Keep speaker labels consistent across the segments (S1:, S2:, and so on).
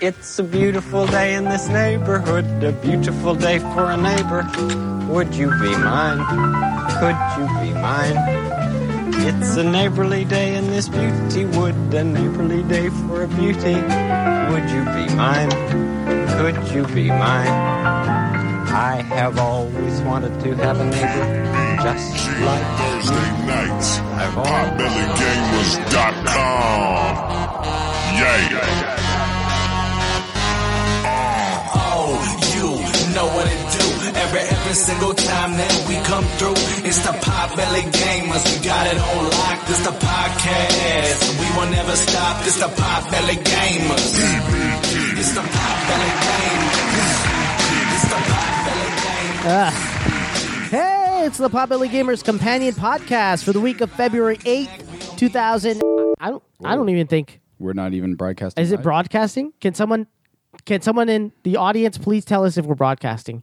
S1: It's a beautiful day in this neighborhood, a beautiful day for a neighbor. Would you be mine? Could you be mine? It's a neighborly day in this beauty wood, a neighborly day for a beauty. Would you be mine? Could you be mine? I have always wanted to have a neighbor just like
S2: Thursday nights at potbellygamers.com. Yay!
S3: Oh, you know what it do. Every every single time that we come through, it's the Pop Belly Gamers. We got it on lock. This the podcast. We will never stop. This the Pop Belly Gamers. It's the Pop Belly Gamers. It's the Pop Belly Gamers.
S4: Hey, it's the Pop Billy Gamers Companion Podcast for the week of February 8th, 2000. I don't, I don't even think.
S5: We're not even broadcasting.
S4: Is it
S5: live.
S4: broadcasting? Can someone, can someone in the audience please tell us if we're broadcasting?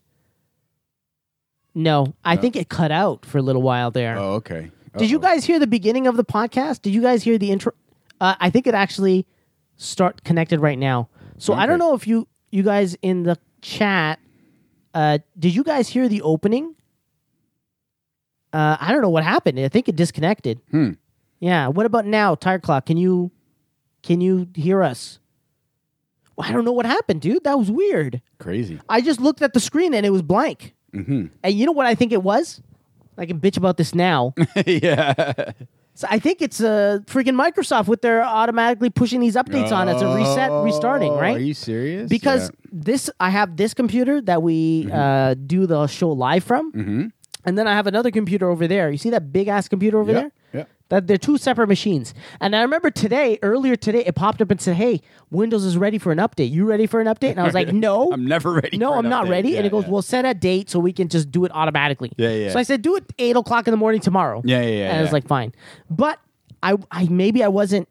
S4: No, I think it cut out for a little while there.
S5: Oh, okay.
S4: Did you
S5: Uh-oh.
S4: guys hear the beginning of the podcast? Did you guys hear the intro? Uh, I think it actually start connected right now. So I don't
S5: Okay.
S4: know if you you guys in the chat uh, did you guys hear the opening? Uh, I don't know what happened. I think it disconnected.
S5: Hmm.
S4: Yeah. What about now, tire clock? Can you can you hear us? Well, I don't know what happened, dude. That was weird.
S5: Crazy.
S4: I just looked at the screen and it was blank.
S5: Mhm.
S4: And you know what I think it was? I can bitch about this now.
S5: yeah.
S4: So I think it's uh, freaking Microsoft with their automatically pushing these updates on us and reset, restarting,
S5: Oh,
S4: right?
S5: Are you serious?
S4: because this, I have this computer that we
S5: Mm-hmm.
S4: uh, do the show live from,
S5: Mhm.
S4: and then I have another computer over there. You see that big ass computer over
S5: Yeah.
S4: there?
S5: Yeah.
S4: That they're two separate machines. And I remember today, earlier today, it popped up and said, "Hey, Windows is ready for an update. You ready for an update?" And I was like, "No,
S5: I'm never ready.
S4: no,
S5: for
S4: I'm
S5: an
S4: not
S5: update.
S4: ready."
S5: Yeah,
S4: and it goes,
S5: yeah.
S4: "We'll set a date so we can just do it automatically."
S5: Yeah, yeah.
S4: So I said, "Do it eight o'clock in the morning tomorrow."
S5: Yeah, yeah, yeah,
S4: And I was
S5: yeah.
S4: like, "Fine," but I, I maybe I wasn't.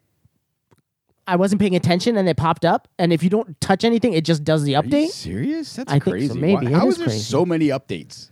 S4: I wasn't paying attention, and it popped up. And if you don't touch anything, it just does the
S5: Are you
S4: update.
S5: serious? That's
S4: I think so,
S5: crazy.
S4: maybe.
S5: Why,
S4: It
S5: how
S4: is
S5: is there
S4: crazy.
S5: so many updates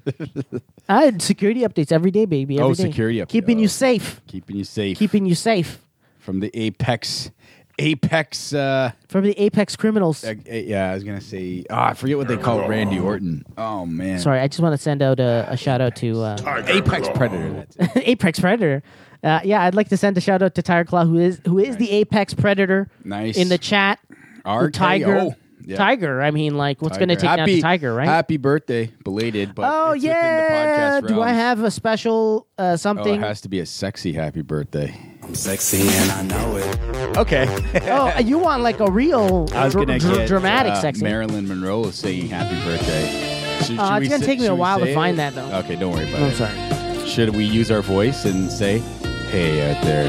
S4: I had security updates every day, baby.
S5: Oh,
S4: every day.
S5: security update.
S4: keeping
S5: Oh.
S4: you safe,
S5: keeping you safe
S4: keeping you safe
S5: from the apex? Apex. Uh,
S4: from the apex criminals.
S5: uh, yeah, I was gonna say. ah, I forget what they call Randy Orton. Oh man.
S4: Sorry, I just want to send out a, a shout out to uh,
S2: Tiger
S5: Apex
S2: Claw.
S5: Predator. That's it.
S4: apex predator. Uh, yeah, I'd like to send a shout out to Tiger Claw, who is who is the apex predator.
S5: Nice.
S4: in the chat. The
S5: RKO.
S4: tiger,
S5: Yeah.
S4: tiger. I mean, like, what's going to
S5: Tiger.
S4: take down
S5: happy,
S4: the tiger, right?
S5: Happy birthday, belated. But
S4: oh
S5: it's within the
S4: yeah.
S5: podcast
S4: Do I
S5: realm.
S4: have a special uh,
S5: Oh,
S4: something?
S5: it has to be a sexy happy birthday.
S3: Sexy and I know it.
S5: Okay.
S4: Oh, you want like a real
S5: I was
S4: dr-
S5: gonna
S4: dr-
S5: get
S4: dramatic
S5: uh,
S4: sexy.
S5: Marilyn Monroe singing "Happy Birthday." Should-
S4: Uh,
S5: should
S4: it's
S5: we
S4: gonna
S5: say-
S4: take me a
S5: should we
S4: while to
S5: say
S4: find
S5: it?
S4: that, though.
S5: Okay, don't worry about
S4: I'm
S5: it.
S4: sorry.
S5: Should we use our voice and say, "Hey, out there,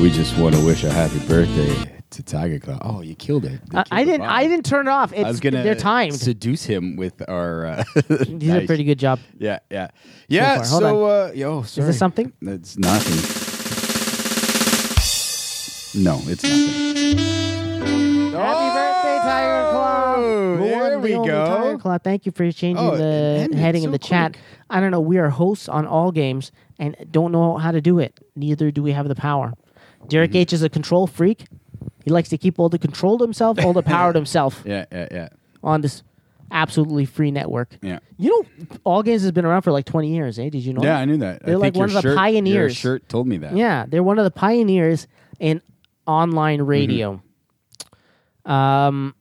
S5: we just want to wish a happy birthday to Tiger Claw"? Oh, you killed it. You
S4: I,
S5: killed
S4: I
S5: the
S4: didn't.
S5: vibe.
S4: I didn't turn it off. Uh, It's,
S5: I was gonna.
S4: they're timed.
S5: Seduce him with our. Uh,
S4: You did a pretty good job.
S5: Yeah, yeah, yeah.
S4: far.
S5: So,
S4: Hold
S5: uh, yo, sorry.
S4: something?
S5: It's nothing. No, it's nothing.
S4: Happy birthday, Tiger Claw! The
S5: there
S4: one, the
S5: Oh, we
S4: only
S5: go.
S4: Tiger Claw, thank you for changing
S5: Oh, it
S4: the
S5: ended
S4: heading
S5: so
S4: in the chat.
S5: quick.
S4: I don't know. We are hosts on all games and don't know how to do it. Neither do we have the power. Derek
S5: Mm-hmm.
S4: H is a control freak. He likes to keep all the control to himself, all the power to himself
S5: Yeah, yeah, yeah,
S4: on this absolutely free network.
S5: yeah.
S4: You know, all games has been around for like twenty years. Eh? Did you know?
S5: Yeah,
S4: that?
S5: I knew that. I
S4: They're like
S5: think your
S4: one of the
S5: shirt- Your
S4: pioneers.
S5: shirt told me that.
S4: Yeah, they're one of the pioneers in online
S5: Mm-hmm.
S4: radio. Um,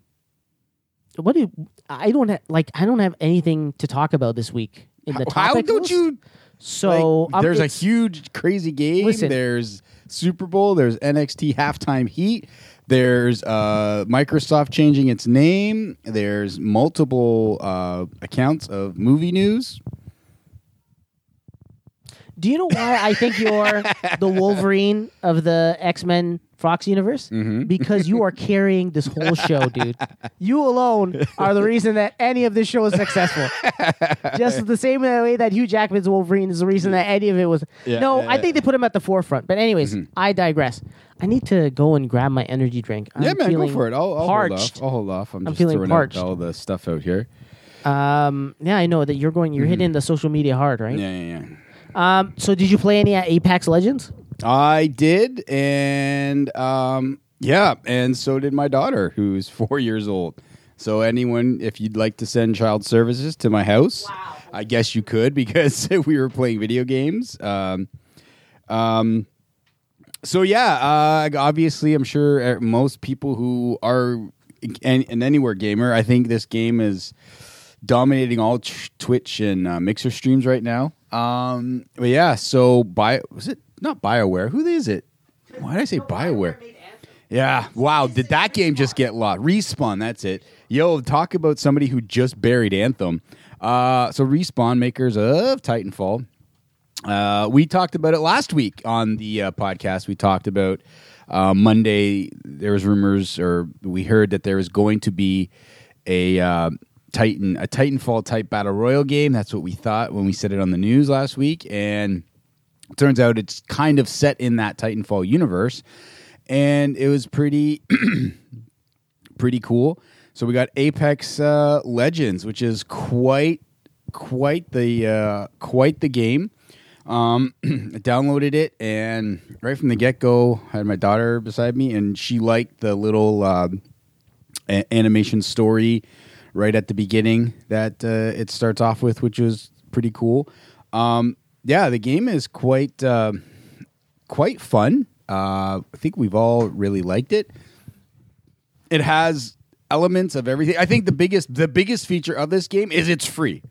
S4: what do you, I don't have, like? I don't have anything to talk about this week in the
S5: How
S4: topic
S5: don't
S4: list.
S5: you?
S4: So
S5: like,
S4: um,
S5: there's a
S4: it's-
S5: huge, crazy game.
S4: Listen.
S5: There's Super Bowl. There's NXT halftime heat. There's uh, Microsoft changing its name. There's multiple uh, accounts of movie news.
S4: Do you know why I think you're the Wolverine of the X Men Fox universe?
S5: Mm-hmm.
S4: Because you are carrying this whole show, dude. You alone are the reason that any of this show is successful. Just the same way that Hugh Jackman's Wolverine is the reason that any of it was.
S5: Yeah,
S4: no,
S5: yeah, Mm-hmm.
S4: I think
S5: yeah.
S4: they put him at the forefront. But anyways, I digress. I need to go and grab my energy drink. I'm
S5: yeah, man, go
S4: feeling
S5: for it. I'll, I'll hold
S4: parched.
S5: off. I'll hold off. I'm, just
S4: feeling
S5: throwing
S4: parched.
S5: out all the stuff out here.
S4: Um, yeah, I know that you're going. You're hitting the social media hard, right?
S5: Mm-hmm. Yeah, yeah, yeah.
S4: Um, so did you play any at Apex Legends?
S5: I did, and um, yeah, and so did my daughter, who's four years old. So anyone, if you'd like to send child services to my house, I guess you could because we were playing video games. Um, um, so yeah, uh, obviously, I'm sure uh, most people who are an, an anywhere gamer, I think this game is dominating all tr- Twitch and uh, Mixer streams right now. Um, but yeah, so Bio was it not Bioware? Who is it? Why did I say Bioware? Yeah. Wow. Did that game just get lost? Respawn. That's it. Yo, talk about somebody who just buried Anthem. Uh, so Respawn, makers of Titanfall, uh, we talked about it last week on the uh, podcast. We talked about uh, Monday. There was rumors, or we heard that there was going to be a uh, Titan, a Titanfall type battle royal game. That's what we thought when we said it on the news last week, and it turns out it's kind of set in that Titanfall universe. And it was pretty pretty cool. So we got Apex uh, Legends, which is quite quite the uh, quite the game. Um, I downloaded it and right from the get go, I had my daughter beside me, and she liked the little uh, a- animation story right at the beginning that uh, it starts off with, which was pretty cool. Um, yeah, the game is quite. Uh, quite fun. Uh, I think we've all really liked it. It has elements of everything. I think the biggest the biggest feature of this game is it's free.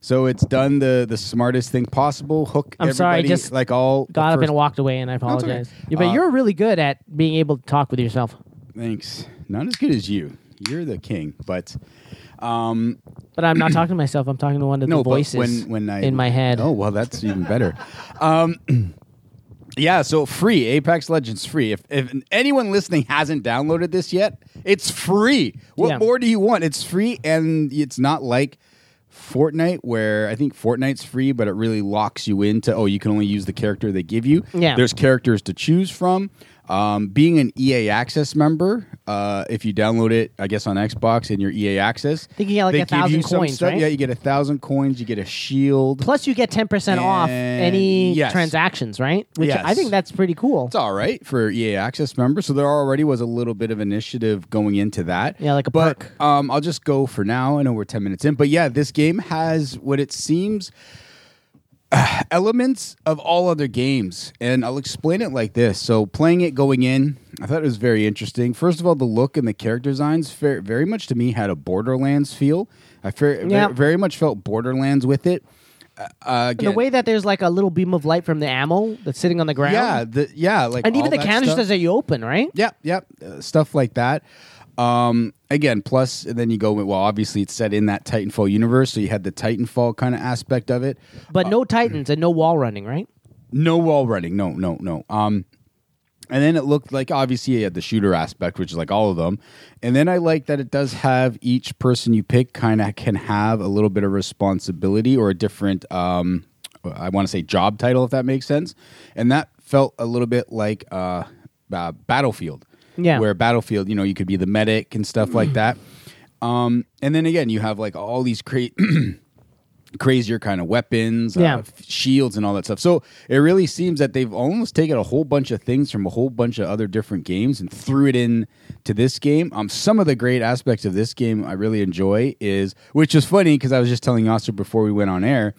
S5: So it's done the the smartest thing possible. Hook.
S4: I'm sorry, I
S5: everybody,
S4: just
S5: like all the
S4: Got up
S5: first-
S4: and walked away, and I
S5: okay.
S4: apologize. Yeah, but
S5: Uh,
S4: you're really good at being able to talk with yourself.
S5: Thanks. Not as good as you. You're the king, but
S4: But I'm not talking to myself. I'm talking to one of the
S5: but
S4: voices
S5: when, when I,
S4: in my head.
S5: Oh well, that's even better. Um, yeah, so free Apex Legends free. If, if anyone listening hasn't downloaded this yet, it's free. What
S4: Yeah.
S5: more do you want? It's free, and it's not like Fortnite, where I think Fortnite's free, but it really locks you into oh, you can only use the character they give you.
S4: Yeah.
S5: there's characters to choose from. Um, being an EA Access member, uh, if you download it, I guess on Xbox in your EA Access,
S4: I think you get, like,
S5: they
S4: a
S5: give
S4: thousand
S5: you some
S4: coins,
S5: stuff.
S4: right?
S5: Yeah, you get a thousand coins. You get a shield.
S4: Plus, you get 10% off
S5: And-
S4: any
S5: yes.
S4: transactions, right? Which I
S5: Yes.
S4: think that's pretty cool.
S5: It's all right for EA Access members. So there already was a little bit of initiative going into that.
S4: Yeah, like a
S5: but,
S4: perk.
S5: Um, I'll just go for now. I know we're ten minutes in, but yeah, this game has what it seems uh, elements of all other games, and I'll explain it like this. So playing it going in, I thought it was very interesting. First of all, the look and the character designs fair, very much to me had a Borderlands feel. I fair,
S4: Yeah.
S5: very, much felt Borderlands with it. Uh,
S4: And the
S5: again-
S4: way that there's like a little beam of light from the ammo that's sitting on the ground.
S5: yeah, the, yeah, like
S4: And even
S5: all
S4: the
S5: that
S4: canisters
S5: stuff.
S4: that you open, right?
S5: Yep, yep, uh, stuff like that. Um, again, plus and then you go with- well, obviously it's set in that Titanfall universe, so you had the Titanfall kind of aspect of it.
S4: But no titans and no wall running, right?
S5: No wall running, no, no, no. Um, and then it looked like obviously you had the shooter aspect, which is like all of them. And then I like that it does have each person you pick kind of can have a little bit of responsibility or a different, um, I want to say job title if that makes sense. And that felt a little bit like uh, uh, Battlefield,
S4: Yeah.
S5: where Battlefield, you know, you could be the medic and stuff like that. Um, and then again, you have like all these cra- crazier kind of weapons, uh,
S4: Yeah.
S5: f- shields, and all that stuff. So it really seems that they've almost taken a whole bunch of things from a whole bunch of other different games and threw it in to this game. Um, some of the great aspects of this game I really enjoy is, which is funny because I was just telling Oscar before we went on air.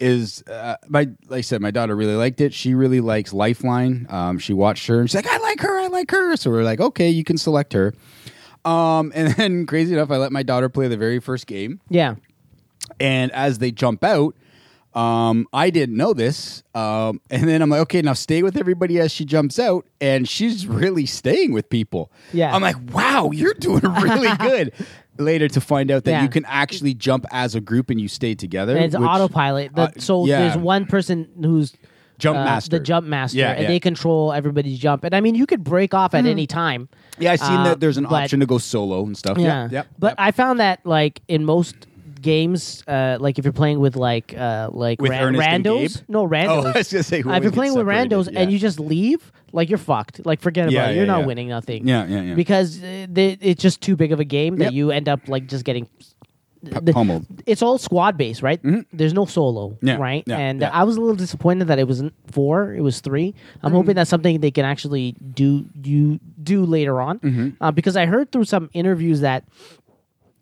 S5: Is uh, my like I said, my daughter really liked it. She really likes Lifeline. Um, she watched her and she's like, I like her, I like her. So we're like, okay, you can select her. Um, and then crazy enough, I let my daughter play the very first game.
S4: Yeah.
S5: And as they jump out, um, I didn't know this. Um, and then I'm like, okay, now stay with everybody as she jumps out. And she's really staying with people.
S4: Yeah.
S5: I'm like, wow, you're doing really good. Later to find out that
S4: Yeah.
S5: you can actually jump as a group and you stay together.
S4: And it's
S5: which-
S4: autopilot. The,
S5: uh,
S4: so
S5: yeah.
S4: there's one person who's
S5: Jump
S4: uh,
S5: master.
S4: the jump master,
S5: Yeah,
S4: and
S5: yeah.
S4: they control everybody's jump. And I mean, you could break off at any time.
S5: Yeah, I seen
S4: Uh,
S5: that there's an
S4: but-
S5: option to go solo and stuff.
S4: Yeah.
S5: Yep. yep,
S4: But
S5: yep.
S4: I found that like in most games, uh, like if you're playing with like uh, like
S5: With Ernest and
S4: randos,
S5: Gabe?
S4: no randos.
S5: Oh, I was gonna say, when
S4: I've
S5: we
S4: been
S5: get
S4: playing with
S5: separated,
S4: randos and
S5: yeah.
S4: you just leave, like you're fucked. Like forget
S5: Yeah,
S4: about it. You're
S5: yeah,
S4: not
S5: yeah.
S4: winning nothing.
S5: Yeah, yeah, yeah.
S4: Because uh, they, it's just too big of a game that
S5: Yep.
S4: you end up like just getting
S5: P- pummeled. Mm-hmm.
S4: it's all squad based, right? There's no solo,
S5: Yeah,
S4: right?
S5: yeah,
S4: and
S5: yeah.
S4: I was a little disappointed that it wasn't four; it was three. I'm
S5: Mm-hmm.
S4: hoping that's something they can actually
S5: Mm-hmm.
S4: do you do later on, uh, because I heard through some interviews that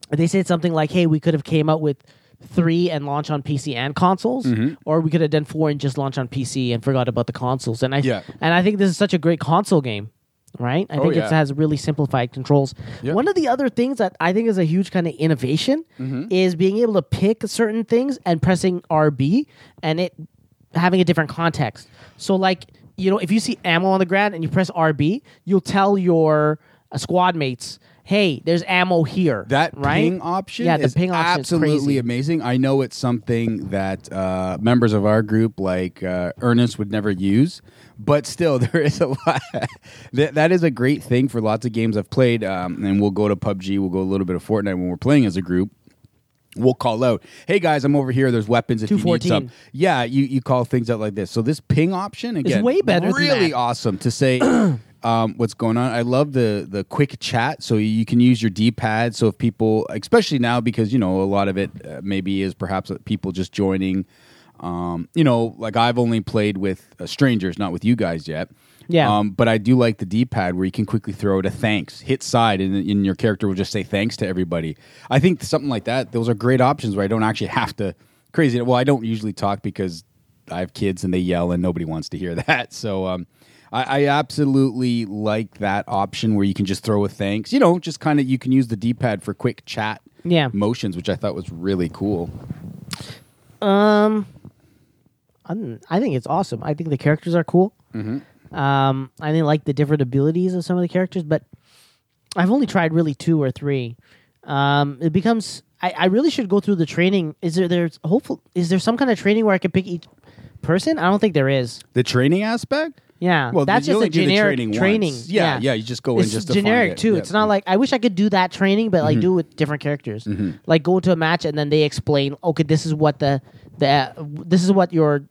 S4: they said something like, "Hey, we could have came out with three and launch on PC and consoles,
S5: Mm-hmm.
S4: or we could have done four and just launch on PC and forgot about the consoles." And I
S5: Yeah. Oh,
S4: and I think this is such a great console game, right? I think it
S5: yeah.
S4: has really simplified controls. One of the other things that I think is a huge kind of innovation
S5: Mm-hmm.
S4: is being able to pick certain things and pressing RB and it having a different context. So like, you know, if you see ammo on the ground and you press RB, you'll tell your uh, squad mates, "Hey, there's ammo here."
S5: That
S4: right?
S5: ping option
S4: yeah, the
S5: is
S4: ping option is
S5: absolutely
S4: crazy.
S5: amazing. I know it's something that uh, members of our group, like uh, Ernest, would never use, but still, there is a lot. that, that is a great thing for lots of games I've played. Um, and we'll go to PUBG, we'll go a little bit of Fortnite when we're playing as a group. We'll call out, hey guys, I'm over here. There's weapons if you need
S4: 214.
S5: some. Yeah, you, you call things out like this. So this ping option again,
S4: way better than
S5: Really
S4: that.
S5: awesome to say um, what's going on. I love the the quick chat, so you can use your D pad. So if people, especially now, because you know a lot of it uh, maybe is perhaps people just joining. Um, you know, like I've only played with uh, strangers, not with you guys yet.
S4: Yeah.
S5: Um, but I do like the D pad where you can quickly throw it a thanks, hit side, and, and your character will just say thanks to everybody. I think something like that, those are great options where I don't actually have to crazy. Well, I don't usually talk because I have kids and they yell and nobody wants to hear that. So um, I, I absolutely like that option where you can just throw a thanks. You know, just kind of you can use the D pad for quick chat
S4: Yeah.
S5: motions, which I thought was really cool.
S4: I'm- I think it's awesome. I think the characters are cool.
S5: Mm-hmm.
S4: Um, I didn't like the different abilities of some of the characters, but I've only tried really two or three. Um, it becomes I, I really should go through the training. Is there there's hopeful is there some kind of training where I can pick each person? I don't think there is.
S5: The training aspect?
S4: Yeah,
S5: Well,
S4: that's
S5: you
S4: just
S5: only
S4: a
S5: do the
S4: generic
S5: training once.
S4: training.
S5: Yeah, yeah, you just go in
S4: it's
S5: just to find
S4: generic
S5: it.
S4: too.
S5: Yeah. Mm-hmm.
S4: It's not like I wish I could do that training, but like do it with different characters. Like go into a match and then they explain. Okay, this is what the the uh, this is what your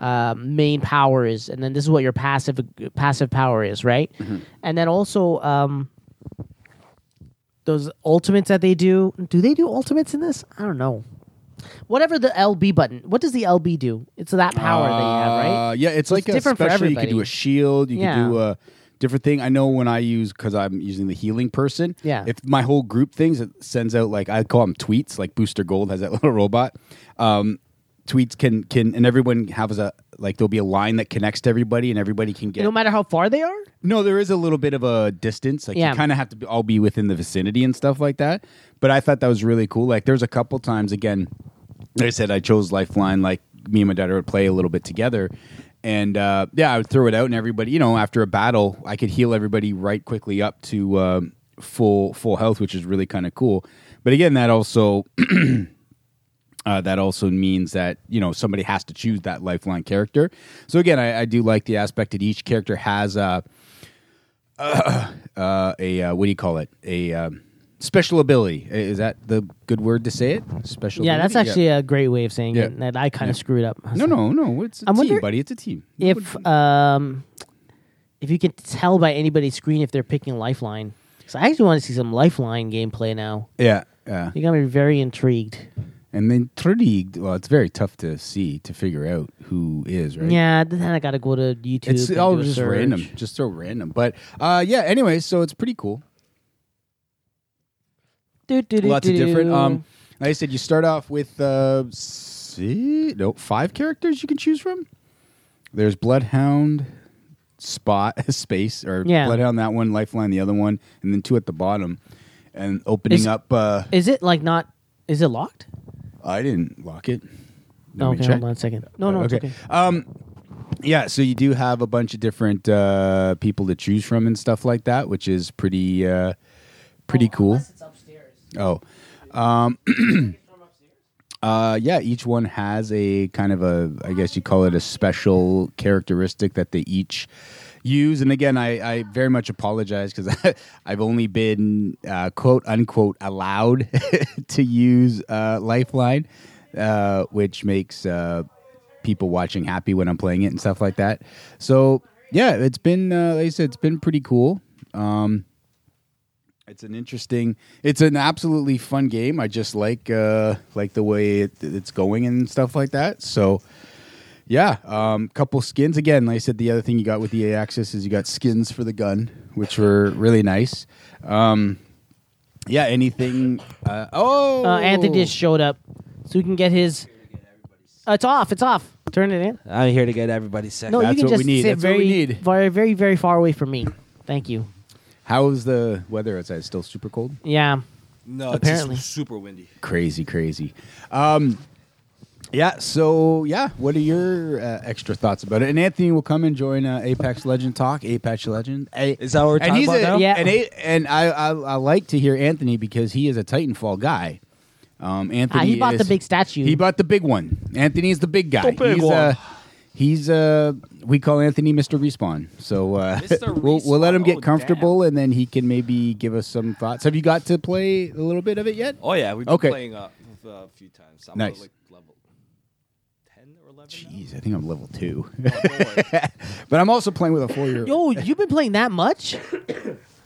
S4: uh, main power is, and then this is what your passive passive power is, right?
S5: Mm-hmm.
S4: And then also. Um, those ultimates that they do. Do they do ultimates in this? I don't know. Whatever the LB button, what does the LB do? It's that power that you have, right?
S5: Uh, yeah, it's
S4: So
S5: like
S4: it's different
S5: a
S4: for
S5: special. You could do
S4: everybody.
S5: a shield. You
S4: Yeah.
S5: could do a different thing. I know when I use because I'm using the healing person.
S4: Yeah.
S5: If my whole group things, it sends out like I call them tweets. Like Booster Gold has that little robot. Um, tweets can can and everyone has a like there'll be a line that connects to everybody and everybody can get
S4: No matter how far they are,
S5: no, there is a little bit of a distance. Like
S4: Yeah.
S5: you kind of have to be, all be within the vicinity and stuff like that. But I thought that was really cool. Like there's a couple times again, like I said, I chose Lifeline. Like me and my daughter would play a little bit together, and uh, yeah, I would throw it out, and everybody, you know, after a battle, I could heal everybody right quickly up to uh, full full health, which is really kind of cool. But again, that also uh, that also means that you know somebody has to choose that lifeline character. So again, I, I do like the aspect that each character has a uh, uh, a uh, what do you call it a um, special ability. I- Is that the good word to say it? Special.
S4: Yeah,
S5: ability?
S4: that's actually a great way of saying
S5: Yeah.
S4: it. That I kind of screwed up.
S5: no, no, no. It's a
S4: I
S5: team,
S4: wonder
S5: buddy. It's a team.
S4: If um, if you can tell by anybody's screen if they're picking Lifeline, so I actually want to see some Lifeline gameplay now.
S5: yeah, yeah.
S4: You got me very intrigued.
S5: And then intrigued. Well, it's very tough to see to figure out who is right.
S4: Yeah, then I got to go to YouTube.
S5: It's
S4: and
S5: all
S4: do a
S5: just
S4: search.
S5: random. Just so random. But uh, yeah. Anyway, so it's pretty cool.
S4: Do, do, do,
S5: lots of
S4: do,
S5: different.
S4: do.
S5: Um, like I said, you start off with uh, si no five characters you can choose from. There's Bloodhound, Spot, Space, or
S4: Yeah.
S5: Bloodhound that one, Lifeline the other one, and then two at the bottom, and opening
S4: Is-
S5: up. Uh,
S4: is it like not? Is it locked?
S5: I didn't lock it. Let me
S4: okay,
S5: check. Uh,
S4: hold on a second. No, no, it's okay.
S5: Yeah, so you do have a bunch of different uh, people to choose from and stuff like that, which is pretty uh, pretty cool. Oh. Um, uh, yeah, each one has a kind of a, I guess you call it a special characteristic that they each use. And again, I, I very much apologize because I've only been uh, quote unquote allowed to use uh, Lifeline, uh, which makes uh, people watching happy when I'm playing it and stuff like that. So yeah, it's been, uh, like I said, it's been pretty cool. Um, It's an interesting. It's an absolutely fun game. I just like uh, like the way it, it's going and stuff like that. So, yeah, um, couple skins again. Like I said, the other thing you got with E the A axis is you got skins for the gun, which were really nice. Um, Yeah, anything. Uh, oh,
S4: Uh, Anthony just showed up, so we can get his. Uh, it's off. It's off. Turn it in.
S6: I'm here to get everybody sick.
S4: No,
S5: That's
S4: you can
S5: what we
S4: just
S5: need.
S4: sit
S5: That's what
S4: very,
S5: we need.
S4: very, very, very far away from me. Thank you.
S5: How's the weather outside? It's Still super cold?
S4: Yeah.
S6: no,
S4: apparently.
S6: it's just super windy.
S5: Crazy, crazy. Um, yeah. So yeah, what are your uh, extra thoughts about it? And Anthony will come and join uh, Apex Legend talk. Apex Legend. A-
S6: Is that what we're
S5: and
S6: talking
S5: he's
S6: about
S5: a,
S6: now?
S4: Yeah.
S5: And, a, and I, I I like to hear Anthony because he is a Titanfall guy. Um, Anthony.
S4: Ah, he bought the
S5: is-
S4: big statue.
S5: He bought the big one. Anthony's the big guy.
S6: The big
S5: he's
S6: one.
S5: Uh, he's uh we call Anthony Mr. Respawn. So uh
S6: Mr.
S5: We'll, we'll let him
S6: Respawn.
S5: get
S6: Oh,
S5: comfortable and then he can maybe give us some thoughts. Have you got to play a little bit of it yet?
S6: Oh yeah, we've been
S5: Okay.
S6: playing uh, f- a few times. I'm
S5: Nice.
S6: at, like level ten or eleven.
S5: Jeez, I think I'm level 2.
S6: now. Oh, Lord.
S5: but I'm also playing with a 4-year-old.
S4: Yo, you've been playing that much?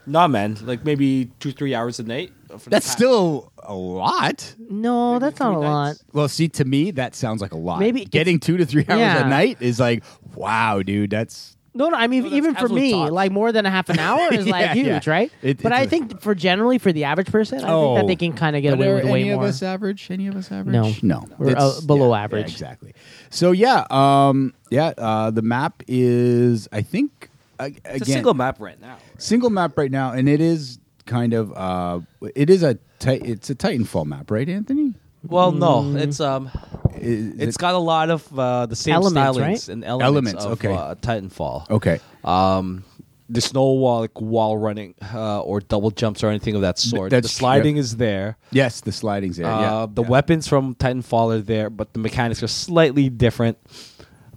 S6: nah, man, like maybe two, three hours a night. uh, for the
S5: That's
S6: past-
S5: still a lot.
S4: No, that's not a
S6: three
S4: lot.
S6: nights.
S5: Well, see, to me, that sounds like a lot.
S4: Maybe it's-
S5: getting two to three hours
S4: Yeah.
S5: a night is like, wow, dude, that's
S4: No, no. I mean,
S6: No, that's
S4: even for
S6: absolute
S4: me,
S6: tops.
S4: like more than a half an hour is like
S5: Yeah,
S4: huge,
S5: yeah.
S4: right?
S5: It-
S4: but
S5: it's
S4: I
S5: a-
S4: think for generally for the average person, I think
S5: Oh.
S4: that they can kind of get away
S5: Are
S4: with way
S5: any
S4: more.
S5: of us average? Any of us average?
S4: No.
S5: no,
S4: We're,
S5: It's-
S4: uh, below
S5: yeah, yeah,
S4: average.
S5: exactly. So yeah, um, yeah, uh, the map is, I think, uh, again,
S6: It's a single map right now. right?
S5: single map right now, and it is kind of, uh, it is a, ti- it's a Titanfall map, right, Anthony?
S6: Well, no, it's um,
S5: Mm. Is
S6: it's
S5: it-
S6: got a lot of uh, the same
S4: Elements,
S6: stylings
S4: right?
S6: and elements,
S5: Elements,
S6: of
S5: okay. Oh.
S6: uh, Titanfall.
S5: okay.
S6: Um, there's no uh, like wall running uh, or double jumps or anything of that sort.
S5: that's-
S6: the sliding is there.
S5: Yes, the sliding's there.
S6: Uh,
S5: yeah,
S6: the
S5: yeah.
S6: weapons from Titanfall are there, but the mechanics are slightly different.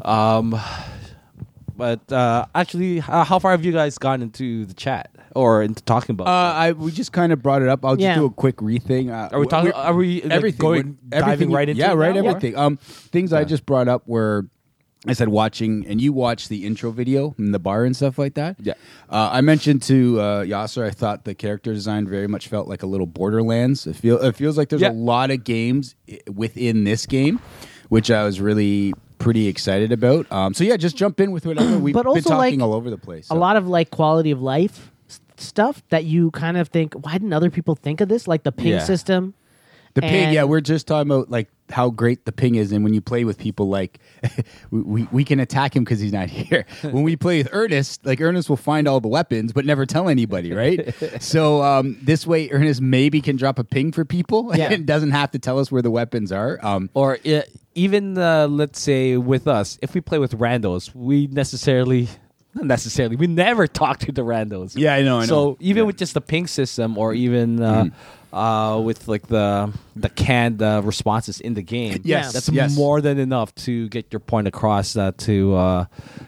S6: Um, but uh, actually, how, how far have you guys gone into the chat or into talking about?
S5: Uh, I we just kind of brought it up. I'll just
S4: Yeah.
S5: do a quick rethink. Uh,
S6: Are we talking-
S5: we're-
S6: are we, like,
S5: everything?
S6: going-
S5: we're- everything
S6: diving
S5: you-
S6: right into
S5: yeah,
S6: it
S5: right.
S6: now, or-
S5: Everything. Um, things I just brought up were. I said watching, and you watched the intro video in the bar and stuff like that.
S6: Yeah.
S5: uh, I mentioned to uh, Yasser, I thought the character design very much felt like a little Borderlands. It feel it feels like there's
S6: Yeah.
S5: a lot of games i- within this game, which I was really pretty excited about. Um, so yeah, just jump in with whatever we've
S4: But
S5: been
S4: also,
S5: talking
S4: like,
S5: all over the place.
S4: a
S5: so.
S4: lot of like quality of life s- stuff that you kind of think, why didn't other people think of this? Like the ping
S6: Yeah.
S4: system.
S5: The ping,
S4: And-
S5: yeah, we're just talking about like how great the ping is, and when you play with people, like we, we, we can attack him because he's not here. when we play with Ernest, like Ernest will find all the weapons but never tell anybody, right? so um, this way, Ernest maybe can drop a ping for people
S4: Yeah.
S5: and doesn't have to tell us where the weapons are. Um,
S6: or uh, even uh, let's say with us, if we play with randos, we necessarily not necessarily we never talk to the randos.
S5: Yeah, I know, I know.
S6: So even
S5: Yeah. Mm.
S6: with just the ping system, or even uh, uh, with like the the canned uh, responses in the game,
S5: Yes,
S6: that's
S5: yes.
S6: more than enough to get your point across. Uh, to uh,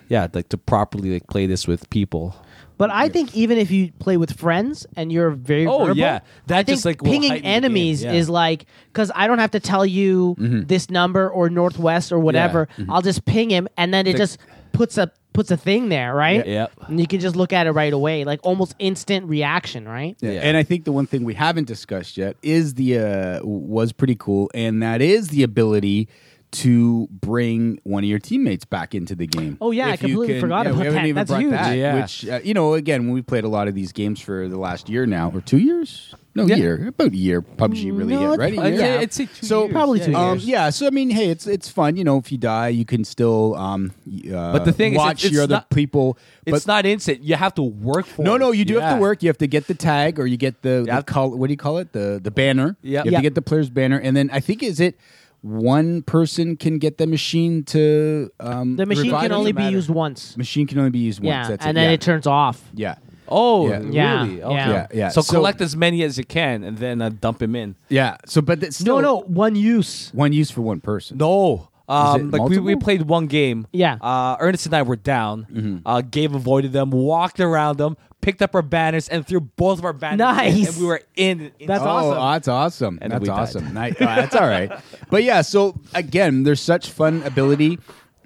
S6: yeah, like to properly like, play this with people.
S4: But I think even if you play with friends and you're very
S6: Oh,
S4: verbal,
S6: yeah. That
S4: I think
S6: just, like, will
S4: pinging
S6: heighten the game,
S4: enemies
S6: yeah.
S4: is like because I don't have to tell you
S5: Mm-hmm.
S4: this number or northwest or whatever. I'll just ping him, and then it just puts a puts a thing there, right?
S6: Yeah. Yep.
S4: And you can just look at it right away, like almost instant reaction, right?
S6: Yeah.
S5: And I think the one thing we haven't discussed yet is the uh, was pretty cool, and that is the ability to bring one of your teammates back into the game.
S4: Oh, yeah, I
S5: you
S4: completely forgot about
S5: we haven't
S4: that.
S5: even
S4: That's
S5: brought
S4: huge.
S5: that,
S6: Yeah.
S5: Which uh, you know, again, when we played a lot of these games for the last year now, or two years, no
S6: Yeah.
S5: year, about a year. PUBG really
S4: Mm, No,
S5: hit, right?
S4: it's-
S5: A year?
S4: yeah.
S6: I'd say two
S5: So-
S6: years.
S4: Probably two
S5: Um,
S4: years.
S5: yeah, so I mean, hey, it's it's fun. You know, if you die, you can still um, y- uh,
S6: But the thing is,
S5: watch
S6: it's-
S5: your
S6: it's
S5: other
S6: not-
S5: people.
S6: It's
S5: But
S6: not instant. You have to work for.
S5: no,
S6: it.
S5: no, you do have
S6: Yeah.
S5: to work. You have to get the tag or you get the, the
S6: have-
S5: col- what do you call it? The the banner. You
S6: Yep.
S5: have
S4: Yeah.
S5: to get the player's banner. And then I think is it one person can get the machine to um
S4: The machine
S5: revive
S4: can
S5: them?
S4: only
S5: Doesn't
S4: be
S5: matter.
S4: used once.
S5: Machine can only be used
S4: yeah,
S5: once. That's
S4: and
S5: it.
S4: then
S5: yeah.
S4: it turns off.
S5: Yeah.
S6: Oh,
S5: Yeah.
S6: yeah.
S4: Yeah.
S6: really? Okay.
S4: Yeah.
S5: Yeah, yeah.
S6: So,
S5: So-
S6: collect as many as you can and then uh, dump him in.
S5: Yeah. So but that's still
S4: no, no, one use.
S5: one use for one person.
S6: No.
S5: Is it
S6: Um, like we, we
S5: multiple?
S6: played one game.
S4: Yeah.
S6: Uh, Ernest and I were down.
S5: Mm-hmm.
S6: Uh, Gabe avoided them, walked around them, picked up our banners, and threw both of our banners. in,
S4: Nice.
S6: and we were in. in-
S4: That's
S5: oh,
S4: awesome.
S5: that's awesome.
S6: And then
S5: that's
S6: we died.
S5: awesome. Ni- uh, that's all right. But yeah, so again, there's such fun ability.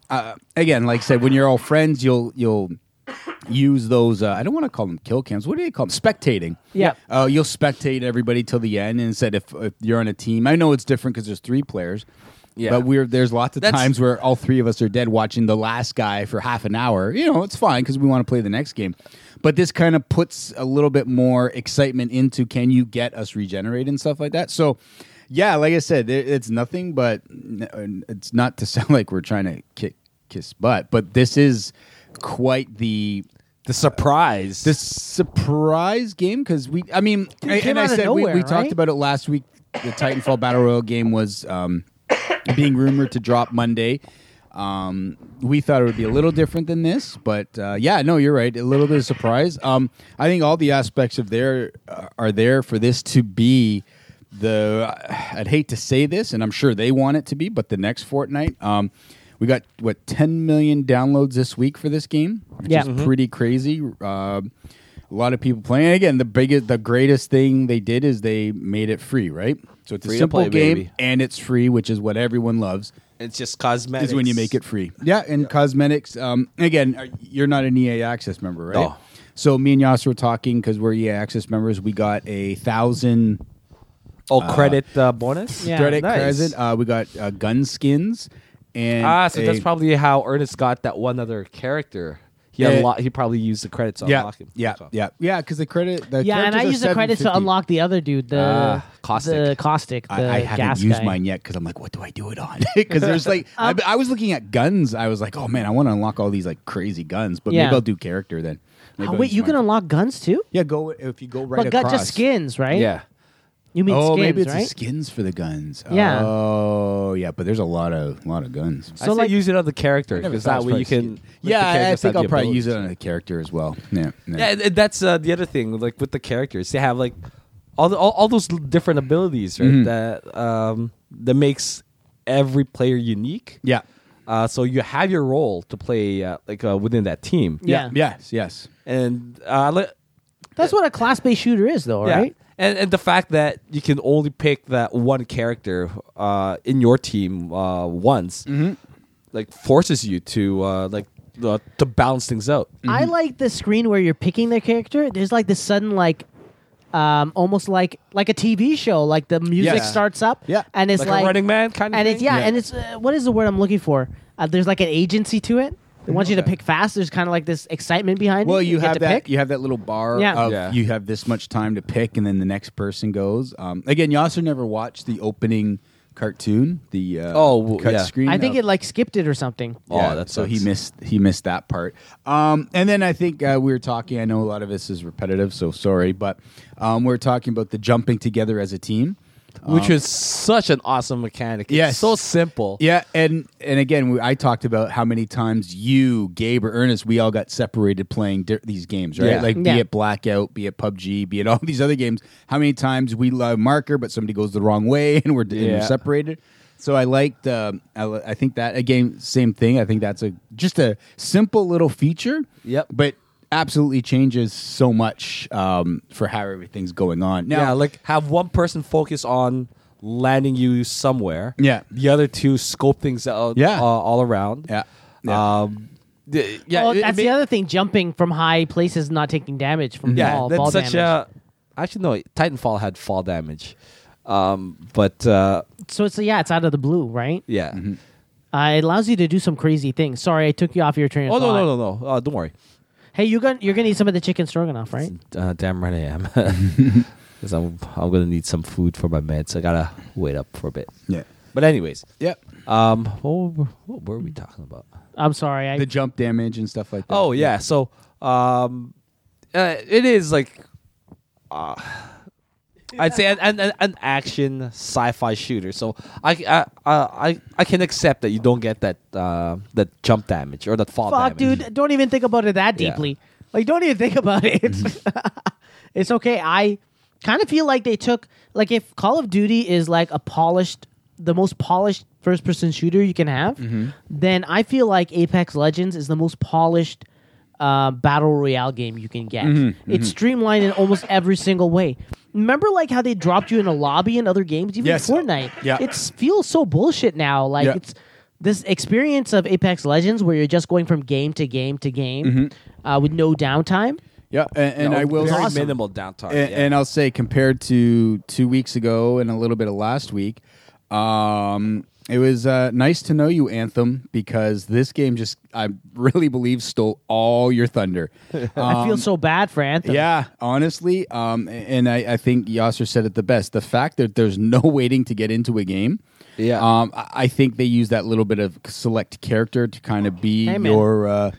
S5: Uh, again, like I said, when you're all friends, you'll you'll use those. Uh, I don't want to call them kill cams. What do they call them? Spectating.
S4: Yeah.
S5: Uh, you'll spectate everybody till the end. And said if, if you're on a team, I know it's different because there's three players.
S6: Yeah.
S5: But we're there's lots of
S6: That's-
S5: times where all three of us are dead watching the last guy for half an hour. You know, it's fine because we want to play the next game. But this kind of puts a little bit more excitement into can you get us regenerated and stuff like that. So, yeah, like I said, there- it's nothing but n- it's not to sound like we're trying to kick kiss butt, but this is quite the
S6: The surprise.
S5: the surprise game because we i mean I-
S4: came
S5: and i
S4: out of
S5: said we,
S4: nowhere,
S5: we
S4: right?
S5: talked about it last week the titanfall battle royale game was um, being rumored to drop monday um, we thought it would be a little different than this but uh, yeah no you're right a little bit of surprise um, i think all the aspects of there uh, are there for this to be the uh, i'd hate to say this and i'm sure they want it to be but the next fortnight um, we got what 10 million downloads this week for this game which
S4: Yeah. Mm-hmm.
S5: is
S6: Mm-hmm.
S5: pretty crazy. Um a lot of people playing. And again, the biggest, the greatest thing they did is they made it free, right? So it's
S6: Free
S5: a
S6: to
S5: simple
S6: play,
S5: game
S6: baby.
S5: and it's free, which is what everyone loves.
S6: it's just cosmetics.
S5: Is when you make it free. Yeah, and cosmetics. Um, again, are- you're not an EA Access member, right?
S6: No.
S5: So me and Yas were talking because we're EA Access members. We got a thousand
S6: Oh, credit uh, bonus.
S4: Yeah.
S5: credit
S6: nice.
S5: present. Uh, we got uh, gun skins and
S6: Ah, so that's
S5: a-
S6: probably how Ernest got that one other character. He
S5: Yeah.
S6: unlo- He probably used the credits to
S5: yeah,
S6: unlock him.
S5: yeah, yeah, yeah. Because the credit, the
S4: Yeah, and I
S5: characters are
S4: use the credits to
S5: $7.50.
S4: unlock the other dude, the
S6: Ah, Caustic.
S4: the caustic, the
S5: I, I
S4: gas
S5: haven't used
S4: guy. Um,
S5: mine yet because I'm like, what do I do it on? Because there's like, I, I was looking at guns. I was like, oh man, I want to unlock all these like crazy guns, but
S4: Yeah.
S5: maybe I'll do character then. Maybe
S4: Oh,
S5: I'll
S4: wait,
S5: use
S4: you can
S5: mine.
S4: unlock guns too?
S5: Yeah, go if you go right
S4: but got
S5: across.
S4: just skins, right?
S6: Yeah.
S4: You mean
S5: Oh,
S4: skins,
S5: maybe it's the
S4: right?
S5: skins for the guns.
S4: Yeah.
S5: Oh, yeah, but there's a lot of lot of guns.
S6: So I
S4: like-
S6: like use it on the character because that way you can. make the
S5: Yeah, I
S6: characters
S5: think
S6: have
S5: I'll
S6: the
S5: probably use it
S6: abilities.
S5: on a character as well. Yeah, yeah.
S6: Yeah, and- and that's uh, the other thing. Like with the characters, they have like all the, all, all those l- different abilities, right? That um, that makes every player unique.
S5: yeah,
S6: Uh, so you have your role to play, uh, like uh, within that team.
S4: Yeah.
S5: yes, yes.
S6: and uh, li-
S4: That's what a class-based shooter is, though,
S6: yeah. Mm-hmm.
S4: right?
S6: and and the fact that you can only pick that one character uh, in your team uh, once, like forces you to uh, like uh, to balance things out.
S4: I like the screen where you're picking their character. There's like this sudden like. Um, almost like like a TV show, like the music
S5: Yeah.
S4: starts up,
S5: Yeah.
S4: and it's
S6: Like
S4: like,
S6: a Running Man kind of
S4: and
S6: thing?
S4: it's yeah,
S5: Yeah.
S4: and it's uh, what is the word I'm looking for? Uh, there's like an agency to it. They want you to pick fast. There's kind of like this excitement behind.
S5: Well,
S4: it.
S5: you
S4: get
S5: have
S4: to
S5: that.
S4: pick.
S5: You have that little bar.
S4: Yeah.
S5: Of
S6: Yeah.
S5: You have this much time to pick, and then the next person goes. Um, again, you also never watched the opening cartoon. The uh,
S6: Oh, w-
S5: cut
S6: yeah.
S5: screen.
S4: I think
S5: of-
S4: it like skipped it or something.
S6: Oh,
S5: yeah,
S6: that
S5: so he
S6: sucks.
S5: missed he missed that part. Um, and then I think uh, we were talking. I know a lot of this is repetitive, so sorry, but um, we we're talking about the jumping together as a team.
S6: which is such an awesome mechanic. It's
S5: Yes.
S6: so simple.
S5: Yeah, and and again, we, I talked about how many times you, Gabe, or Ernest, we all got separated playing di- these games, right?
S6: Yeah.
S5: Like
S4: Yeah.
S5: be it Blackout, be it PUBG, be it all these other games. How many times we love marker, but somebody goes the wrong way and we're, and we're
S6: Yeah.
S5: separated. So I liked. Um, I, li- I think that again, same thing. I think that's a just a simple little feature.
S6: Yep.
S5: but absolutely changes so much um, for how everything's going on. Now,
S6: yeah, like have one person focus on landing you somewhere.
S5: Yeah.
S6: the other two scope things out.
S5: Yeah.
S6: uh, all around.
S5: yeah, yeah.
S6: Um, th- yeah,
S4: Well,
S6: it- it
S4: that's
S6: ma-
S4: the other thing. Jumping from high places, not taking damage from
S6: Yeah,
S4: ball,
S6: that's
S4: ball
S6: such
S4: damage.
S6: a. Actually, no. Titanfall had fall damage, um, but uh,
S4: so it's yeah, it's out of the blue, right?
S6: yeah.
S4: Uh, it allows you to do some crazy things. Sorry, I took you off your train. Of
S6: Oh no
S4: thought.
S6: no no no! Uh, don't worry.
S4: Hey, you're gonna you're gonna eat some of the chicken stroganoff, right?
S6: Uh, damn right I am. Because I'm I'm gonna need some food for my meds. I gotta wait up for a bit.
S5: yeah,
S6: But anyways,
S5: yep.
S6: um, what were, what were we talking about?
S4: I'm sorry. I,
S5: The jump damage and stuff like that.
S6: Oh yeah, so um, uh, it is like, uh, I'd say an, an, an- an action sci-fi shooter. So I I, I I- I can accept that you don't get that uh, that jump damage or that fall
S4: fuck,
S6: damage.
S4: dude. Don't even think about it that
S6: Yeah.
S4: deeply. Like, don't even think about it.
S5: Mm-hmm.
S4: it's okay. I kind of feel like they took like if Call of Duty is like a polished, the most polished first person shooter you can have,
S5: Mm-hmm.
S4: then I feel like Apex Legends is the most polished. Uh, battle royale game you can get.
S5: Mm-hmm.
S4: It's streamlined in almost every single way. Remember, like how they dropped you in a lobby in other games, even
S5: Yes.
S4: Fortnite.
S5: Yeah.
S4: it feels so bullshit now. Like
S5: Yeah.
S4: it's this experience of Apex Legends where you're just going from game to game to game
S6: Mm-hmm.
S4: uh, with no downtime.
S5: Yeah, and, and I will
S6: very
S5: say,
S6: minimal downtime.
S5: and,
S6: yeah.
S5: and I'll say compared to two weeks ago and a little bit of last week, Um, it was uh, nice to know you, Anthem, because this game just, I really believe, stole all your thunder.
S4: I
S6: Um,
S4: feel so bad for Anthem.
S5: Yeah, honestly, um, and I, I think Yasser said it the best. The fact that there's no waiting to get into a game.
S6: Yeah.
S5: um, I I think they use that little bit of select character to kind of be
S4: Hey, man.
S5: your, uh,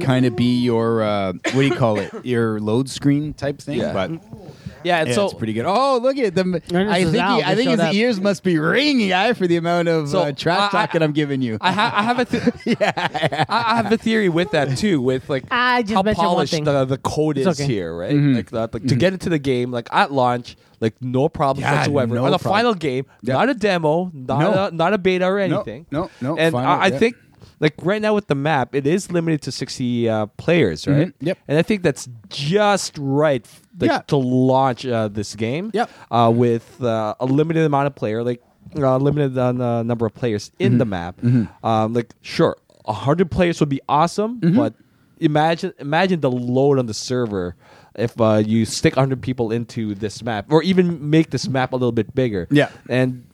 S5: kind of be your, uh, what do you call it? Your load screen type thing.
S6: Yeah.
S5: But
S4: Mm-hmm.
S6: Yeah, and
S5: yeah,
S6: so
S5: it's pretty good. Oh, look at them!
S4: Ernest
S5: I
S4: is
S5: think
S4: out.
S5: he, I
S4: They
S5: think
S4: showed
S5: his
S4: up.
S5: ears must be ringing, I for the amount of
S6: So,
S5: uh, trash
S6: I- I-
S5: talking I'm giving you.
S6: I, ha- I have a th- I, I have a theory with that too, with like
S4: I just
S6: how
S4: mentioned one
S6: polished
S4: thing.
S6: the, the code is
S4: It's okay.
S6: here, right?
S5: Mm-hmm.
S6: Like that, like to get into the game, like at launch, like no problems
S5: Yeah,
S6: whatsoever.
S5: no
S6: On the
S5: problem.
S6: final game,
S5: Yeah.
S6: not a demo, not
S5: No.
S6: a, not a beta or
S5: No,
S6: anything.
S5: no, no,
S6: And
S5: final,
S6: I, I
S5: yeah.
S6: think like right now with the map, it is limited to sixty uh, players, right?
S5: Mhm, yep.
S6: And I think that's just right. Like,
S5: Yeah.
S6: To launch uh, this game,
S5: Yep.
S6: uh, with uh, a limited amount of player, like uh, limited on the number of players in
S5: Mm-hmm.
S6: the map. Um, like sure, hundred players would be awesome,
S5: Mm-hmm.
S6: but imagine imagine the load on the server if uh, you stick hundred people into this map, or even make this map a little bit bigger.
S5: Yeah.
S6: and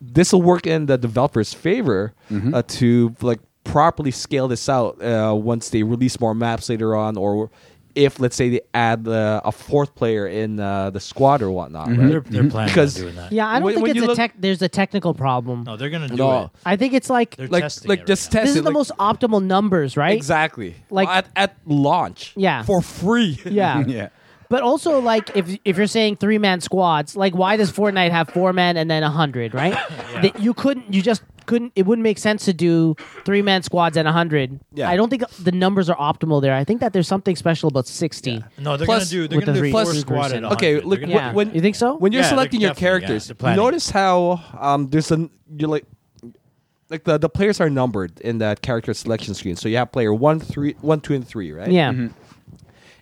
S6: this will work in the developer's favor uh, to like properly scale this out uh, once they release more maps later on, or if let's say they add uh, a fourth player in uh, the squad or whatnot.
S7: They're,
S6: Right?
S4: Mm-hmm.
S7: they're planning
S6: Because-
S7: on doing that.
S4: Yeah, I don't
S6: When-
S4: think
S6: when
S4: it's
S6: you
S4: a
S6: look- Oh.
S4: tech. There's a technical problem.
S7: No, they're gonna do
S6: No.
S7: it.
S4: I think it's like
S7: They're
S6: Like,
S7: testing
S6: like
S7: it
S6: just
S7: right
S6: test
S4: this
S6: it,
S4: is the
S6: like-
S4: most optimal numbers, right?
S6: Exactly.
S4: Like-
S6: at, at launch.
S4: Yeah.
S6: For free.
S4: Yeah.
S5: yeah,
S4: But also, like, if if you're saying three man squads, like, why does Fortnite have four men and then a hundred, right? That you couldn't, you just couldn't. It wouldn't make sense to do three man squads and a hundred.
S6: Yeah.
S4: I don't think the numbers are optimal there. I think that there's something special about sixty.
S7: now. No, they're
S6: Plus-
S7: gonna do. They're
S4: with
S7: gonna
S4: the three-
S7: do four
S4: three
S7: squad
S4: percent.
S7: at
S6: Okay,
S7: 100.
S6: look,
S7: They're
S4: Yeah.
S7: gonna-
S6: when-
S4: you think so?
S6: When you're
S7: Yeah, they're
S6: selecting your
S7: definitely, yeah,
S6: characters,
S7: they're planning.
S6: notice how um, there's an you're like like the, the players are numbered in that character selection screen. So you have player one, three, one, two, and three, right?
S4: yeah. Uh,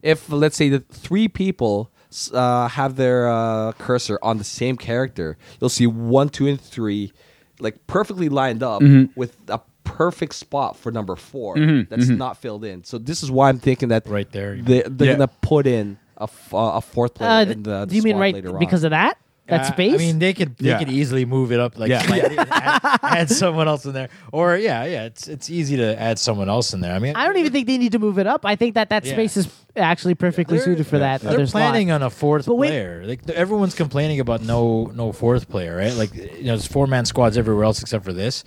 S6: If let's say the three people s- uh, have their uh, cursor on the same character, you'll see one, two, and three, like perfectly lined up
S5: Mm-hmm.
S6: with a perfect spot for number 4 that's
S5: Mm-hmm.
S6: not filled in. So this is why I'm thinking that
S7: Right there.
S6: they, they're
S5: Yeah.
S6: gonna put in a, f- uh, a fourth player
S4: Uh,
S6: in the, the
S4: do you mean
S6: squad
S4: right
S6: later on.
S4: because of that? That
S7: Uh,
S4: space.
S7: I mean, they could they
S5: Yeah.
S7: could easily move it up like
S5: Yeah.
S7: slightly and add, add someone else in there, or yeah, yeah, it's it's easy to add someone else in there. I mean,
S4: I don't even think they need to move it up. I think that that
S7: Yeah.
S4: space is actually perfectly
S6: They're-
S4: suited for that.
S7: they're
S4: other
S7: planning
S4: slot.
S7: on a fourth
S4: But wait-
S7: player. Like th- everyone's complaining about no no fourth player, right? Like you know, there's four man squads everywhere else except for this.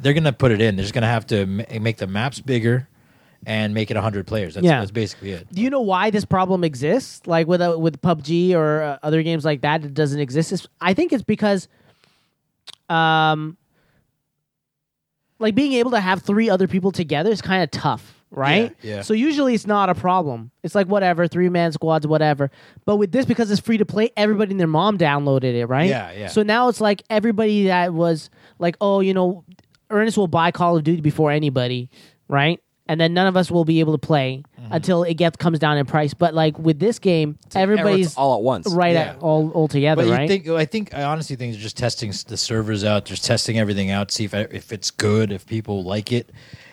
S7: They're gonna put it in. They're just gonna have to ma- make the maps bigger and make it hundred players. That's,
S4: Yeah.
S7: that's basically it.
S4: Do you know why this problem exists? Like with uh, with PUBG or uh, other games like that, it doesn't exist. It's, I think it's because, um, like being able to have three other people together is kind of tough, right?
S7: Yeah, yeah.
S4: So usually it's not a problem. It's like whatever, three man squads, whatever. But with this, because it's free to play, everybody and their mom downloaded it, right?
S7: Yeah, yeah.
S4: So now it's like everybody that was like, oh, you know, Ernest will buy Call of Duty before anybody, right? And then none of us will be able to play until it gets comes down in price. But like with this game, everybody's
S6: Everyone's all at once.
S4: right
S7: Yeah.
S4: at all all together,
S7: But you
S4: right?
S7: think? I think I honestly think they're just testing s- the servers out. Just testing everything out, see if if it's good, if people like it.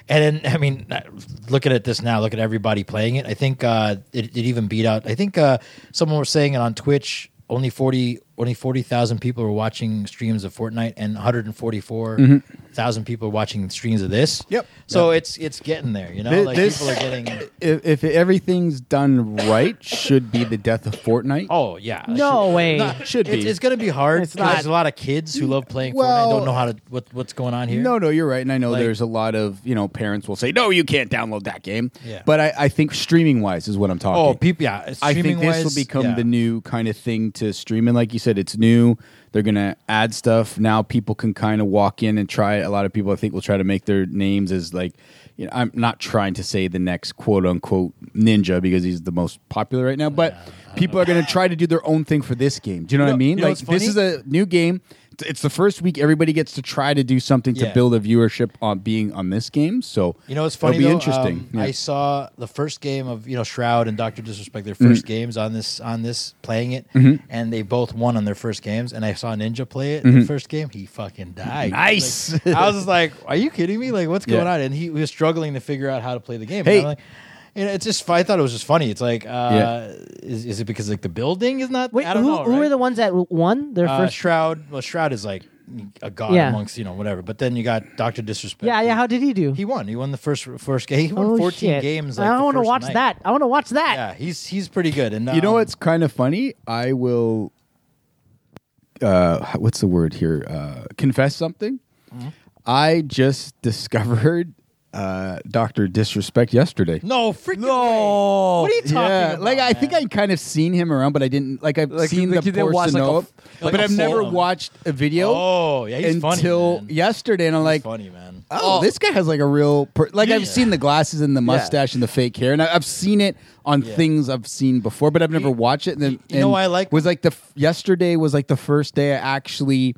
S7: And then I mean, uh, looking at this now, look at everybody playing it. I think uh, it, it even beat out. I think uh, someone was saying it on Twitch. Only forty, only forty thousand people were watching streams of Fortnite, and one hundred and forty-four
S4: Mm-hmm.
S7: thousand people are watching streams of this.
S5: Yep.
S7: So it's it's getting there. You know,
S5: Thi-
S7: like
S5: this-
S7: people are getting.
S5: if, if everything's done right, should be the death of Fortnite.
S7: Oh yeah.
S4: no way.
S7: No,
S5: Should
S7: it's,
S5: be.
S7: It's going to be hard.
S4: It's
S7: 'cause There's
S4: not.
S7: a lot of kids who love playing Fortnite.
S5: Well-
S7: Don't know how to what, what's going on here.
S5: No, no, you're right. And I know
S7: Like-
S5: there's a lot of, you know, parents will say, no, you can't download that game.
S7: Yeah.
S5: But I, I think streaming wise is what I'm talking
S7: Oh, people. Yeah.
S5: I think this will
S7: streaming-wise,
S5: become
S7: yeah.
S5: the new kind of thing to stream. And like you said, it's new. They're going to add stuff. Now people can kind of walk in and try it. A lot of people, I think, will try to make their names as like, you know, I'm not trying to say the next quote unquote ninja because he's the most popular right now, but people are going to try to do their own thing for this game. Do you know what I mean?
S7: you know
S5: like,
S7: what's
S5: this is a
S7: funny?
S5: new game. It's the first week everybody gets to try to do something to
S7: Yeah.
S5: build a viewership on being on this game. So
S7: You know, it's funny.
S5: It'll be
S7: though,
S5: interesting.
S7: um,
S5: Yeah.
S7: I saw the first game of you know Shroud and Doctor Disrespect their
S5: Mm-hmm.
S7: 1st games on this on this playing it, and they both won on their first games. And I saw Ninja play it in the first game. He fucking died.
S5: Mm-hmm. Nice.
S7: Like, I was just like, "Are you kidding me? Like, what's
S5: Yeah.
S7: going on?" And he was struggling to figure out how to play the game.
S5: Hey.
S7: And I'm like, you know, it's just. fu- I thought it was just funny. It's like, uh,
S5: Yeah.
S7: is, is it because like the building is not?
S4: Wait,
S7: I don't
S4: who
S7: know.
S4: who
S7: right?
S4: are the ones that won their
S7: Uh,
S4: first?
S7: Shroud? Well, Shroud is like a god
S4: Yeah.
S7: amongst you know whatever. But then you got Doctor Disrespect.
S4: Yeah, yeah. How did he do?
S7: he won. He won the first first game. He won
S4: Oh,
S7: 14
S4: shit.
S7: games.
S4: I
S7: want to
S4: watch that. I want to watch that.
S7: Yeah, he's he's pretty good. And
S5: You know
S7: um,
S5: what's kind of funny? I will. Uh, what's the word here? Uh, confess something.
S7: Mm-hmm.
S5: I just discovered uh, Doctor Disrespect yesterday.
S7: No freaking way.
S6: No.
S7: What are you talking
S5: yeah,
S7: about?
S5: like I think I kind of seen him around, but I didn't. Like I've
S6: Like,
S5: seen
S6: like
S5: the
S6: you didn't
S5: portion
S6: watch, like, a-
S5: of,
S7: like
S5: but
S7: a
S5: I've never
S7: full-
S5: watched a video.
S7: Oh, yeah, he's funny,
S5: until
S7: man.
S5: yesterday, and I'm like,
S7: funny man.
S5: Oh, this guy has like a real per- like I've seen the glasses and the mustache and the fake hair, and I, I've seen it on
S7: Yeah.
S5: things I've seen before, but I've never watched it. And then
S7: you know
S5: and
S7: why I like-
S5: was like the f- yesterday was like the first day I actually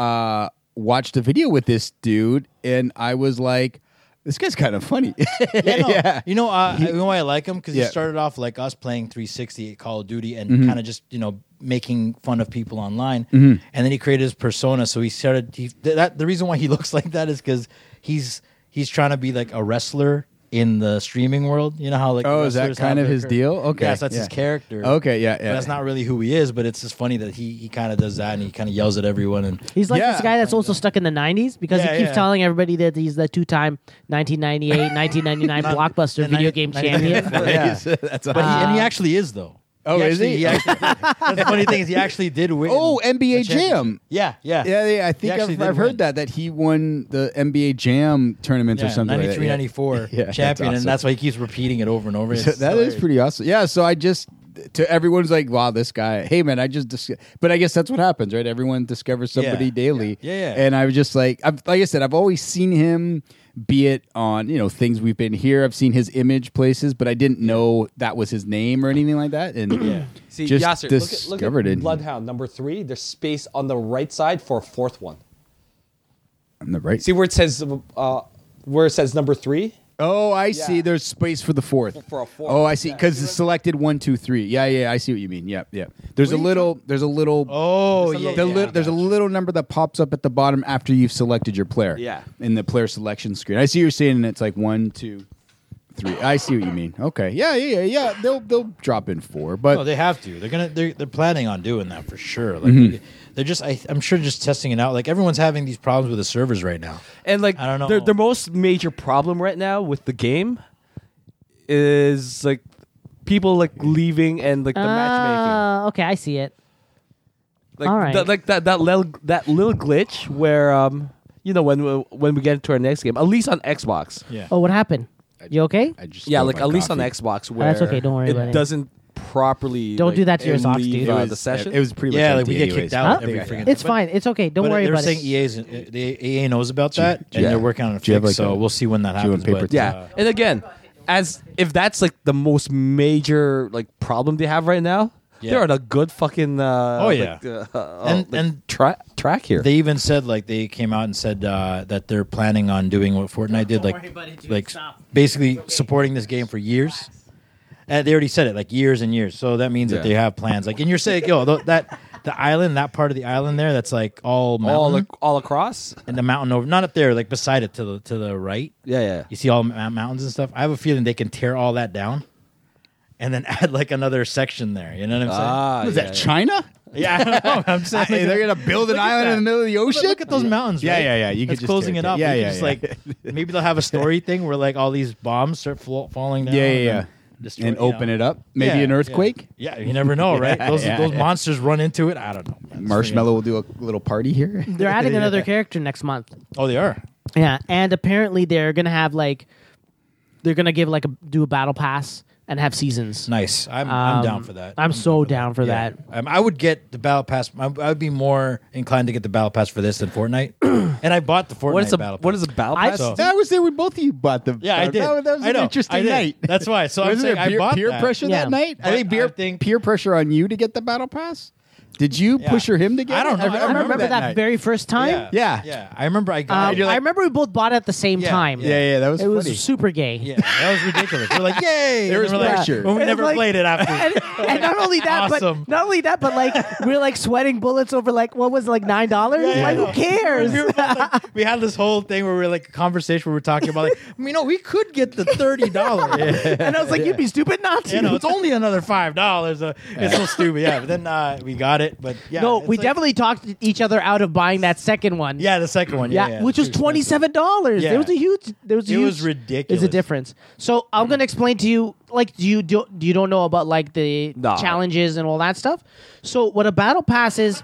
S5: uh watched a video with this dude, and I was like, this guy's kind of funny.
S7: Yeah, no. You know, uh, you know why I like him because
S5: Yeah. Mm-hmm.
S7: he started off like us playing 360 at Call of Duty and kind of just you know making fun of people online, and then he created his persona. So he started. He, th- that the reason why he looks like that is because he's he's trying to be like a wrestler in the streaming world. You know how like
S5: Oh, is that
S7: wrestlers
S5: kind
S7: have
S5: of
S7: their
S5: his
S7: cur-
S5: deal? Okay,
S7: yes, that's his
S5: yeah.
S7: character.
S5: Okay, yeah,
S7: But
S5: yeah.
S7: that's not really who he is, but it's just funny that he he kind of does that and he kind of yells at everyone and
S4: He's like
S5: Yeah.
S4: this guy that's also stuck in the 90s because
S7: Yeah,
S4: he keeps
S7: yeah.
S4: telling everybody that he's the two-time 1998, 1999 blockbuster video game champion. Uh,
S7: Yeah.
S5: uh, That's
S7: But he, and he actually is though.
S5: Oh, is
S7: actually-
S5: he?
S7: actually, that's the funny thing is he actually did win.
S5: Oh, NBA
S7: the championship.
S5: Jam.
S7: Yeah, yeah,
S5: yeah, yeah, I think
S7: actually
S5: I've,
S7: did
S5: I've heard
S7: win.
S5: that that he won the NBA Jam tournaments or
S7: Yeah,
S5: something. like that,
S7: 93,
S5: yeah.
S7: 94
S5: Yeah, that's
S7: champion, and
S5: awesome.
S7: that's why he keeps repeating it over and over. It's
S5: So that is
S7: hilarious.
S5: pretty awesome. Yeah. So I just to everyone's like, wow, this guy. Hey, man, I just. Dis-. But I guess that's what happens, right? Everyone discovers somebody
S7: Yeah.
S5: daily.
S7: Yeah. Yeah, yeah.
S5: And I was just like, I've, like I said, I've always seen him. Be it on you know things we've been here. I've seen his image places, but I didn't know that was his name or anything like that. And
S8: See,
S5: just
S8: Yasser, look at- look at,
S5: discovered it
S8: Bloodhound number three. There's space on the right side for a fourth one.
S5: on the right.
S8: See where it says uh, where it says number three.
S5: oh, I see.
S8: Yeah.
S5: There's space for the fourth.
S8: For a fourth,
S5: Oh, I see.
S8: yeah.
S5: Because it's selected one, two, three. Yeah, yeah. I see what you mean. Yeah, yeah. There's a little. There's a little.
S7: Oh,
S8: There's a
S7: yeah.
S5: The
S8: yeah.
S5: lit- there's a little number that pops up at the bottom after you've selected your player.
S8: Yeah.
S5: In the player selection screen. I see you're saying and it's like one, two, three. I see what you mean. Okay. Yeah, yeah, yeah, yeah. They'll they'll drop in four. But
S7: No, Oh, they have to. They're gonna. They're, they're planning on doing that for sure. Like
S5: Mm-hmm.
S7: they're just. I, I'm sure just testing it out. Like everyone's having these problems with the servers right now.
S6: And like,
S7: I don't know.
S6: Their, their most major problem right now with the game is like people like leaving and like the matchmaking.
S4: Ah, okay, I see it.
S6: Like,
S4: all right.
S6: that, like that that little that little glitch where um you know when we, when we get into our next game at least on Xbox.
S7: Yeah.
S4: Oh, what happened? You okay?
S5: I just
S6: Yeah,
S5: spilled
S6: like
S5: my
S6: at least on
S5: coffee.
S6: Xbox where
S4: Oh, that's okay, don't worry
S6: it
S4: about it.
S6: doesn't properly
S4: Don't
S6: like,
S4: do that to your socks,
S6: leave,
S4: dude.
S6: uh,
S4: It
S6: the session.
S5: It was pretty.
S7: yeah,
S5: much
S7: like we
S5: empty
S7: get
S5: anyways.
S7: kicked out.
S4: Huh?
S7: Every
S5: Yeah.
S7: freaking
S4: It's
S7: but-
S4: fine. It's okay. Don't
S7: but
S4: worry
S7: they're
S4: about
S7: saying
S4: it.
S7: EA's in- the AA knows about that, and
S5: yeah.
S7: they're working on a
S5: Do you have,
S7: fix.
S5: like,
S7: so
S5: a-
S7: we'll see when that
S5: do you
S7: happens.
S5: want paper
S7: but,
S5: towel?
S6: Yeah,
S7: uh,
S6: and again, as if that's like the most major like problem they have right now,
S7: Yeah.
S6: they're on a good fucking uh,
S7: Oh, yeah.
S6: like, uh, uh,
S7: and
S6: like,
S7: and
S6: tra- track here.
S7: They even said like they came out and said uh, that they're planning on doing what Fortnite did, like
S4: worry about it, dude.
S7: like
S4: Stop.
S7: basically supporting this game for years. And they already said it, like years and years. So that means that they have plans. Like, and you're saying, yo, th- that the island, that part of the island there, that's like all mountain,
S6: all ac- all across.
S7: and the mountain over, not up there, like beside it to the to the right.
S6: Yeah, yeah.
S7: You see all ma- mountains and stuff. I have a feeling they can tear all that down, and then add like another section there. You know what I'm saying?
S6: Ah,
S5: Was
S6: yeah,
S5: that
S6: yeah.
S5: China?
S7: yeah, I don't know. I'm
S5: I-
S7: saying
S5: they're gonna build an island in the middle of the
S7: But
S5: ocean.
S7: look at those mountains.
S5: Yeah,
S7: right?
S5: yeah, yeah. You could
S7: That's
S5: just
S7: closing
S5: tear it
S7: it
S5: down.
S7: up.
S5: Yeah,
S7: You
S5: yeah,
S7: could just like maybe they'll have a story thing where like all these bombs start flo- falling down.
S5: yeah, yeah,
S7: and
S5: yeah.
S7: then destroy-
S5: And
S7: you know.
S5: open it up. Maybe
S7: Yeah,
S5: an
S7: yeah.
S5: earthquake.
S7: Yeah, you never know, right?
S5: Yeah,
S7: those
S5: yeah,
S7: those
S5: yeah.
S7: monsters run into it. I don't know. man. It's
S5: Marshmallow will do a little party here.
S4: They're adding another character next month.
S7: freaking- Oh, they are.
S4: Yeah, and apparently they're gonna have like they're gonna give like a do a battle pass and have seasons.
S7: Nice. I'm
S4: Um,
S7: I'm down for that.
S4: I'm so down for
S7: Yeah.
S4: that.
S7: Um, I would get the battle pass. I, I would be more inclined to get the battle pass for this than Fortnite. and I bought the Fortnite
S6: What is a
S7: battle.
S6: what
S7: pass.
S6: is a battle
S4: I-
S6: pass?
S7: So-
S5: I was there when both of you bought the.
S7: Yeah, I did.
S5: That was, that was
S7: I
S5: an
S7: know.
S5: interesting
S7: I did.
S5: night.
S7: That's why. So I'm
S5: Wasn't
S7: saying
S5: there
S7: I
S5: peer,
S7: bought
S5: peer
S7: that.
S5: pressure
S4: Yeah.
S5: that night? I
S7: But
S5: think peer
S7: I think-
S5: peer pressure on you to get the battle pass. Did you push or him to get?
S7: I don't
S5: it?
S7: know. I
S4: I remember,
S7: remember
S4: that,
S5: night.
S4: very first time.
S5: Yeah.
S7: Yeah. I remember I got.
S4: Um,
S7: it.
S4: I remember we both bought it at the same
S7: Yeah,
S4: time.
S5: yeah, yeah, that was
S4: it
S5: funny.
S4: was super gay.
S7: Yeah, that was ridiculous. We're like, yay!
S5: There
S7: And
S5: was
S7: we're like-
S5: pressure.
S7: but we
S4: And
S7: never
S4: like-
S7: played it after.
S4: And, and not only that,
S7: Awesome.
S4: but not only that, but like we're like sweating bullets over like what was it, like nine dollars? like who cares?
S7: We, were both like- we had this whole thing where we were like a conversation where we are talking about like, you know, we could get the thirty dollars.
S4: and I was like, you'd be stupid not to.
S7: You know, it's only another five dollars. Uh, It's so stupid. Yeah, but then uh, we got it, it, but yeah.
S4: no,
S7: it's
S4: we
S7: like-
S4: definitely talked each other out of buying that second one.
S7: Yeah, the second one. Yeah,
S4: Yeah,
S7: yeah,
S4: which was
S7: too expensive.
S4: twenty seven dollars.
S7: Yeah.
S4: There was a huge. There was a
S7: It
S4: huge,
S7: was
S4: There's a
S7: ridiculous.
S4: difference. So I'm gonna explain to you. Like, do you do you don't know about like the
S6: No.
S4: challenges and all that stuff? So what a battle pass is?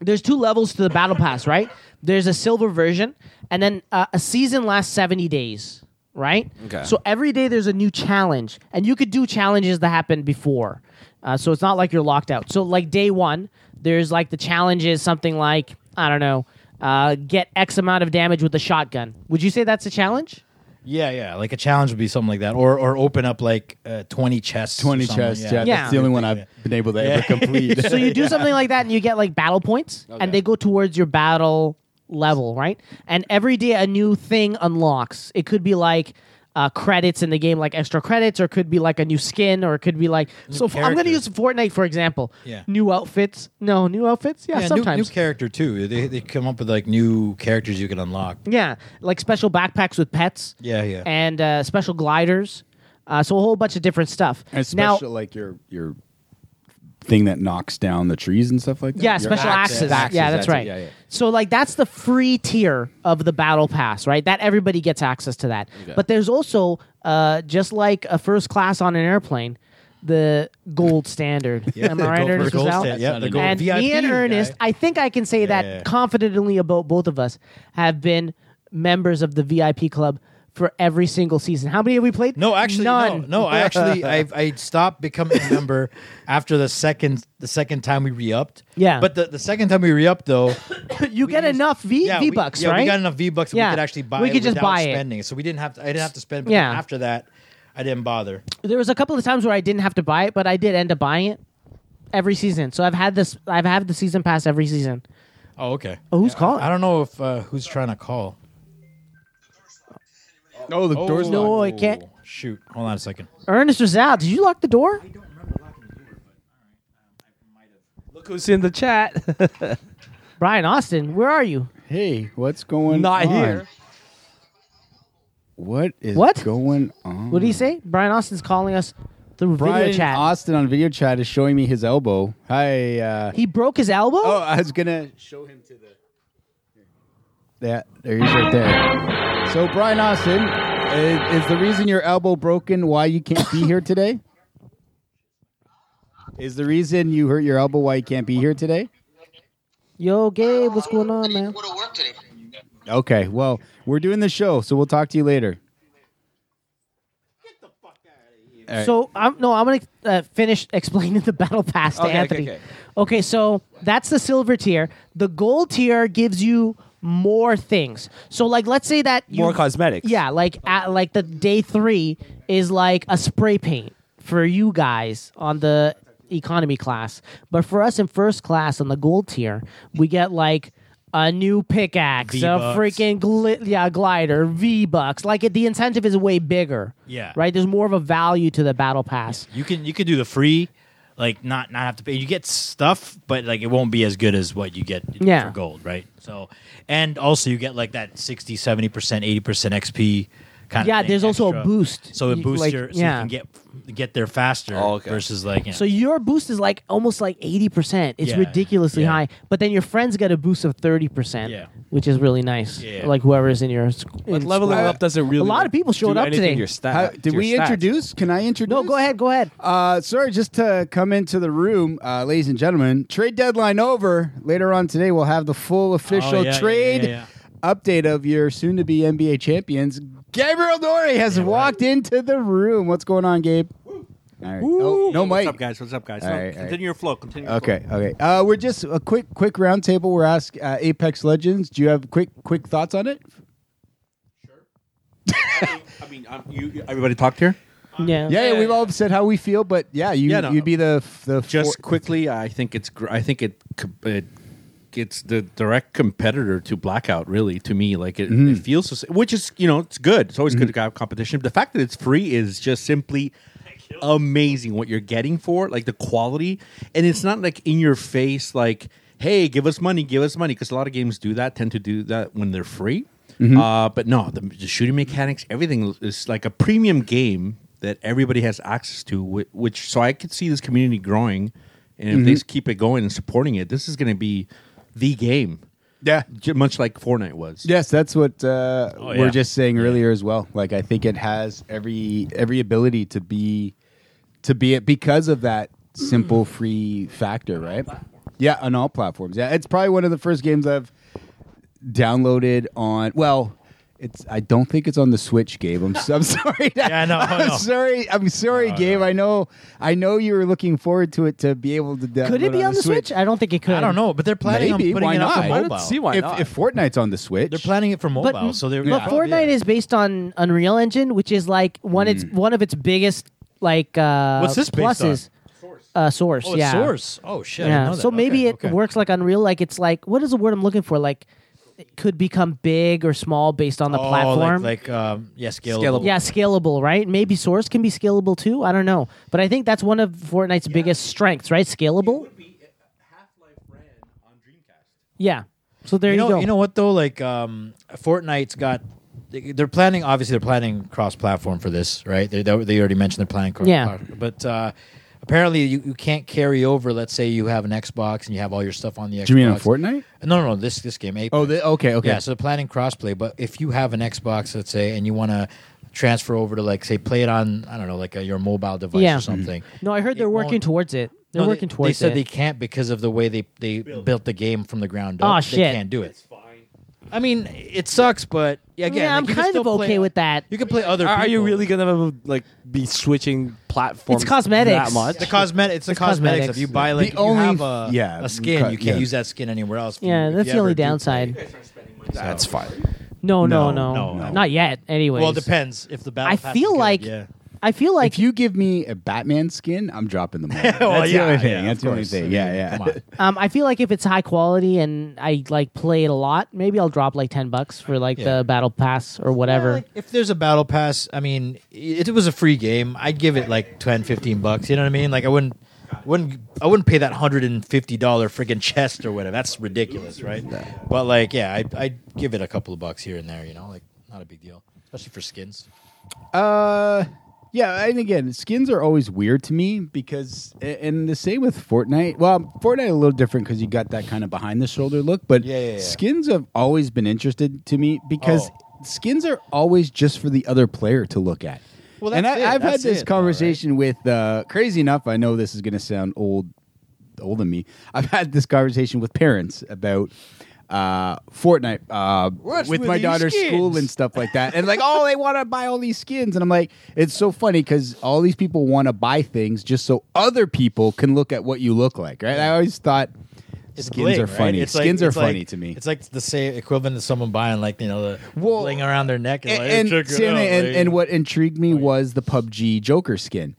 S4: There's two levels to the battle pass, right? There's a silver version, and then uh, a season lasts seventy days, right?
S6: Okay.
S4: So every day there's a new challenge, and you could do challenges that happened before. Uh, so it's not like you're locked out. So like day one, there's like the challenge is something like I don't know, uh, get X amount of damage with a shotgun. Would you say that's a challenge?
S7: Yeah, yeah. Like a challenge would be something like that, or or open up like uh, twenty chests. or
S5: 20
S7: something,
S5: chests. Yeah,
S7: Yeah.
S5: that's the only one I've been able to ever complete.
S4: So you do something like that, and you get like battle points, and they go towards your battle level, right? And every day a new thing unlocks. It could be like. Uh, credits in the game, like extra credits, or it could be like a new skin, or it could be like. So f- I'm going
S7: character.
S4: to use Fortnite for example.
S7: Yeah.
S4: New outfits. No, new outfits. Yeah,
S7: Yeah, new,
S4: sometimes.
S7: new character too. They they come up with like new characters you can unlock.
S4: Yeah, like special backpacks with pets.
S7: Yeah, yeah.
S4: And uh, special gliders. Uh, so a whole bunch of different stuff.
S5: And
S4: now,
S5: special like your your thing that knocks down the trees and stuff like that.
S4: yeah,
S5: Your
S4: special
S5: axe.
S4: axes.
S5: Axes,
S4: Yeah, that's, right.
S5: it. Yeah, yeah.
S4: So like that's the free tier of the battle pass, right? That everybody gets access to that. But there's also uh, just like a first class on an airplane, the gold standard. Am I right,
S7: gold-
S4: Ernest?
S7: gold
S4: Giselle?
S7: standard, yeah, the gold
S4: and me
S7: VIP
S4: and
S7: guy.
S4: Ernest, I think I can say that
S7: Yeah.
S4: confidently about both of us have been members of the VIP club for every single season. How many have we played?
S7: No, actually,
S4: none.
S7: No, no I actually, I, I stopped becoming a member after the second, the second time we re-upped.
S4: Yeah.
S7: but the, the second time we re-upped though,
S4: you get enough V
S7: yeah,
S4: V
S7: we-
S4: bucks,
S7: yeah,
S4: right?
S7: We got enough V bucks that
S4: Yeah.
S7: we could actually buy.
S4: We could
S7: it
S4: just
S7: without
S4: buy it.
S7: spending, so we didn't have. To, I didn't have to spend. But
S4: Yeah.
S7: then after that, I didn't bother.
S4: there was a couple of times where I didn't have to buy it, but I did end up buying it every season. So I've had this. I've had the season pass every season.
S7: Oh, okay.
S4: Oh, who's calling?
S7: I don't know if uh, who's trying to call.
S5: Oh, the door's
S4: no.
S5: locked.
S4: Oh, I can't-
S7: Shoot, hold on a second.
S4: Ernest was out. Did you lock the door?
S6: Look who's in the chat.
S4: Brian Austin, where are you?
S5: Hey, what's going
S6: Not
S5: on?
S6: here.
S5: What is
S4: What?
S5: going on?
S4: What did he say? Brian Austin's calling us through
S5: Brian
S4: video chat.
S5: Austin on video chat is showing me his elbow. Hi. Uh,
S4: he broke his elbow.
S5: oh, I was gonna show him to the. Yeah, there he is right there. So Brian Austin, i- is the reason your elbow broken why you can't be here today? Is the reason you hurt your elbow why you can't be here today?
S4: Yo, Gabe, what's going on, man?
S9: Go to work today.
S5: Okay, well, we're doing the show, so we'll talk to you later. Right.
S4: So I'm no, I'm gonna uh, finish explaining the battle pass to
S6: Okay, okay,
S4: Anthony.
S6: okay.
S4: Okay, so that's the silver tier. The gold tier gives you more things. So like, let's say that you,
S6: More cosmetics.
S4: Yeah, like at, like the day three is like a spray paint for you guys on the economy class, but for us in first class on the gold tier, we get like. A new pickaxe, a
S7: V-Bucks.
S4: freaking gli- yeah, glider, V bucks. Like it, the incentive is way bigger.
S7: Yeah.
S4: Right? There's more of a value to the battle pass.
S7: You can you can do the free, like not not have to pay. You get stuff, but like it won't be as good as what you get
S4: Yeah.
S7: for gold, right? So, and also you get like that 60, 70 percent, eighty percent XP kind
S4: Yeah,
S7: of. thing
S4: there's also a
S7: extra.
S4: boost.
S7: So it
S4: You-
S7: boosts
S4: like,
S7: your so
S4: yeah.
S7: you can get get there faster
S6: Oh, okay.
S7: versus like yeah.
S4: So your boost is like almost like 80%. It's
S7: Yeah,
S4: ridiculously
S7: yeah.
S4: high. But then your friends get a boost of 30%,
S7: Yeah.
S4: which is really nice.
S7: Yeah.
S4: Like whoever's in your sc- in
S6: But leveling
S4: squad.
S6: up doesn't really.
S4: A lot of people showed
S6: do
S4: up
S6: anything to
S4: today.
S6: Your stat,
S5: How-
S6: to
S5: did
S6: your
S5: we
S6: stats.
S5: introduce? Can I introduce?
S4: Uh, No, go ahead, go ahead.
S5: Uh, sorry, just to come into the room, uh, ladies and gentlemen. Trade deadline over. Later on today, we'll have the full official
S7: Oh, yeah, yeah,
S5: trade
S7: yeah, yeah.
S5: update of your soon-to-be NBA champions. Gabriel Dory has walked into the room. What's going on, Gabe? All right. Oh, no, Mike.
S10: guys? What's up, guys?
S5: All right, all right. continue
S10: your flow. Continue.
S5: Okay, okay. Uh, we're just a quick, quick roundtable. We're ask uh, Apex Legends. Do you have quick, quick thoughts on it?
S10: I mean, I'm, you, everybody talked here.
S4: yeah.
S5: Yeah, yeah, we've all said how we feel, but yeah, you,
S10: Yeah, no.
S5: you'd be the the
S10: Just
S5: four-
S10: quickly, I think it's. gr- I think it. co- it it's the direct competitor to Blackout, really, to me. Like it, it feels, so, which is you know, it's good. It's always good to have competition. The fact that it's free is just simply amazing. What you're getting for, it, like the quality, and it's not like in your face, like, "Hey, give us money, give us money," because a lot of games do that, tend to do that when they're free. Uh, but no, the, the shooting mechanics, everything is like a premium game that everybody has access to, whi- which so I could see this community growing and if
S6: Mm-hmm.
S10: they s- keep it going and supporting it, this is going to be the game.
S5: Yeah.
S10: J- much like Fortnite was.
S5: Yes, that's what uh,
S10: Oh,
S5: we
S10: yeah.
S5: we're just saying earlier as well. Like I think it has every every ability to be to be it because of that simple free factor, right? Yeah, on all platforms. Yeah, it's probably one of the first games I've downloaded on. Well, it's I don't think it's on the Switch, Gabe. I'm, s- I'm sorry.
S7: Yeah, I know, I
S5: I'm
S7: know.
S5: sorry. I'm sorry, Gabe. I know. I know you were looking forward to it to be able to. Download
S4: Could it be on the Switch? I don't think it could.
S7: I don't know, but they're planning
S5: Maybe,
S7: on putting
S5: why
S7: it up for
S5: not? I don't
S7: mobile.
S6: see why
S5: if,
S6: not.
S5: if Fortnite's on the Switch,
S7: They're planning it for mobile,
S4: But,
S7: so they're.
S4: but Fortnite is based on Unreal Engine, which is like one its one of its biggest like uh,
S7: Hmm. What's this based on?
S4: pluses. Uh, source,
S7: Oh, it's
S4: yeah.
S7: Source. Oh shit! I didn't
S4: Yeah.
S7: know that.
S4: So maybe
S7: Okay,
S4: it
S7: okay.
S4: works like Unreal. Like it's like what is the word I'm looking for? Like it could become big or small based on the
S7: Oh, like-
S4: platform.
S7: Like, um, yeah, scalable.
S6: Scalable.
S4: yeah, scalable, right? Maybe Source can be scalable too. I don't know, but I think that's one of Fortnite's biggest strengths, right? Scalable. Yeah. So there
S7: you
S4: you,
S7: know,
S4: go.
S7: you know what though? Like, um, Fortnite's got. they- They're planning. Obviously, they're planning cross-platform for this, right? They, they they already mentioned they're planning. Cross-
S4: Yeah.
S7: But uh, apparently, you, you can't carry over. Let's say you have an Xbox and you have all your stuff on the. Xbox.
S5: Do you mean on Fortnite?
S7: No, no, no. This this game. Apex.
S5: Oh, the, okay, okay.
S7: Yeah, so they're planning crossplay. But if you have an Xbox, let's say, and you want to transfer over to like say play it on I don't know like uh your mobile device
S4: Yeah.
S7: or something.
S5: Mm-hmm.
S4: no, I heard
S7: it
S4: they're working
S7: won't-
S4: towards it. They're
S7: No,
S4: working
S7: they,
S4: towards
S7: They said
S4: it.
S7: they can't because of the way they they built the game from the ground up.
S4: Aw,
S7: they
S4: Ah, shit.
S7: can't do it. I mean, it sucks, but yeah,
S4: yeah,
S7: again, like,
S4: I'm
S7: you can
S4: kind
S7: still
S4: of okay
S7: play-
S4: with that.
S7: You can play other.
S6: Are you
S7: people.
S6: really gonna like be switching platforms?
S4: It's cosmetics.
S6: that much.
S7: The cosmetic, it's the
S4: It's
S7: cosmetics.
S4: cosmetics.
S7: If you buy like
S5: The
S7: you
S5: only-
S7: have a,
S5: yeah,
S7: a skin,
S5: co-
S7: you can't
S5: yeah.
S7: use that skin anywhere else. if you-
S4: yeah,
S7: if
S4: that's
S7: you
S4: the only
S7: ever do
S4: downside.
S7: play.
S6: That's fine.
S4: No, no, no,
S7: No, no, no.
S4: Not yet. Anyways.
S7: Well, it depends if the battle.
S4: I
S7: pass is
S4: feel
S7: good,
S4: like-
S7: yeah.
S4: I feel like
S5: if you give me a Batman skin, I'm dropping the money.
S7: Well,
S5: That's the
S7: yeah,
S5: only thing.
S7: yeah,
S5: That's
S7: of
S5: the only
S7: course.
S5: thing.
S7: I
S5: Yeah,
S7: mean,
S5: yeah.
S7: come on.
S4: Um, I feel like if it's high quality and I like play it a lot, maybe I'll drop like ten bucks for like
S7: Yeah.
S4: the battle pass or whatever.
S7: Yeah, like, if there's a battle pass, I mean, it, it was a free game. I'd give it like 10, 15 bucks. You know what I mean? Like I wouldn't, wouldn't, I wouldn't pay that hundred and fifty dollar friggin' chest or whatever. That's ridiculous, right? But like, yeah, I, I'd give it a couple of bucks here and there. You know, like not a big deal, especially for skins.
S5: Uh, yeah, and again, skins are always weird to me because, a- and the same with Fortnite. Well, Fortnite a little different because you got that kind of behind the shoulder look, but
S7: Yeah, yeah, yeah.
S5: skins have always been interested to me because
S7: Oh.
S5: skins are always just for the other player to look at.
S7: Well,
S5: and I,
S7: that's it.
S5: I've had
S7: That's
S5: this
S7: it, though, right?
S5: conversation with, uh, crazy enough, I know this is going to sound old, old than me. I've had this conversation with parents about uh, Fortnite uh,
S7: What's
S5: with
S7: with
S5: my
S7: these
S5: daughter's school
S7: skins?
S5: and stuff like that. And like, oh, they want to buy all these skins, and I'm like, it's so funny because all these people want to buy things just so other people can look at what you look like, right? I always thought
S7: It's
S5: skins
S7: bling,
S5: are
S7: right?
S5: funny.
S7: It's like-
S5: skins
S7: it's
S5: are
S7: like-
S5: funny to me.
S7: It's like the same equivalent to someone buying like you know the
S5: Well,
S7: bling around their neck and, like,
S5: and,
S7: check
S5: and,
S7: it
S5: Santa,
S7: out,
S5: and,
S7: like-
S5: and what intrigued me was the PUBG Joker skin.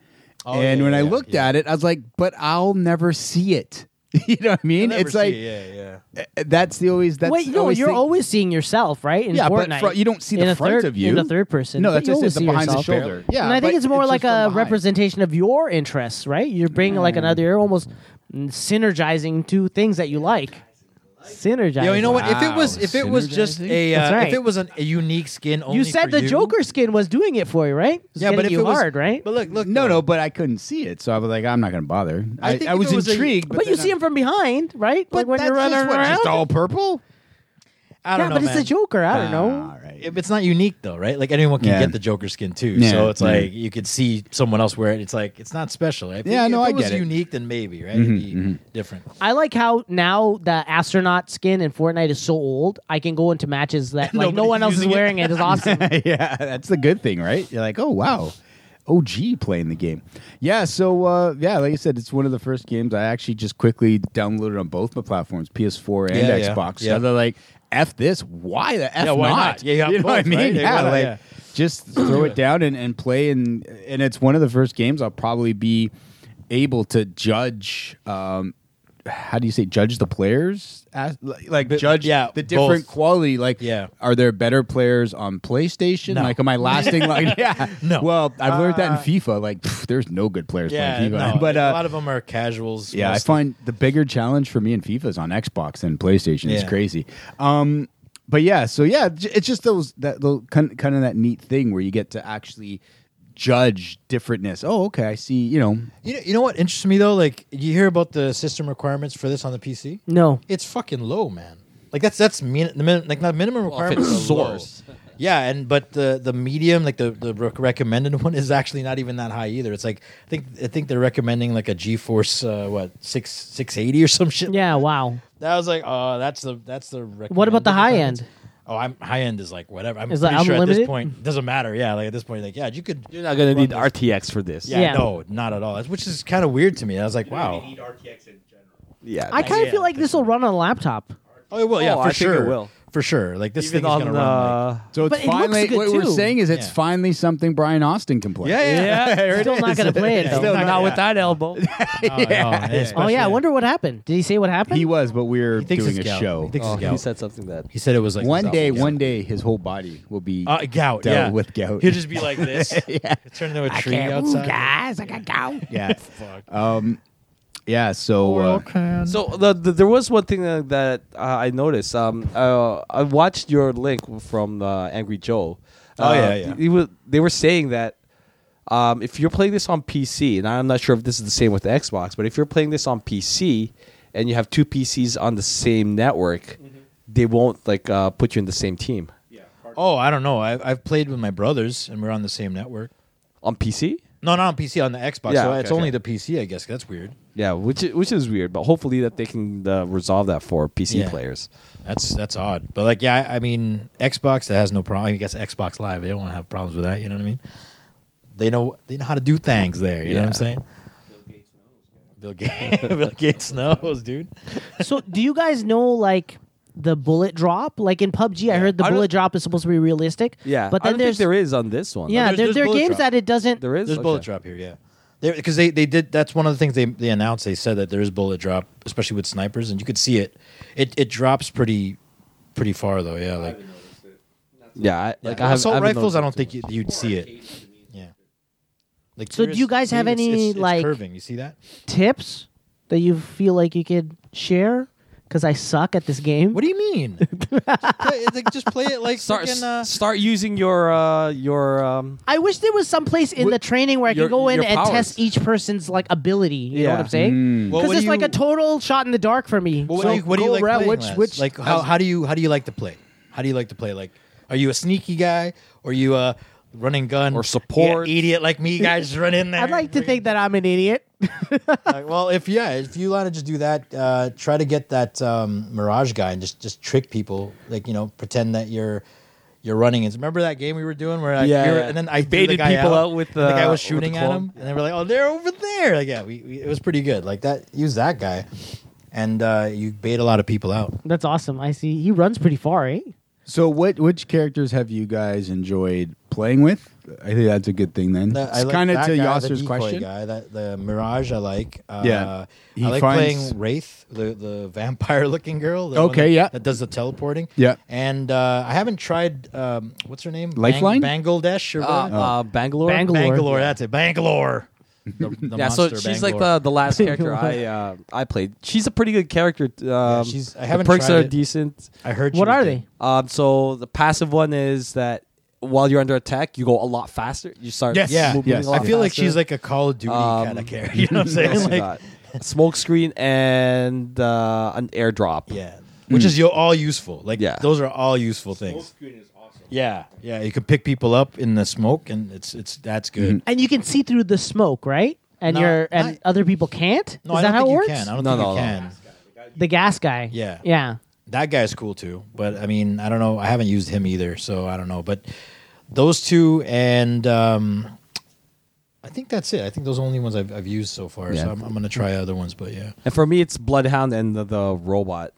S7: Oh,
S5: and
S7: yeah,
S5: when I
S7: yeah,
S5: looked
S7: yeah.
S5: at it, I was like, but I'll never see it. you know what I
S7: You'll
S5: mean?
S7: never
S5: It's
S7: see
S5: like
S7: it, yeah, yeah.
S5: uh, that's the always that's
S4: Wait,
S5: the
S4: no,
S5: always
S4: you're
S5: thing-
S4: always seeing yourself, right? In
S5: yeah,
S4: Fortnite,
S5: but fr- you don't see
S4: in
S5: the
S4: a
S5: front
S4: third,
S5: of you
S4: in the third person.
S5: No,
S4: but
S5: that's
S4: you
S5: just it,
S4: always
S5: the
S4: see
S5: behind
S4: yourself.
S5: the shoulder. Yeah,
S4: and I think
S5: but
S4: it's more
S5: it's
S4: like
S5: just Mm.
S4: a
S5: from behind.
S4: representation of your interests, right? You're bringing like another, you're almost synergizing two things that you like. Synergizing.
S7: Yo, you know what? If it was
S5: Wow,
S7: if it was just a
S4: That's
S7: uh,
S4: right.
S7: if it was an, a unique skin only
S4: You said
S7: for
S4: the Joker skin was doing it for you, right? It was
S7: Yeah, but
S4: getting
S7: if
S4: you
S7: it was
S4: hard, right?
S7: But look, look.
S5: No,
S7: though.
S5: no, but I couldn't see it, so I was like, I'm not going to bother. I,
S7: I
S5: I,
S7: think if
S5: was
S7: it was a-
S5: intrigued,
S4: But, you see him from behind, right? like when you're running around.
S5: purple.
S7: I
S4: yeah,
S7: don't know,
S4: but it's the
S7: man.
S4: Joker. I don't know.
S5: All right.
S7: If It's not unique though, right? Like anyone can
S5: Yeah.
S7: get the Joker skin too.
S5: Yeah,
S7: so it's
S5: yeah.
S7: like you could see someone else wear it. It's like it's not special. Right? If
S5: Yeah,
S7: it-
S5: no,
S7: if
S5: I
S7: it was
S5: get it. Mm-hmm,
S7: unique, then maybe right, It'd be different.
S4: I like how now the astronaut skin in Fortnite is so old. I can go into matches that like no
S7: Nobody's
S4: one else is
S7: using it.
S4: wearing it. It's awesome.
S5: yeah, that's the good thing, right? You're like, oh wow, OG playing the game. Yeah, so uh, yeah, like I said, it's one of the first games I actually just quickly downloaded on both my platforms, PS4 and
S7: Yeah, yeah,
S5: Xbox.
S7: yeah.
S5: So they're like, f this, why the f
S7: Yeah, why not? Yeah, you
S5: you, know
S7: got
S5: what I
S7: both,
S5: mean?
S7: right? Yeah,
S5: Yeah,
S7: why not?
S5: like
S7: Yeah.
S5: just throw it down and, and play and and it's one of the first games I'll probably be able to judge. Um, how do you say judge the players? As- Like
S7: But-
S5: judge
S7: yeah,
S5: the different
S7: both.
S5: quality. Like
S7: Yeah.
S5: are there better players on PlayStation?
S7: No.
S5: Like, am I lasting? like, yeah,
S7: No. Uh,
S5: Well, I've learned that in FIFA. Like, pff, there's no good players
S7: Yeah,
S5: playing FIFA.
S7: no,
S5: but
S7: a
S5: uh,
S7: lot of them are casuals.
S5: yeah, I
S7: mostly.
S5: find the bigger challenge for me in FIFA is on Xbox than PlayStation. It's
S7: Yeah.
S5: crazy. Um, but yeah, so yeah, j- it's just those that little kind kind of that neat thing where you get to actually judge differentness. Oh, okay, I see. You know,
S7: You know, you know what interests me though? Like you hear about the system requirements for this on the PC?
S4: No.
S7: It's fucking low, man. Like that's that's mean the min, like not minimum requirements
S6: it's
S7: are low.
S6: source.
S7: Yeah, and but the the medium like the the rec- recommended one is actually not even that high either. It's like I think I think they're recommending like a GeForce uh, what six six eighty or some shit.
S4: Yeah. Wow.
S7: that was like oh that's the that's the. Recommended
S4: What about the high
S7: requirements.
S4: end?
S7: Oh, I'm high end is like whatever. I'm
S4: Is that
S7: pretty sure at
S4: unlimited?
S7: this point it doesn't matter. Yeah, like at this point, like yeah, you could.
S6: You're not gonna need
S7: this.
S6: RTX for this.
S7: Yeah,
S4: Yeah.
S7: no, not at all. That's- Which is kind of weird to me. I was like, wow.
S6: yeah.
S4: I kind of feel like this will run on a laptop.
S7: Oh, it will. Yeah,
S6: Oh,
S7: for
S6: I think it
S7: sure.
S6: will.
S7: for sure. Like this
S6: Even
S7: thing
S6: on
S7: is
S6: uh,
S7: gonna
S6: the
S7: run. Like,
S5: so it's
S4: But it looks
S5: finally
S4: good,
S5: what we're
S4: too.
S5: saying is it's
S7: Yeah.
S5: finally something Brian Austin can play.
S6: yeah.
S4: Still not gonna play it though.
S6: Still not with that elbow.
S7: oh, yeah.
S4: oh yeah. I wonder what happened. Did he say what happened?
S5: he was, but we're
S7: He thinks
S5: doing a
S7: it's gout.
S5: show.
S7: Oh, He thinks it's gout.
S6: he said something that
S7: He said it was like
S5: one day,
S7: Yeah.
S5: one day, his whole body will be
S7: Uh, gout.
S5: dealt
S7: yeah,
S5: with gout.
S7: He'll just be like this. yeah, turn into a tree outside.
S5: guys. I got gout. Yeah,
S7: Fuck.
S5: um, yeah. So uh,
S6: So the, the, there was one thing that, that uh, I noticed. Um, uh, I watched your link from uh, Angry Joe.
S7: Oh,
S6: Uh,
S7: yeah, yeah.
S6: he wa- they were saying that um, if you're playing this on PC, and I'm not sure if this is the same with the Xbox, but if you're playing this on PC and you have two PCs on the same network,
S4: Mm-hmm.
S6: they won't like uh, put you in the same team
S7: oh, I don't know. I've, I've played with my brothers, and we're on the same network.
S6: on PC.
S7: No, not on PC, on the Xbox.
S6: Yeah,
S7: so
S6: okay,
S7: it's only the PC, I guess. That's weird.
S6: Yeah, which i- which is weird, but hopefully that they can uh, resolve that for PC
S7: Yeah.
S6: players.
S7: That's that's odd. But like, yeah, I I mean, Xbox that has no problem. I guess Xbox Live, they don't want to have problems with that. You know what I mean? They know they know how to do things there. You know what I'm saying? Bill Gates knows. Bill Gates knows, dude.
S4: so do you guys know like the bullet drop? Like in PUBG, I heard the
S6: I don't-
S4: bullet drop is supposed to be realistic.
S6: Yeah,
S4: But
S6: I
S4: then
S6: don't
S4: there's
S6: think there is on this one.
S4: yeah
S7: There's-
S4: there,
S7: there's
S4: there are
S7: bullet
S4: games
S7: drop.
S4: that it doesn't.
S6: there is
S7: There's bullet
S6: Okay.
S7: drop here, yeah. Because they, they did that's one of the things they, they announced. They said that there is bullet drop, especially with snipers, and you could see it. It it drops pretty pretty far though, yeah. Like
S6: Yeah, I, like I
S7: Yeah.
S6: have,
S7: assault
S6: I haven't
S7: rifles, I
S6: noticed
S7: don't think you, you'd see it. Yeah. Like
S4: So do
S7: here's-
S4: you guys
S7: see,
S4: have
S7: it's-
S4: any,
S7: it's- it's
S4: like-
S7: curving? You see that?
S4: tips that you feel like you could share? Because I suck at this game.
S7: What do you mean? it's like just play it like
S6: start
S7: freaking, uh,
S6: start using your uh your um
S4: I wish there was some place in the training where I
S6: your-
S4: could go in
S6: your
S4: and
S6: powers.
S4: test each person's like ability. You know
S6: Yeah.
S4: what I'm saying?
S7: Mm. Well,
S4: Because
S7: what
S4: it's
S7: do
S4: like
S7: you-
S4: a total shot in the dark for me.
S7: Well, what
S4: So-
S7: do you, what do you
S5: go
S7: like
S5: around-
S7: playing
S5: which-
S7: as?
S5: which-
S7: like how, how do you how do you like to play? How do you like to play? Like, are you a sneaky guy or you a running gun
S6: Or support.
S7: Yeah, idiot like me? Guys, just run in there.
S4: I'd like to think that I'm an idiot.
S7: Like, well, if yeah, if you want to just do that, uh, try to get that um, Mirage guy and just just trick people. Like you know, pretend that you're. You're running. And remember that game we were doing where I,
S6: Yeah,
S7: we were-
S6: yeah.
S7: and then I
S6: You
S7: threw the
S6: baited
S7: guy
S6: people out with,
S7: and the guy
S6: uh,
S7: was
S6: with the
S7: shooting at
S6: club.
S7: him, and they were like, "Oh, they're over there!" Like, yeah, we, we, it was pretty good. Like that, use that guy, and uh, you bait a lot of people out.
S4: That's awesome. I see. He runs pretty far, eh?
S5: So, what which characters have you guys enjoyed playing with? I think that's a good thing. Then
S7: That- I
S5: it's
S7: like
S5: kind of
S7: that
S5: to
S7: guy,
S5: Yasser's
S7: the decoy
S5: question.
S7: Guy, that the Mirage, I like. Uh,
S5: Yeah. He
S7: I like
S5: finds-
S7: playing Wraith, the the vampire looking girl. the
S5: Okay,
S7: one that,
S5: yeah.
S7: that does the teleporting.
S5: Yeah.
S7: and uh, I haven't tried. Um, what's her name? Bang-
S5: Lifeline?
S7: Bangladesh or
S6: uh,
S7: what?
S6: uh Bangalore.
S4: Bangalore.
S7: Bangalore. That's it. Bangalore. The, the
S6: Yeah, so
S7: monster
S6: she's like
S7: Bangalore.
S6: the, the last character I uh, I played. She's a pretty good character. Um,
S7: she's- I
S6: the
S7: haven't
S6: perks
S7: tried
S6: are
S7: it.
S6: decent.
S7: I heard. she
S4: What
S7: was
S4: are
S7: good.
S4: they?
S6: Um, so the passive one is that while you're under attack, you go a lot faster. You start
S5: Yes.
S7: Yeah,
S6: moving
S5: yes.
S6: a
S7: I
S6: lot
S7: feel like
S6: faster.
S7: she's like a Call of Duty
S6: Um,
S7: kind of character. You know what I'm saying?
S6: Yes, you
S7: Like,
S6: got smoke screen and uh, an airdrop.
S7: yeah, which is yo- all useful. Like,
S6: Yeah.
S7: those are all useful things. Yeah, yeah. You can pick people up in the smoke, and it's it's that's good.
S4: And you can see through the smoke, right? And
S7: No,
S4: you're and
S7: not-
S4: other people can't.
S7: No,
S4: Is
S7: I
S4: that
S7: don't
S4: how
S7: think
S4: it
S7: you
S4: works?
S7: can. I don't
S6: No,
S7: think
S6: no,
S7: you
S6: no.
S7: can.
S4: The gas guy.
S7: Yeah.
S4: Yeah.
S7: That guy's cool too, but I mean, I don't know. I haven't used him either, so I don't know. But those two, and um, I think that's it. I think those are the only ones I've, I've used so far.
S6: Yeah.
S7: So I'm, I'm gonna try other ones, but yeah.
S6: And for me, it's Bloodhound and the, the robot.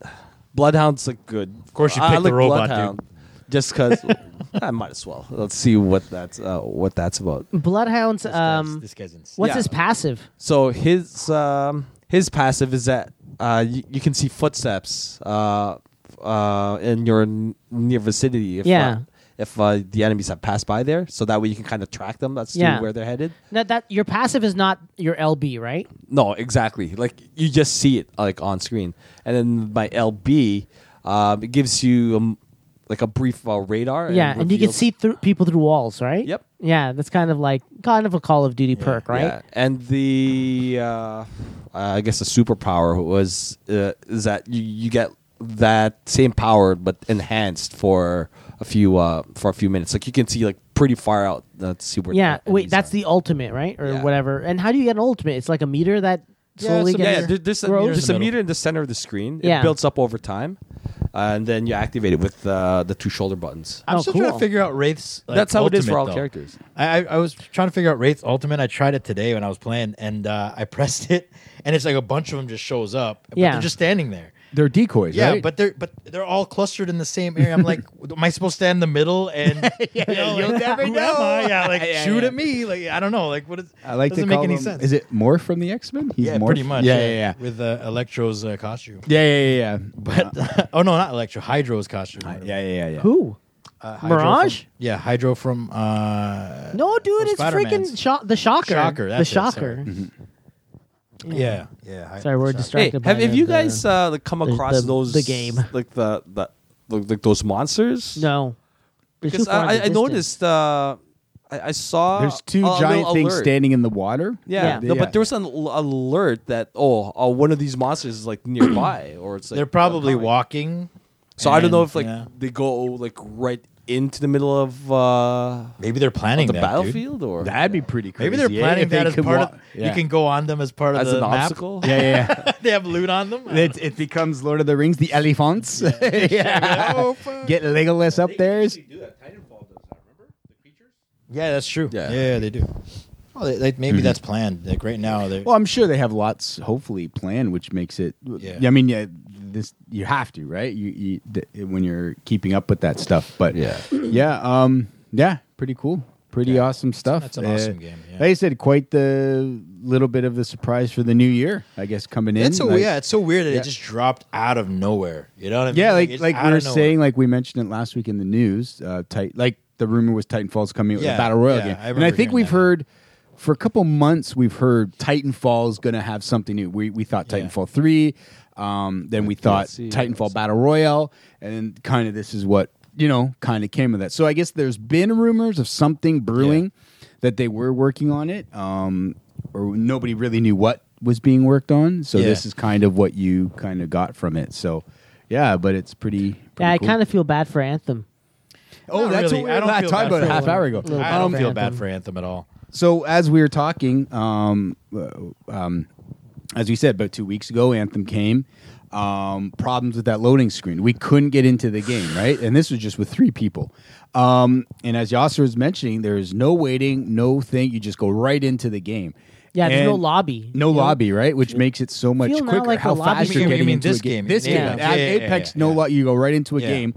S6: Bloodhound's like good. Of
S7: course you picked the robot, dude.
S6: Just because I might as well. Let's see what that's uh, what that's about.
S4: Bloodhounds. Um,
S7: this guy's insane.
S4: what's
S6: Yeah.
S4: his passive?
S6: So his um, his passive is that uh, you, you can see footsteps uh, uh, in your n- near vicinity. If,
S4: Yeah.
S6: Uh, if uh, the enemies have passed by there, so that way you can kind of track them. That's to
S4: Yeah.
S6: where they're headed.
S4: No, that your passive is not your LB, right?
S6: No, exactly. Like you just see it like on screen, and then my LB, um, it gives you um, like a brief uh, radar.
S4: Yeah, and you can
S6: reveals-
S4: see through people through walls, right?
S6: Yep.
S4: Yeah, that's kind of like kind of a Call of Duty perk, right?
S6: Yeah, and the uh, I guess the superpower was uh, is that you, you get that same power but enhanced for a few uh, for a few minutes. Like you can see like pretty far out. That's super. uh,
S4: Yeah, wait, that's the ultimate, right, or
S6: Yeah.
S4: whatever. And how do you get an ultimate? It's like a meter that slowly
S6: yeah,
S4: gets
S6: yeah, there- there's, a,
S4: grows?
S6: there's a meter in the center of the screen. It
S4: Yeah.
S6: builds up over time, uh, and then you activate it with uh, the two shoulder buttons.
S7: I'm
S4: Oh,
S7: still trying
S4: cool.
S7: to figure out Wraith's. like,
S6: That's how it is
S7: ultimate,
S6: for all
S7: though.
S6: characters.
S7: I, I I was trying to figure out Wraith's ultimate. I tried it today when I was playing, and uh, I pressed it, and it's like a bunch of them just shows up. But
S4: Yeah.
S7: they're just standing there.
S5: They're decoys,
S7: Yeah,
S5: right?
S7: but they're but they're all clustered in the same area. I'm like, am I supposed to stand in the middle? And yeah,
S5: you'll never
S7: who
S5: know.
S7: am I? Yeah, like
S5: Yeah,
S7: shoot
S5: yeah.
S7: at me. Like I don't know. Like what is?
S5: I like
S7: doesn't
S5: to call
S7: make any
S5: him-
S7: sense.
S5: Is it Morph from the X Men?
S7: yeah, pretty much.
S5: Yeah, yeah, yeah.
S7: With uh, Electro's uh, costume.
S5: Yeah, yeah, yeah, yeah.
S7: But oh no, not Electro. Hydro's costume.
S5: Yeah, yeah, yeah, yeah.
S4: Who?
S7: Uh, Hydro from-
S4: Mirage?
S7: yeah, Hydro from. Uh,
S4: No, dude,
S7: From
S4: it's
S7: Spider-Man's.
S4: freaking sho- the shocker.
S7: Shocker,
S4: the
S7: that's it, sorry.
S4: shocker.
S7: yeah, yeah. Hy-
S4: Sorry, we're
S7: Shocker.
S6: Hey,
S4: distracted. by
S6: have, have
S4: the-
S6: you
S4: the-
S6: guys uh, like come
S4: the-
S6: across
S4: the-
S6: those
S4: the game.
S6: like the the like, like those monsters?
S4: No. They're too
S6: Because
S4: far in
S6: I, I,
S4: the
S6: I
S4: distance.
S6: noticed, uh, I, I saw
S5: There's two
S7: Oh,
S6: a- a little
S5: giant things
S6: alert.
S5: standing in the water.
S6: Yeah,
S4: Yeah.
S6: No, but there was an al- alert that oh, uh, one of these monsters is like nearby, or it's like
S7: They're probably
S6: coming.
S7: walking.
S6: So I don't know
S7: and-
S6: if like
S7: yeah.
S6: they go like right into the middle of uh,
S7: maybe they're planning
S6: the
S7: that, dude.
S6: battlefield, or
S5: That'd be pretty crazy.
S7: Maybe they're
S5: eh,
S7: planning
S5: if they
S7: that as
S5: could
S7: part
S5: wa-
S7: of.
S5: Yeah.
S7: You can go on them as part
S6: as
S7: of the
S6: an
S7: map.
S6: obstacle.
S5: Yeah, yeah, yeah.
S7: they have loot on them. I
S5: it, it becomes Lord of the Rings, the elephants. Yeah. Get Legolas up there.
S10: do that. Titanfall does that. Remember the creatures?
S7: Yeah, that's true.
S6: Yeah.
S7: they do. Well, they, they, maybe that's planned. Like right now, they
S5: Mm-hmm. Well, I'm sure they have lots, hopefully, planned, which makes it.
S7: Yeah.
S5: I mean, yeah, this you have to, right? You, you th- when you're keeping up with that stuff, but
S6: Yeah.
S5: yeah, um, yeah, pretty cool, pretty awesome stuff. Uh,
S7: That's an awesome game, yeah.
S5: Like I said, quite the little bit of the surprise for the new year, I guess, coming in.
S7: it's so
S5: like-
S7: yeah, it's so weird that
S5: Yeah.
S7: it just dropped out of nowhere. You know what I mean?
S5: yeah, like
S7: it's
S5: like
S7: out
S5: we were
S7: of nowhere.
S5: saying, like we mentioned it last week in the news. Uh, tight, like the rumor was Titanfall's coming out with
S7: Yeah,
S5: a battle royale
S7: yeah,
S5: game,
S7: I
S5: and I
S7: remember
S5: think
S7: hearing
S5: we've
S7: that.
S5: heard for a couple months we've heard Titanfall's going to have something new. We we thought
S7: Yeah.
S5: Titanfall three, um, then we thought
S6: DLC,
S5: Titanfall battle royale, and then kind of this is what you know kind of came of that. So I guess there's been rumors of something brewing that they were working on it, um, or nobody really knew what was being worked on. So
S7: Yeah.
S5: this is kind of what you kind of got from it. So yeah, but it's pretty.
S4: Yeah, I
S5: pretty cool.
S4: kind of feel bad for Anthem.
S5: Oh,
S7: Not
S5: that's what
S7: really.
S5: we
S7: I
S5: were
S7: don't
S5: not
S7: feel
S5: talking
S7: bad
S5: about a
S7: for
S5: half
S7: it.
S5: hour ago.
S4: Little-
S7: I don't
S5: Um,
S7: feel
S4: Anthem.
S7: bad for Anthem at all.
S5: so as we were talking, um, uh, um, as we said about two weeks ago, Anthem came. Um, problems with that loading screen. We couldn't get into the game, right? And this was just with three people. Um, and as Yasser was mentioning, there is no waiting, no thing. You just go right into the game.
S4: Yeah, there's no
S5: And
S4: lobby.
S5: No
S4: You know?
S5: lobby, right? Which makes it so much
S4: feel now
S5: quicker.
S4: like
S5: how
S4: the lobby
S5: fast
S4: game-
S5: you're
S7: You
S5: getting
S7: mean
S5: into
S7: this
S5: a game.
S7: game?
S5: This
S7: Yeah.
S5: game,
S7: Yeah, yeah, yeah,
S5: Apex,
S7: yeah.
S5: no lo- you go right into a
S7: Yeah.
S5: game.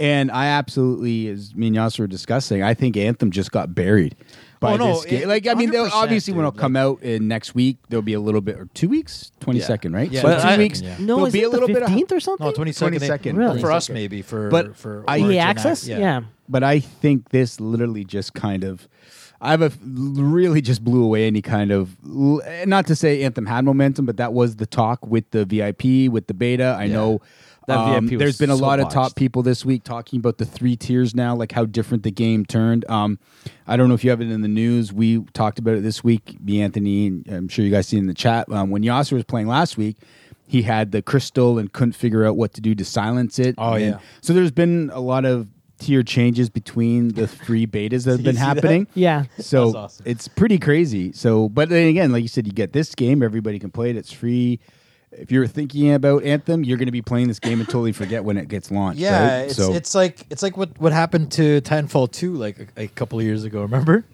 S5: And I absolutely, as me and Yasser were discussing, I think Anthem just got buried by
S7: Oh, no,
S5: this game.
S7: it-
S5: like, I mean, they'll
S7: 100%,
S5: obviously when it'll
S7: dude,
S5: come out in next week, there'll be a little bit or two weeks, twenty second, right?
S7: Yeah,
S5: so
S7: but
S5: two
S7: I-
S5: weeks.
S7: yeah.
S4: No,
S5: there'll
S4: is
S5: be
S4: it
S5: a little
S4: the
S5: bit of
S4: 15th or something?
S7: No, Oh, twenty second.
S5: 22nd.
S4: Really?
S7: for us maybe for
S5: But
S7: for
S5: I- E
S7: Origin
S4: EA
S7: Ac-
S4: access? Yeah.
S5: but I think this literally just kind of, I have a really just blew away any kind of. Not to say Anthem had momentum, but that was the talk with the VIP, with the beta. I know.
S6: That
S5: um,
S6: VIP was
S5: there's been a
S6: so
S5: lot of top
S6: botched.
S5: people this week talking about the three tiers now, like how different the game turned. Um, I don't know if you have it in the news. We talked about it this week, me, Anthony, and I'm sure you guys seen in the chat. Um, when Yasser was playing last week, he had the crystal and couldn't figure out what to do to silence it.
S7: Oh,
S5: And
S7: yeah.
S5: So there's been a lot of tier changes between the three betas that have been happening.
S4: Yeah.
S5: So
S7: That's awesome.
S5: it's pretty crazy. So, but then again, like you said, you get this game, everybody can play it. It's free. If you're thinking about Anthem, you're going to be playing this game and totally forget when it gets launched.
S7: Yeah,
S5: right?
S7: it's,
S5: so
S7: it's like it's like what, what happened to Titanfall two like a, a couple of years ago. Remember,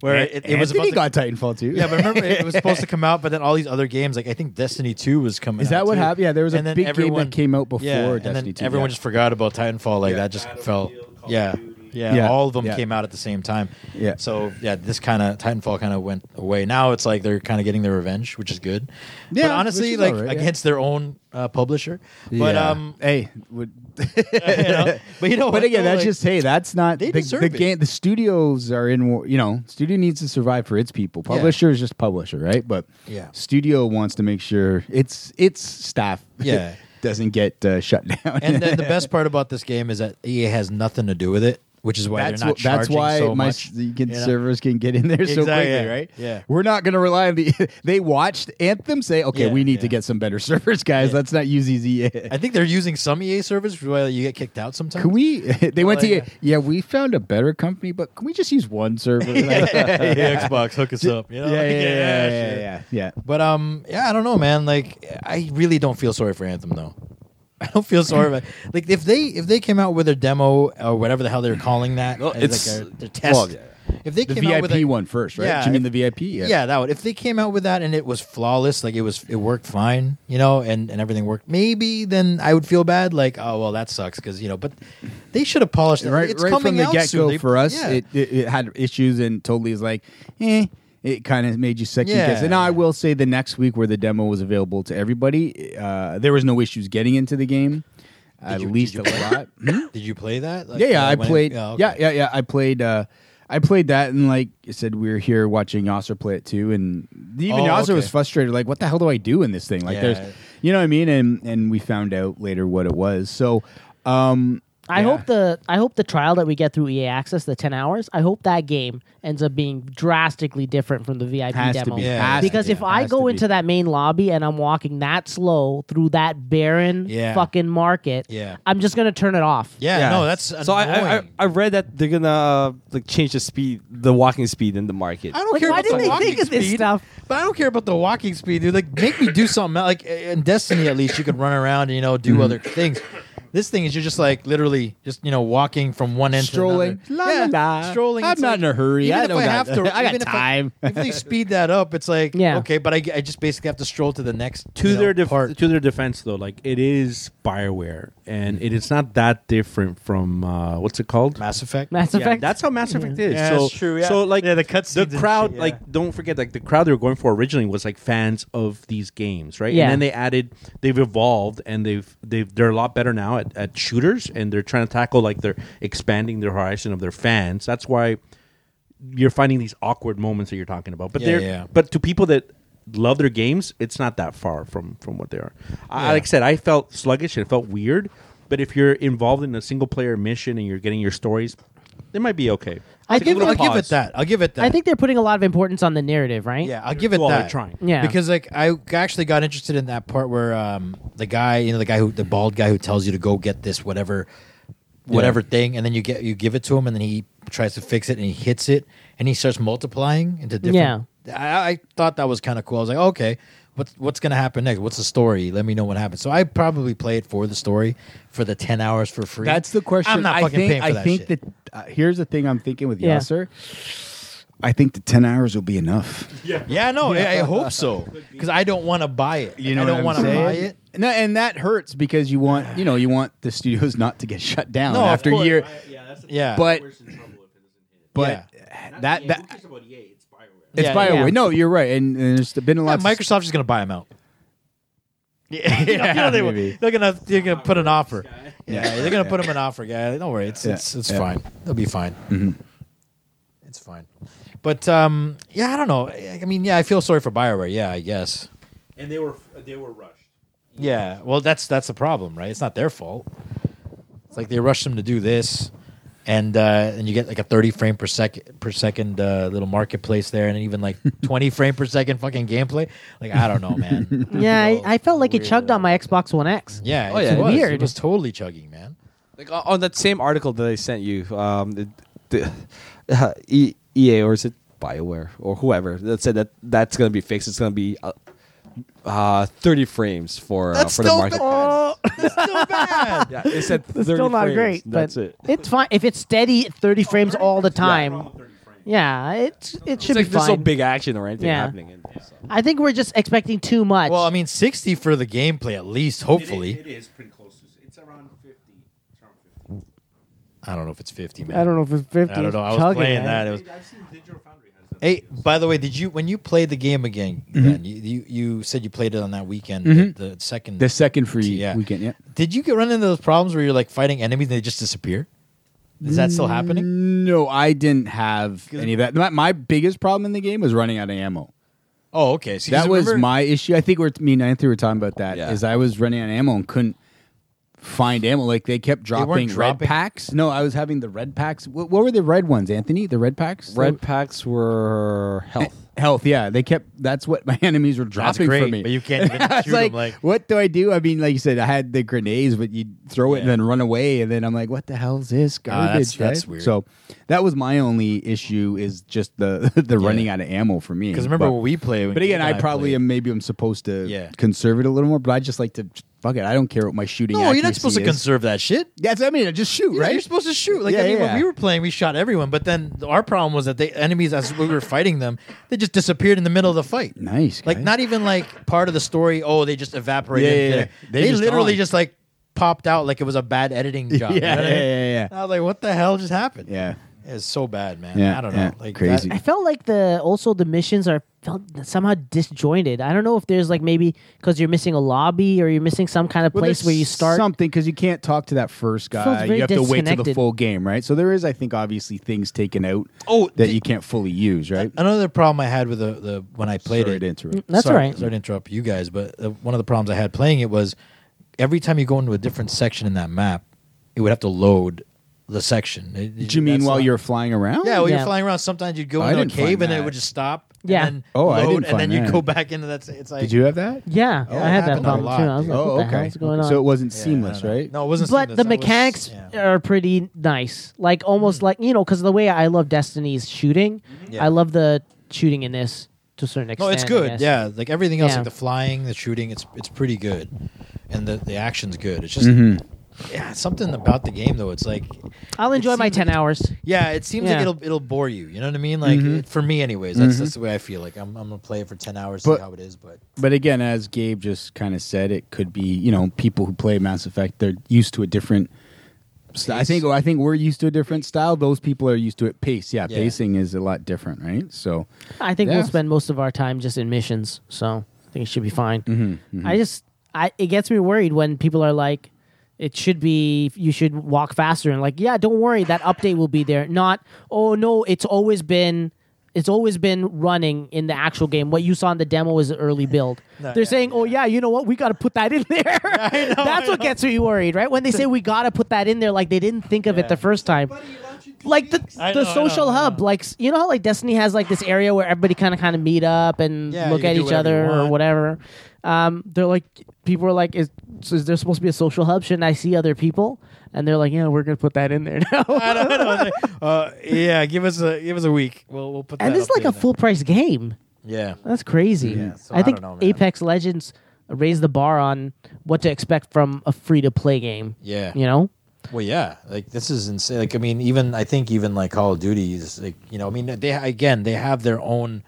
S7: where it, it was about
S5: Anthony
S7: to-
S5: got Titanfall too.
S7: Yeah, but remember it was supposed to come out, but then all these other games, like I think Destiny Two was coming.
S5: Is that
S7: out,
S5: what
S7: too.
S5: happened? Yeah, there was a
S7: And then
S5: big game that
S7: everyone-
S5: came out before
S7: yeah, and then
S5: Destiny 2,
S7: Everyone
S5: yeah.
S7: just forgot about Titanfall. Like that just felt. Yeah, yeah,
S5: Yeah,
S7: All of them
S5: yeah.
S7: came out at the same time.
S5: Yeah.
S7: So yeah, this kind of Titanfall kind of went away. Now it's like they're kind of getting their revenge, which is good.
S5: Yeah,
S7: but
S5: which
S7: honestly,
S5: is
S7: like
S5: all right, yeah.
S7: against their own uh, publisher. But
S5: Yeah.
S7: um,
S5: hey, would
S7: you know, but you know, what,
S5: but again,
S7: though?
S5: that's
S7: Like,
S5: just hey, that's not
S7: they
S5: the,
S7: deserve
S5: the
S7: it.
S5: game. The studios are in, war- you know, studio needs to survive for its people.
S7: Yeah.
S5: Publisher is just publisher, right? But
S7: Yeah.
S5: studio wants to make sure its its staff,
S7: Yeah.
S5: doesn't get uh, shut down.
S7: And then the best part about this game is that EA has nothing to do with it, which is why
S5: that's
S7: they're not
S5: wh- that's
S7: charging
S5: why
S7: so
S5: my
S7: much.
S5: s- you can,
S7: you know?
S5: servers can get in there so
S7: Exactly,
S5: quickly,
S7: yeah.
S5: right?
S7: Yeah.
S5: we're not going to rely on the. they watched Anthem say, "Okay,
S7: Yeah,
S5: we need to
S7: yeah.
S5: get some better servers, guys. Let's not use these E EA."
S7: I think they're using some E EA servers where you get kicked out sometimes.
S5: Can we? They went to E
S7: yeah.
S5: yeah. we found a better company, but can we just use one server? Like,
S7: yeah, Xbox, hook us up. You know?
S5: yeah, yeah,
S7: Like,
S5: yeah, yeah, yeah,
S7: shit.
S5: yeah, yeah.
S7: But um, yeah, I don't know, man. Like, I really don't feel sorry for Anthem though. I don't feel sorry. about Like, if they if they came out with a demo or whatever the hell they're calling that,
S6: Well,
S7: as,
S6: it's-
S7: like a, their test.
S5: well, yeah.
S7: If they
S5: The
S7: came out with
S5: VIP
S7: a,
S5: one first, right?
S7: Yeah,
S5: Do you mean the
S7: if-
S5: VIP? Yeah.
S7: yeah. that would. If they came out with that and it was flawless, like it was, it worked fine, you know, and and everything worked. Maybe then I would feel bad, like, oh well, that sucks because you know. But they should have polished it.
S5: right,
S7: it's
S5: right
S7: coming
S5: from the
S7: out
S5: get
S7: soon.
S5: go
S7: They-
S5: for us,
S7: yeah.
S5: it, it, it had issues and totally is like, eh. It kind of made you second
S7: Yeah.
S5: guess. And now I will say the next week where the demo was available to everybody, uh, there was no issues getting into the game. at
S7: you-
S5: least
S7: did
S5: a
S7: you
S5: lot. Hmm?
S7: Did you play that? Like,
S5: yeah, yeah.
S7: uh,
S5: I
S7: when it-
S5: played.
S7: oh, okay.
S5: Yeah, yeah, yeah. I played. uh I played that, and like I said, we were here watching Yasser play it too, and even
S7: Oh,
S5: Yasser was
S7: okay.
S5: frustrated. Like, what the hell do I do in this thing? Like,
S7: Yeah.
S5: there's, you know what I mean? And and we found out later what it was. So, um,
S4: I
S5: yeah.
S4: hope the I hope the trial that we get through EA Access, the ten hours, I hope that game ends up being drastically different from the VIP
S5: Has to
S4: demo.
S5: be. Has to
S4: because
S5: be.
S4: if I
S5: Has
S4: go
S5: to be.
S4: into that main lobby and I'm walking that slow through that barren
S7: Yeah.
S4: fucking market,
S7: Yeah.
S4: I'm just gonna turn it off.
S7: yeah, No, that's
S6: so. I, I I-
S7: annoying.
S6: I read that they're gonna uh, like change the speed, the walking speed in the market.
S7: I don't
S4: Like,
S7: care
S4: why
S7: about the
S4: didn't they
S7: walking
S4: think of this
S7: speed,
S4: stuff?
S7: But I don't care about the walking speed, dude. Like, make me do something. Like in Destiny, at least you could run around and you know do
S5: Mm-hmm.
S7: other things. This thing is you're just like literally just you know walking from one end
S5: Strolling.
S7: to
S5: La,
S7: another.
S5: la, la.
S7: strolling.
S5: I'm
S7: It's
S5: not
S7: like-
S5: in a hurry.
S7: even
S5: I
S7: if
S5: don't got-
S7: have to.
S5: I got
S7: even if
S5: time.
S7: if they speed that up, it's like
S4: Yeah.
S7: okay, but I, I just basically have to stroll to the next
S10: to
S7: you know,
S10: their def-
S7: part.
S10: to their defense though, like it is Bioware, and it is not that different from uh, what's it called?
S7: Mass Effect.
S4: Mass
S10: Yeah,
S4: Effect.
S10: that's how Mass Effect is.
S7: Yeah,
S10: so,
S7: that's true, yeah.
S10: So like
S7: Yeah, the
S10: the
S7: cutscenes and
S10: crowd,
S7: shit, yeah.
S10: like don't forget, like the crowd they were going for originally was like fans of these games, right?
S4: Yeah.
S10: And then they added, they've evolved, and they've they've they're a lot better now at, at shooters, and they're trying to tackle like they're expanding their horizon of their fans. That's why you're finding these awkward moments that you're talking about. But
S7: Yeah,
S10: they're
S7: yeah.
S10: but to people that love their games, it's not that far from from what they are. I, like I said, I felt sluggish and it felt weird. But if you're involved in a single player mission and you're getting your stories, it might be okay.
S4: I
S7: I'll give,
S4: think
S7: I'll
S4: they're-
S7: give it that. I'll give it that.
S4: I think they're putting a lot of importance on the narrative, right?
S7: Yeah, I'll give it
S10: Well, they're
S7: that.
S10: trying.
S4: Yeah.
S7: because like I actually got interested in that part where um, the guy, you know, the guy who the bald guy who tells you to go get this whatever, whatever thing, and then you get you give it to him, and then he tries to fix it, and he hits it, and he starts multiplying into different. Yeah, I, I thought that was kind of cool. I was like, okay, what's what's gonna happen next? What's the story? Let me know what happens. So I probably play it for the story for the ten hours for free.
S5: That's the question.
S7: I'm not
S5: I
S7: fucking
S5: think,
S7: paying for
S5: I
S7: that
S5: think
S7: shit.
S5: that uh, here's the thing I'm thinking with
S4: Yeah.
S5: Yasser. I think the ten hours will be enough.
S7: yeah, no, I, I hope so because I don't want to buy it.
S5: You know,
S7: I
S5: what
S7: don't
S5: I'm
S7: want to
S5: saying?
S7: buy it.
S5: No, and that hurts because you want you know you want the studios not to get shut down
S7: No, of
S5: after
S7: course.
S5: year.
S7: Yeah,
S5: But but that that
S10: E
S5: it's
S7: Yeah,
S5: by
S4: yeah.
S5: Bioware. way. No, you're right, and, and there's been a
S7: Yeah,
S5: lot. of
S7: Microsoft's just gonna buy them out. Yeah, you know, you know they,
S5: maybe.
S7: are gonna they're gonna put an offer. Yeah,
S5: Yeah.
S7: they're gonna put them an offer, guy. Don't worry, it's
S5: Yeah.
S7: it's it's
S5: Yeah. Mm-hmm.
S7: fine. They'll be fine. It's fine. But um, yeah, I don't know. I I mean, yeah, I feel sorry for Bioware. Yeah, I guess.
S10: And they were they were rushed.
S7: Yeah, well, that's that's the problem, right? It's not their fault. It's like they rushed them to do this, and uh, and you get like a thirty frame per second per second uh, little marketplace there, and even like twenty frame per second fucking gameplay. Like I don't know, man.
S4: Yeah, I, I felt like it
S7: Weird.
S4: chugged on my Xbox One X.
S7: Yeah,
S6: Oh,
S7: it
S6: yeah, it
S7: was.
S4: weird.
S7: It was totally chugging, man.
S6: Like o- on that same article that I sent you, um, it- the, uh, E- EA or is it Bioware or whoever that said that that's gonna be fixed. It's gonna be uh, uh, thirty frames for uh, for the market. yeah, it said thirty.
S4: Still not
S6: frames.
S4: great, but Oh,
S6: That's it.
S4: It's fine if it's steady at 30 frames all the time. Yeah, it's it should
S6: It's like
S4: be
S6: there's no
S4: fine.
S6: big action or anything
S4: Yeah.
S6: happening. In there, so.
S4: I think we're just expecting too much.
S7: Well, I mean, sixty for the gameplay at least. Hopefully,
S10: it is pretty close. It's around fifty. It's around fifty.
S7: I don't know if it's fifty. Man.
S4: I don't know if it's 50.
S7: I don't know. I was
S4: chugging, man.
S7: playing that. It was.
S10: I've seen Digital Foundry has that.
S7: Hey, by the way, did you when you played the game again?
S6: Mm-hmm.
S7: Ben, you, you you said you played it on that weekend, the, the second.
S5: the second free
S7: Yeah.
S5: weekend. Yeah.
S7: did you get run into those problems where you're like fighting enemies and they just disappear? Is that still happening?
S5: Mm. No, I didn't have any of that. My, my biggest problem in the game was running out of ammo.
S7: Oh, okay. See, 'cause
S5: That was
S7: remember-
S5: my issue. I think we're me and Anthony were talking about that. Is
S6: Yeah.
S5: I was running on ammo and couldn't find ammo. Like they kept dropping,
S7: dropping-
S5: red packs. No, I was having the red packs. What, what were the red ones, Anthony? The red packs.
S6: Red packs were health.
S5: health. Yeah, they kept. That's what my enemies were
S7: That's
S5: dropping
S7: great,
S5: for me.
S7: but you can't even
S5: I was
S7: shoot
S5: like,
S7: them. Like,
S5: what do I do? I mean, like you said, I had the grenades, but you throw it and then run away, and then I'm like, what the hell is this garbage?
S7: Ah, that's- that's
S5: right?
S7: weird.
S5: So that was my only issue is just the the running out of ammo for me.
S7: because remember
S5: But-
S7: when we play? When
S5: but again,
S7: you and
S5: I probably
S7: played-
S5: am. Maybe I'm supposed to
S7: Yeah.
S5: conserve it a little more. But I just like to fuck it. I don't care what my shooting.
S7: No, you're not supposed to
S5: accuracy is.
S7: conserve that shit.
S5: That's what I mean. I just shoot,
S7: Yeah,
S5: right?
S7: You're supposed to shoot. Like
S5: Yeah,
S7: I mean,
S5: yeah,
S7: when
S5: yeah.
S7: we were playing, we shot everyone, but then our problem was that the enemies, as we were fighting them, they just disappeared in the middle of the fight.
S5: Nice,
S7: Like
S5: guys.
S7: not even like part of the story. Oh, they just evaporated.
S5: Yeah, yeah, yeah.
S7: They,
S5: They just
S7: literally
S5: gone.
S7: just like popped out like it was a bad editing job. you know
S5: yeah,
S7: what I
S5: yeah,
S7: mean?
S5: yeah, yeah.
S7: I was like, what the hell just happened?
S5: Yeah.
S7: It's so bad, man.
S5: Yeah,
S7: I don't know.
S5: yeah.
S7: Like
S5: Crazy.
S4: I felt like the also the missions are felt somehow disjointed. I don't know if there's like maybe because you're missing a lobby or you're missing some kind of
S5: Well,
S4: place
S5: there's
S4: where you start.
S5: something because you can't talk to that first
S4: Feels
S5: guy.
S4: very
S5: You have to wait to the
S4: disconnected.
S5: full game, right? So there is, I think, obviously things taken out
S7: Oh,
S5: that
S7: the-
S5: you can't fully use, right?
S7: Another problem I had with the, the when I played
S5: Sorry
S7: it.
S5: to interrupt.
S4: That's
S7: sorry,
S4: all right.
S7: Sorry to interrupt you guys, but uh, one of the problems I had playing it was every time you go into a different section in that map, it would have to load the section. It-
S5: Did you mean
S7: that's
S5: while
S7: not-
S5: you're flying around?
S7: Yeah, while
S4: Yeah.
S7: you're flying around, sometimes you'd go
S5: I
S7: into a
S5: didn't
S7: cave
S5: find
S7: and then it
S5: that.
S7: would just stop.
S4: Yeah.
S7: And then
S5: Oh, I
S7: load,
S5: didn't
S7: And then
S5: find
S7: you'd
S5: that.
S7: go back into that. It's like,
S5: Did you have that?
S4: yeah,
S7: Oh,
S4: I had that
S7: happened a
S4: problem
S7: lot,
S4: too. I was
S7: dude.
S4: like,
S5: oh,
S4: what the
S5: okay.
S4: hell's going
S5: Okay,
S4: on?
S5: So it wasn't
S7: Yeah, I
S5: seamless,
S7: don't know.
S5: right?
S7: No, it wasn't.
S4: but
S7: seamless.
S4: the
S7: That was-
S4: mechanics
S7: yeah. Mm-hmm.
S4: are pretty nice. Like almost like you know, because the way I love Destiny's shooting,
S7: Yeah.
S4: I love the shooting in this to a certain extent.
S7: No, it's
S4: I
S7: good.
S4: guess.
S7: Yeah, like everything else,
S4: Yeah.
S7: like the flying, the shooting, it's it's pretty good, and the the action's good. It's just
S5: Mm-hmm.
S7: yeah, something about the game though. It's like
S4: I'll
S7: It
S4: enjoy my
S7: seems
S4: ten
S7: like it-
S4: hours.
S7: yeah, it seems like
S4: Yeah.
S7: it'll it'll bore you. You know what I mean?
S5: Mm-hmm.
S7: Like it- for me, anyways, that's that's the way I feel. Like I'm I'm gonna play it for ten hours,
S5: But-
S7: see how it is. But
S5: But again, as Gabe just kind of said, it could be you know people who play Mass Effect they're used to a different. St- I
S7: Pace.
S5: think I think we're used to a different style. Those people are used to it. Pace, yeah,
S7: Yeah.
S5: pacing is a lot different, right? So
S4: I think
S5: Yeah.
S4: we'll spend most of our time just in missions, so I think it should be fine. I just, I it gets me worried when people are like, "It should be, you should walk faster," and like, "Yeah, don't worry, that update will be there." Not, "Oh no, it's always been." It's always been running in the actual game. What you saw in the demo is the early build. They're saying, "Oh yeah, you know what? We got to put that in there." That's what gets me worried, right? When they say we got to put that in there, like they didn't think of it the first time like the
S7: I
S4: the
S7: know, I
S4: social
S7: know, I
S4: hub, like s- you know how like Destiny has like this area where everybody kind of kind of meet up and
S7: Yeah,
S4: look
S7: you
S4: at
S7: can do
S4: each
S7: whatever you
S4: other or
S7: want.
S4: whatever. Um, they're like people are like, is is there supposed to be a social hub? Shouldn't I see other people? And they're like, yeah, we're gonna put that in there now.
S7: uh, yeah, give us a give us a week. We'll we'll put
S4: and
S7: that
S4: this is like a full price game.
S7: yeah.
S4: That's crazy.
S7: so
S4: I
S7: I
S4: think
S7: don't know, man.
S4: Apex Legends raised the bar on what to expect from a free to play game.
S7: Yeah.
S4: you know.
S7: Well, yeah, like this is insane. Like, I mean, even I think even like Call of Duty is like you know, I mean, they again they have their own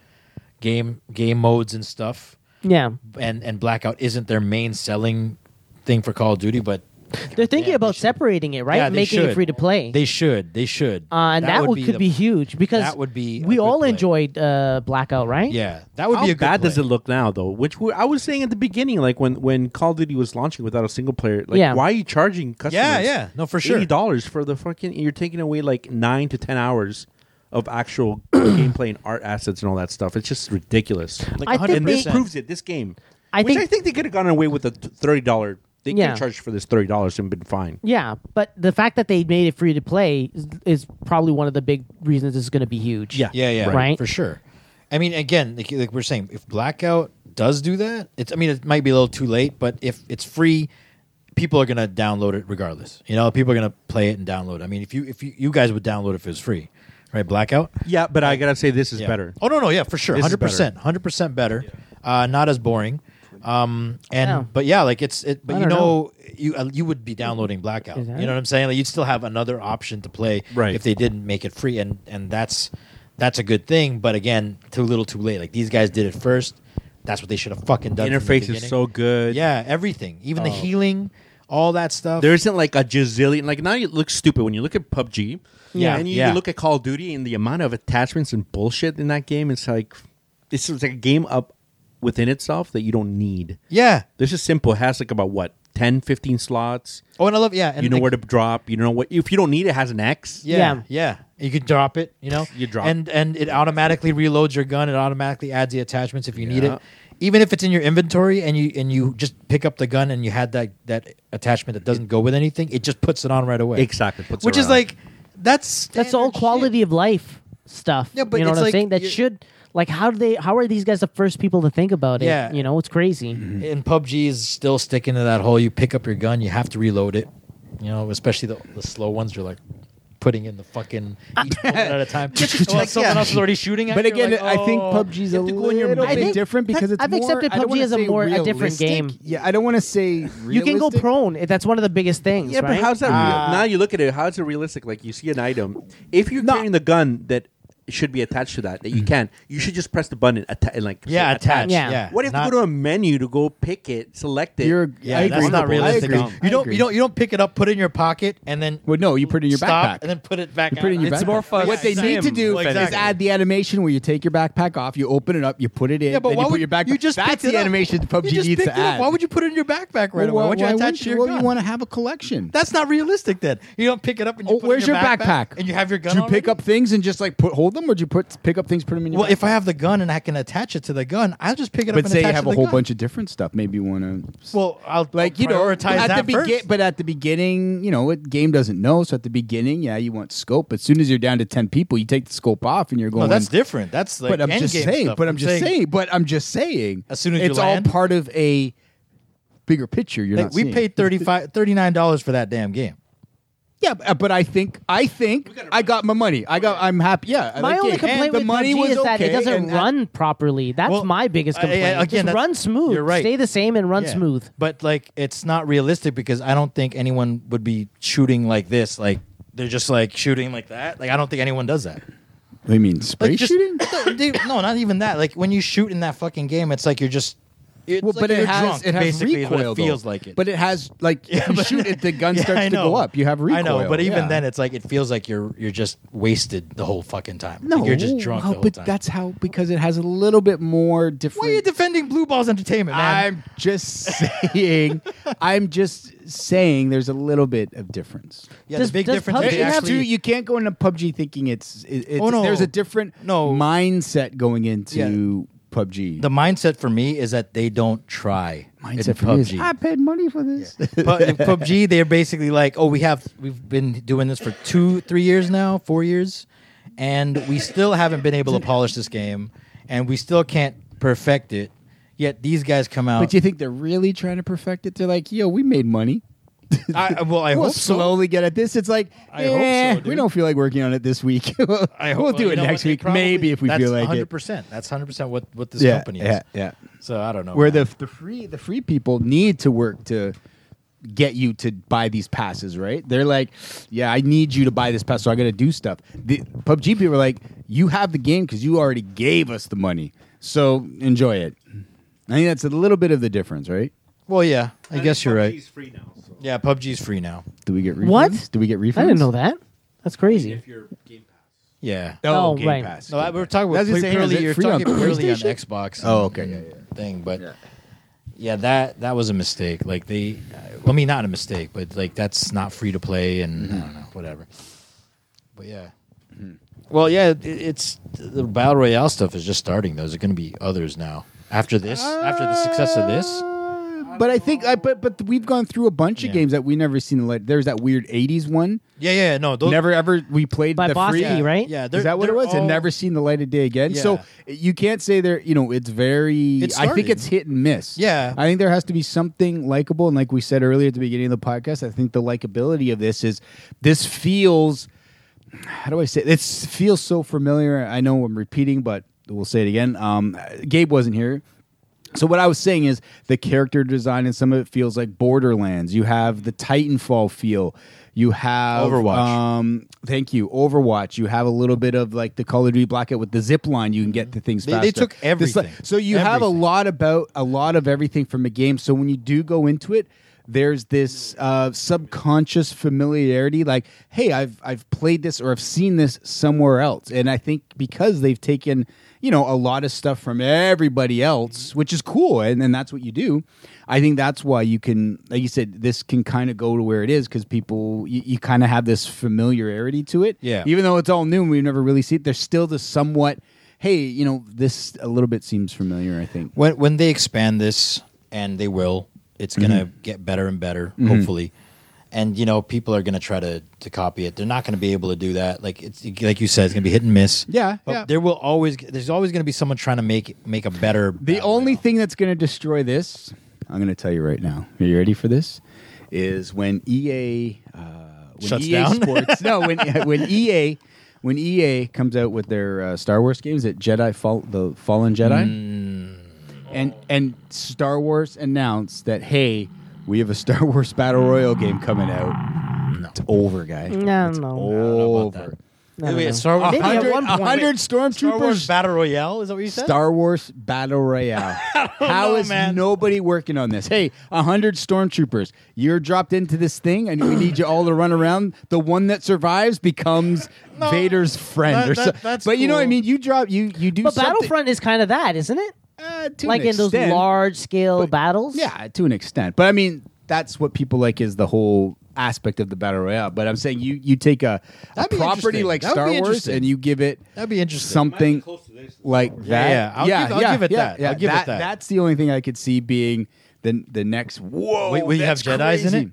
S7: game game modes and stuff,
S4: Yeah,
S7: and and Blackout isn't their main selling thing for Call of Duty, but
S4: they're thinking
S7: Yeah, they
S4: about
S7: should.
S4: separating it, right?
S7: Yeah, they
S4: Making
S7: should.
S4: it free to play.
S7: they should they should.
S4: Uh, and that, would, could
S7: the-
S4: be huge because
S7: that would be a
S4: we
S7: good
S4: all
S7: play.
S4: enjoyed uh, Blackout, right?
S7: Yeah, that would
S10: How
S7: be a good
S10: bad
S7: play.
S10: does it look now, though? Which we, I was saying at the beginning, like when when Call of Duty was launching without a single player, like
S4: Yeah.
S10: why are you charging customers?
S7: Yeah, yeah. No, for sure.
S10: eighty dollars for the fucking. You're taking away like nine to ten hours of actual gameplay and art assets and all that stuff. It's just ridiculous.
S4: I
S7: Like
S4: think
S7: hundred
S10: and this
S4: they-
S7: percent.
S10: proves it. This game,
S4: I
S10: which
S4: think-
S10: I think they could have gotten away with a t- thirty dollar. They could
S4: Yeah.
S10: have charged for this thirty dollars and been fine.
S4: Yeah, but the fact that they made it free to play is, is probably one of the big reasons it's going to be huge.
S10: Yeah.
S7: Yeah, yeah,
S4: Right.
S7: for sure. I mean, again, like, like we're saying, if Blackout does do that, it's. I mean, it might be a little too late, but if it's free, people are gonna download it regardless. You know, people are gonna play it and download. it. I mean, if you if you, you guys would download it if it was free, right? Blackout.
S10: Yeah, but I gotta say this is
S7: Yeah.
S10: better.
S7: Oh no, no, yeah, for sure,
S10: This is
S7: hundred
S10: better.
S7: percent, hundred percent better. Uh, not as boring. Um, and
S4: No.
S7: but yeah, like it's it.
S4: I
S7: But you
S4: don't
S7: know,
S4: know.
S7: you uh, you would be downloading Blackout. You
S4: that
S7: know what I'm saying? Like you'd still have another option to play,
S10: Right.
S7: If they didn't make it free, and and that's that's a good thing. But again, too little, too late. Like these guys did it first. That's what they should have fucking done. from the
S10: Interface is
S7: beginning.
S10: so good. Oh.
S7: Yeah, everything, even the healing, all that stuff.
S10: There isn't like a gazillion. Like now, you look stupid when you look at PUBG.
S7: Yeah.
S10: and you,
S7: Yeah.
S10: you look at Call of Duty and the amount of attachments and bullshit in that game. It's like this is like a game up within itself that you don't need.
S7: yeah,
S10: This is simple. It has like about what 10, 15 slots.
S7: Oh, and I love yeah. And
S10: you know
S7: like-
S10: where to drop. You know what if you don't need it, it has an X.
S7: Yeah, yeah, You could drop it. You know,
S10: You drop.
S7: and and it automatically reloads your gun. It automatically adds the attachments if you need
S10: Yeah.
S7: it. Even if it's in your inventory and you and you just pick up the gun and you had that that attachment that doesn't go with anything, it just puts it on right away.
S10: Exactly, puts it
S7: Which
S10: right
S7: is
S10: on.
S7: like that's
S4: That's all
S7: standard shit.
S4: quality of life stuff.
S7: Yeah, but
S4: you know
S7: it's
S4: what I'm
S7: like
S4: saying? That
S7: you-
S4: should like how do they? How are these guys the first people to think about it?
S7: Yeah. Mm-hmm.
S4: you know it's crazy.
S7: And PUBG is still sticking to that whole you pick up your gun, you have to reload it. You know, especially the, the slow ones. You're like putting in the fucking each bullet at a time. While
S5: like,
S7: Uh, someone
S5: yeah.
S7: else is already shooting. At
S5: But
S7: you, you're
S5: again,
S7: like,
S5: I think
S7: "Oh."
S5: PUBG's a
S10: You have to go in your
S5: little
S10: mind. I
S5: bit
S4: think-
S5: different because it's
S4: I've
S5: more-
S4: accepted
S5: I don't
S4: PUBG
S5: wanna
S4: as a
S5: say
S4: more- a different
S5: realistic.
S4: game.
S5: Yeah, I don't want to say
S4: You can go
S5: realistic.
S4: prone. That's one of the biggest things.
S10: Yeah,
S4: right?
S10: but how's that?
S7: Ah.
S10: real? Now you look at it. How is it realistic? Like you see an item, if you're
S5: No.
S10: carrying the gun that should be attached to that, that you can, you should just press the button atta- and like
S7: Mm-hmm. Yeah,
S10: say
S7: attached.
S4: Yeah.
S7: Yeah.
S10: What if you
S7: Not-
S10: go to a menu to go pick it, select it?
S5: You're, I
S7: Yeah,
S5: agree.
S7: that's not
S5: I
S7: realistic.
S5: agree.
S7: You
S5: I
S7: don't.
S5: agree.
S7: You don't. You don't pick it up, put it in your pocket, and then
S5: Well, no, you put it in your
S7: stop,
S5: backpack.
S7: and then put it back.
S5: You put it in your
S7: out.
S5: backpack. What they need to do
S7: Well,
S5: is
S7: exactly.
S5: add the animation where you take your backpack off, you open it up, you put it in,
S7: Yeah, but
S5: then
S7: why
S5: you put
S7: would
S5: your backpack.
S7: You just
S5: that's
S7: picked it
S5: the
S7: up.
S5: animation that PUBG
S7: you just
S5: needs
S7: picked
S5: to
S7: it up.
S5: add.
S7: Why would you put it in your backpack right away? Why would you attach it to your
S5: well,
S7: gun?
S5: you want to have a collection.
S7: That's not realistic. Then you don't pick it up and you
S5: oh,
S7: put
S5: where's
S7: it in
S5: your backpack?
S7: And you have your gun.
S5: Do you pick up
S7: already?
S5: things and just like put hold them, or do you put pick up things, put them in your?
S7: Well, if I
S5: backpack?
S7: have the gun and I can attach it to the gun, I'll just pick it up.
S5: but
S7: and
S5: say you
S7: attach it
S5: have
S7: to
S5: a
S7: the
S5: whole
S7: gun.
S5: bunch of different stuff, maybe you want to
S7: Well, I'll
S5: like you know
S7: prioritize
S5: at
S7: that
S5: the
S7: first.
S5: begin, but at the beginning, you know, what game doesn't know. So at the beginning, yeah, you want scope. As soon as you're down to ten people, you take the scope off, and you're going.
S7: no, that's different. That's like
S5: but I'm
S7: end
S5: just
S7: game
S5: saying.
S7: stuff.
S5: But I'm, just saying, But I'm just saying.
S7: As soon as you
S5: it's all
S7: land-
S5: part of a bigger picture. You're
S7: Like,
S5: not.
S7: we
S5: seeing.
S7: paid 35 39 dollars for that damn game.
S5: Yeah, b- but I think I think I got my money. I got. I'm happy. Yeah. I
S4: My
S5: like
S4: only
S5: it.
S4: complaint
S5: And the
S4: with
S5: money
S4: PUBG
S5: was
S4: is that it
S5: okay,
S4: doesn't
S5: and-
S4: run properly. That's
S7: Well,
S4: my biggest
S7: I- I-
S4: complaint.
S7: again,
S4: Just
S7: that's-
S4: run smooth.
S7: you're right.
S4: Stay the same and run
S7: Yeah.
S4: smooth.
S7: But like, it's not realistic because I don't think anyone would be shooting like this. Like they're just like shooting like that. Like I don't think anyone does that.
S5: What do you mean spray
S7: Like just
S5: shooting?
S7: No, dude, no, not even that. Like when you shoot in that fucking game, it's like you're just. It's
S5: Well,
S7: like
S5: but
S7: you're
S5: it has
S7: drunk,
S5: it has
S7: basically, is what
S5: recoil.
S7: it feels
S5: though.
S7: like it.
S5: But it has like
S7: Yeah,
S5: you
S7: but-
S5: shoot it, the gun
S7: Yeah,
S5: starts
S7: I
S5: to go
S7: know.
S5: up. You have recoil.
S7: I know, but even
S5: Yeah.
S7: then, it's like it feels like you're you're just wasted the whole fucking time.
S5: no,
S7: Like, you're just drunk.
S5: no, oh,
S7: the whole
S5: but
S7: time.
S5: that's how because it has a little bit more different.
S7: why are you defending Blue Balls Entertainment, man.
S5: I'm just saying. I'm just saying. There's a little bit of difference.
S7: yeah,
S4: Does-
S7: the big
S4: does
S7: difference.
S4: PUBG
S5: It-
S7: is
S5: it's
S4: have-
S7: actually,
S5: too- you can't go into PUBG thinking it's. it- it's
S7: Oh, no.
S5: There's a different
S7: No.
S5: mindset going into PUBG.
S7: the mindset for me is that they don't try. in
S5: mindset for me is,
S7: PUBG.
S5: I paid money for this.
S7: Pu- in PUBG, they're basically like, oh, we have we've been doing this for two, three years now, four years, and we still haven't been able to polish this game, and we still can't perfect it. Yet these guys come out.
S5: but you think they're really trying to perfect it? They're like, yo, we made money.
S7: I, well, I
S5: we'll
S7: hope so.
S5: slowly get at this. It's like,
S7: I hope so,
S5: eh, we
S7: dude.
S5: don't feel like working on it this week.
S7: I hope
S5: we'll do
S7: you
S5: it
S7: know
S5: next
S7: what, they
S5: week,
S7: probably-
S5: maybe if we
S7: that's
S5: feel like it.
S7: 100%, That's hundred percent what what this
S5: Yeah,
S7: company is.
S5: yeah, yeah.
S7: So I don't know
S5: Where
S7: man.
S5: the the free the free people need to work to get you to buy these passes, right? They're like, yeah, I need you to buy this pass, so I got to do stuff. The PUBG people are like, you have the game because you already gave us the money, so enjoy it. I think that's a little bit of the difference, right?
S7: well, yeah, I guess you're right.
S10: free now. So
S7: Yeah, PUBG's free now.
S5: Do we get refunds?
S4: What?
S5: Do we get refunds?
S4: I didn't know that. That's crazy.
S10: your Game Pass.
S7: Yeah.
S5: Oh,
S4: Oh,
S5: Game
S4: right.
S5: Pass.
S7: No, I, we're talking about
S5: That's just
S7: ple-
S5: saying, is
S7: purely.
S5: it
S7: You're
S5: free on
S7: talking purely on
S5: PlayStation?
S7: Xbox.
S5: Oh,
S7: and-
S5: okay, yeah,
S7: Thing, but yeah. that that was a mistake. Like they, I mean, not a mistake, but like that's not free to play, and I don't know, whatever. But yeah. Well, yeah, it, it's the battle royale stuff is just starting. though. There's going to be others now after this, after the success of this.
S5: Uh, But I think I but but we've gone through a bunch of
S7: Yeah.
S5: games that we never seen the light. There's that weird '80s one.
S7: Yeah, yeah, no, those,
S5: never ever we played
S4: By
S5: the
S4: Bosky,
S5: free.
S7: yeah,
S4: right?
S7: Yeah, they're-
S5: Is that what it
S7: they're
S5: was?
S7: all-
S5: and never seen the light of day again. So
S7: Yeah.
S5: you can't say there. You know, it's very.
S7: It's
S5: I think
S7: starting.
S5: it's hit and miss.
S7: Yeah.
S5: I think there has to be something likable, and like we said earlier at the beginning of the podcast, I think the likability of this is this feels. How do I say it? It feels so familiar. I know I'm repeating, but we'll say it again. Um, Gabe wasn't here. So what I was saying is the character design and some of it feels like Borderlands. You have the Titanfall feel. You have
S7: Overwatch.
S5: Um, thank you, Overwatch. You have a little bit of like the Call of Duty blackout with the zip line. You can get to things
S7: They-
S5: faster.
S7: they took
S5: This, like-
S7: everything.
S5: so you have a
S7: Everything.
S5: lot about a lot of everything from a game. So when you do go into it, there's this uh, subconscious familiarity, like, hey, I've I've played this or I've seen this somewhere else, and I think because they've taken you know a lot of stuff from everybody else, which is cool, and then that's what you do. I think that's why you can, like you said, this can kind of go to where it is because people you, you kind of have this familiarity to it,
S7: Yeah.
S5: Even though it's all new and we've never really seen it, there's still this somewhat. Hey, you know this a little bit seems familiar. I think.
S7: when when they expand this and they will it's gonna get better and better hopefully and you know people are gonna try to to copy it they're not gonna be able to do that like it's like you said it's gonna be hit and miss
S5: Yeah,
S7: but
S5: yeah.
S7: there will always there's always gonna be someone trying to make make a better
S5: The
S7: battle
S5: only
S7: royale.
S5: thing that's going to destroy this, I'm going to tell you right now. Are you ready for this? Is when EA uh, when
S7: Shuts
S5: EA
S7: down?
S5: Sports. no, when when EA when EA comes out with their uh, Star Wars games, at Jedi Fall, the Fallen Jedi,
S7: Mm.
S5: and and Star Wars announced that hey, we have a Star Wars Battle Royale game coming out. It's over, guy.
S4: No,
S5: it's
S4: no.
S5: over.
S4: No, no,
S7: Wait,
S4: no.
S7: Star Wars-
S4: Maybe at
S5: Hundred-
S4: one
S5: a
S4: point-
S5: hundred
S7: Star Wars
S5: stormtroopers
S7: battle royale is that what you said
S5: Star Wars Battle Royale. How
S7: know,
S5: is
S7: man.
S5: nobody working on this? Hey, a hundred stormtroopers. You're dropped into this thing, and we need you all to run around. The one that survives becomes Vader's friend,
S7: that-
S5: or so.
S7: that- that's
S5: but you know what I
S7: cool.
S5: mean. You drop you you do
S4: But
S5: something-
S4: Battlefront is kind of that, isn't it?
S5: uh, to an
S4: Like in those
S5: extent.
S4: large scale battles.
S5: Yeah, to an extent. But I mean, that's what people like is the whole aspect of the battle royale. But I'm saying you you take a, a
S7: That'd be
S5: property
S7: interesting.
S5: like
S7: That would
S5: Star
S7: be
S5: Wars
S7: interesting.
S5: and you give it
S7: That'd be interesting.
S5: something like that.
S7: yeah. I'll give- I'll give it that. I'll give it that.
S5: That's the only thing I could see being the the next. Whoa,
S7: Wait, will you have
S5: that's
S7: Jedis in
S5: crazy.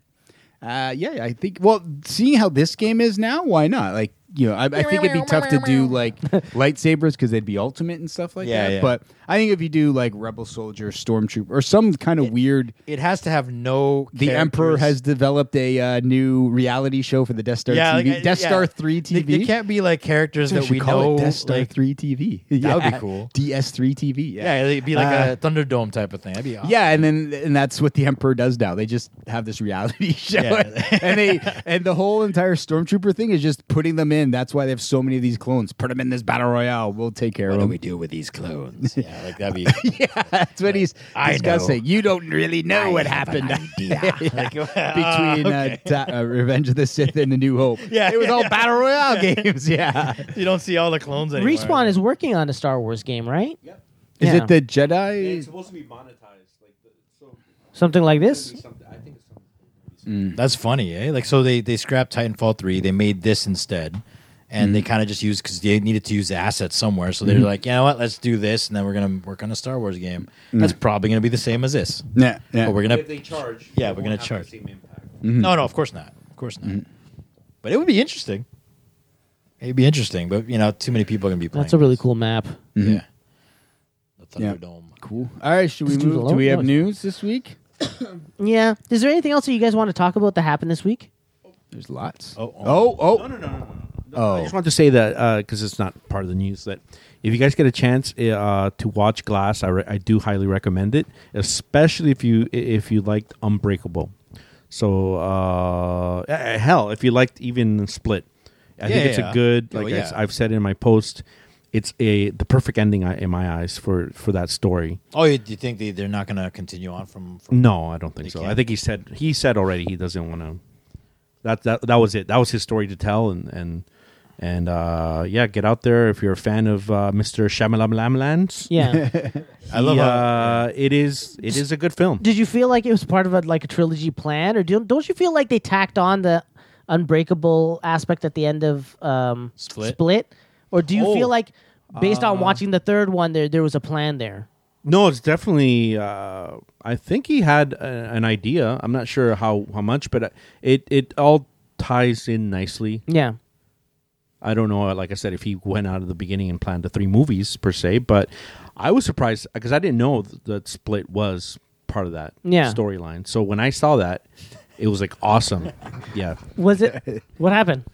S7: it?
S5: Uh, yeah, I think. Well, seeing how this game is now, why not? Like, you know, I, I think it'd be tough to do like lightsabers because they'd be ultimate and stuff like
S7: Yeah,
S5: that.
S7: yeah.
S5: But I think if you do like rebel soldier, stormtrooper, or some kind of weird
S7: it has to have no
S5: the Emperor
S7: characters.
S5: has developed a uh, new reality show for the Death Star TV,
S7: like, uh,
S5: Death
S7: yeah.
S5: Star Three
S7: They-
S5: TV.
S7: they can't be like characters
S5: They
S7: that
S5: should
S7: we
S5: call
S7: know
S5: it Death Star
S7: like-
S5: Three TV.
S7: That would be
S5: Yeah.
S7: cool.
S5: DS Three TV. Yeah.
S7: yeah it'd be like
S5: Uh,
S7: a thunderdome type of thing that'd be awesome.
S5: yeah, and then and that's what the emperor does now. They just have this reality show,
S7: Yeah.
S5: and they and the whole entire stormtrooper thing is just putting them in. That's why they have so many of these clones. Put them in this battle royale. We'll take care
S7: what
S5: of
S7: do
S5: them.
S7: we do with these clones yeah like that'd be
S5: yeah, that's what he's
S7: I
S5: discussing.
S7: know.
S5: You don't really know what happened
S7: idea.
S5: Yeah. between uh, Da- uh, Revenge of the Sith and A New Hope.
S7: Yeah,
S5: it was all
S7: yeah.
S5: battle royale games. Yeah,
S7: you don't see all the clones anymore.
S4: Respawn is working on a Star Wars game, right?
S5: is
S4: Yeah.
S5: it the Jedi?
S10: supposed to be monetized. Like, so
S4: Something like this?
S10: something, I think it's something.
S7: That's funny, eh? Like, so they they scrapped Titanfall three. They made this instead, and they kind of just used because they needed to use the assets somewhere. So they're like, you know what? Let's do this, and then we're gonna work on a Star Wars game. That's probably gonna be the same as this.
S5: Yeah, yeah.
S7: But we're gonna
S10: charge,
S7: Yeah, we're gonna charge. Hmm? no, no, of course not, of course not. But it would be interesting. It'd be interesting, but you know, too many people are gonna be playing.
S4: That's a really cool map.
S7: yeah. The
S5: Yeah.
S7: Thunderdome.
S5: cool. All right, should we
S4: Let's do
S5: move?
S4: the
S5: Do we
S4: low-
S5: have
S4: low.
S5: news this week?
S4: Yeah. Is there anything else that you guys want to talk about that happened this week?
S5: There's lots.
S7: Oh,
S5: oh, oh.
S10: no, no, no, no.
S5: Oh.
S10: I just want to say that because it's not part of the news. That if you guys get a chance uh, to watch Glass, I, re- I do highly recommend it, especially if you if you liked Unbreakable. So uh, eh, hell, if you liked even Split, I think
S7: Yeah,
S10: it's
S7: yeah.
S10: a good.
S7: Oh,
S10: Like I s-
S7: yeah.
S10: I've said in my post, it's a the perfect ending I- in my eyes for for that story.
S7: Oh, you, you think they, they're not gonna continue on from? from
S10: No, I don't think
S7: They
S10: so. I
S7: can't.
S10: think he said he said already he doesn't want to. That that that was it. That was his story to tell, and and and uh, yeah, get out there if you're a fan of uh, Mr. Shamalam Lamlands.
S4: Yeah.
S10: I love uh, it is it is a good film.
S4: Did you feel like it was part of a, like a trilogy plan, or do, don't you feel like they tacked on the unbreakable aspect at the end of um,
S7: Split?
S4: Or do you
S10: Oh.
S4: feel like, based on watching the third one, there there was a plan there?
S10: No, it's definitely. Uh, I think he had a, an idea. I'm not sure how how much, but it it all ties in nicely.
S4: Yeah.
S10: I don't know, like I said, if he went out of the beginning and planned the three movies per se, but I was surprised because I didn't know th- that Split was part of that
S4: Yeah.
S10: storyline. So when I saw that, it was like awesome. yeah.
S4: Was it? what happened?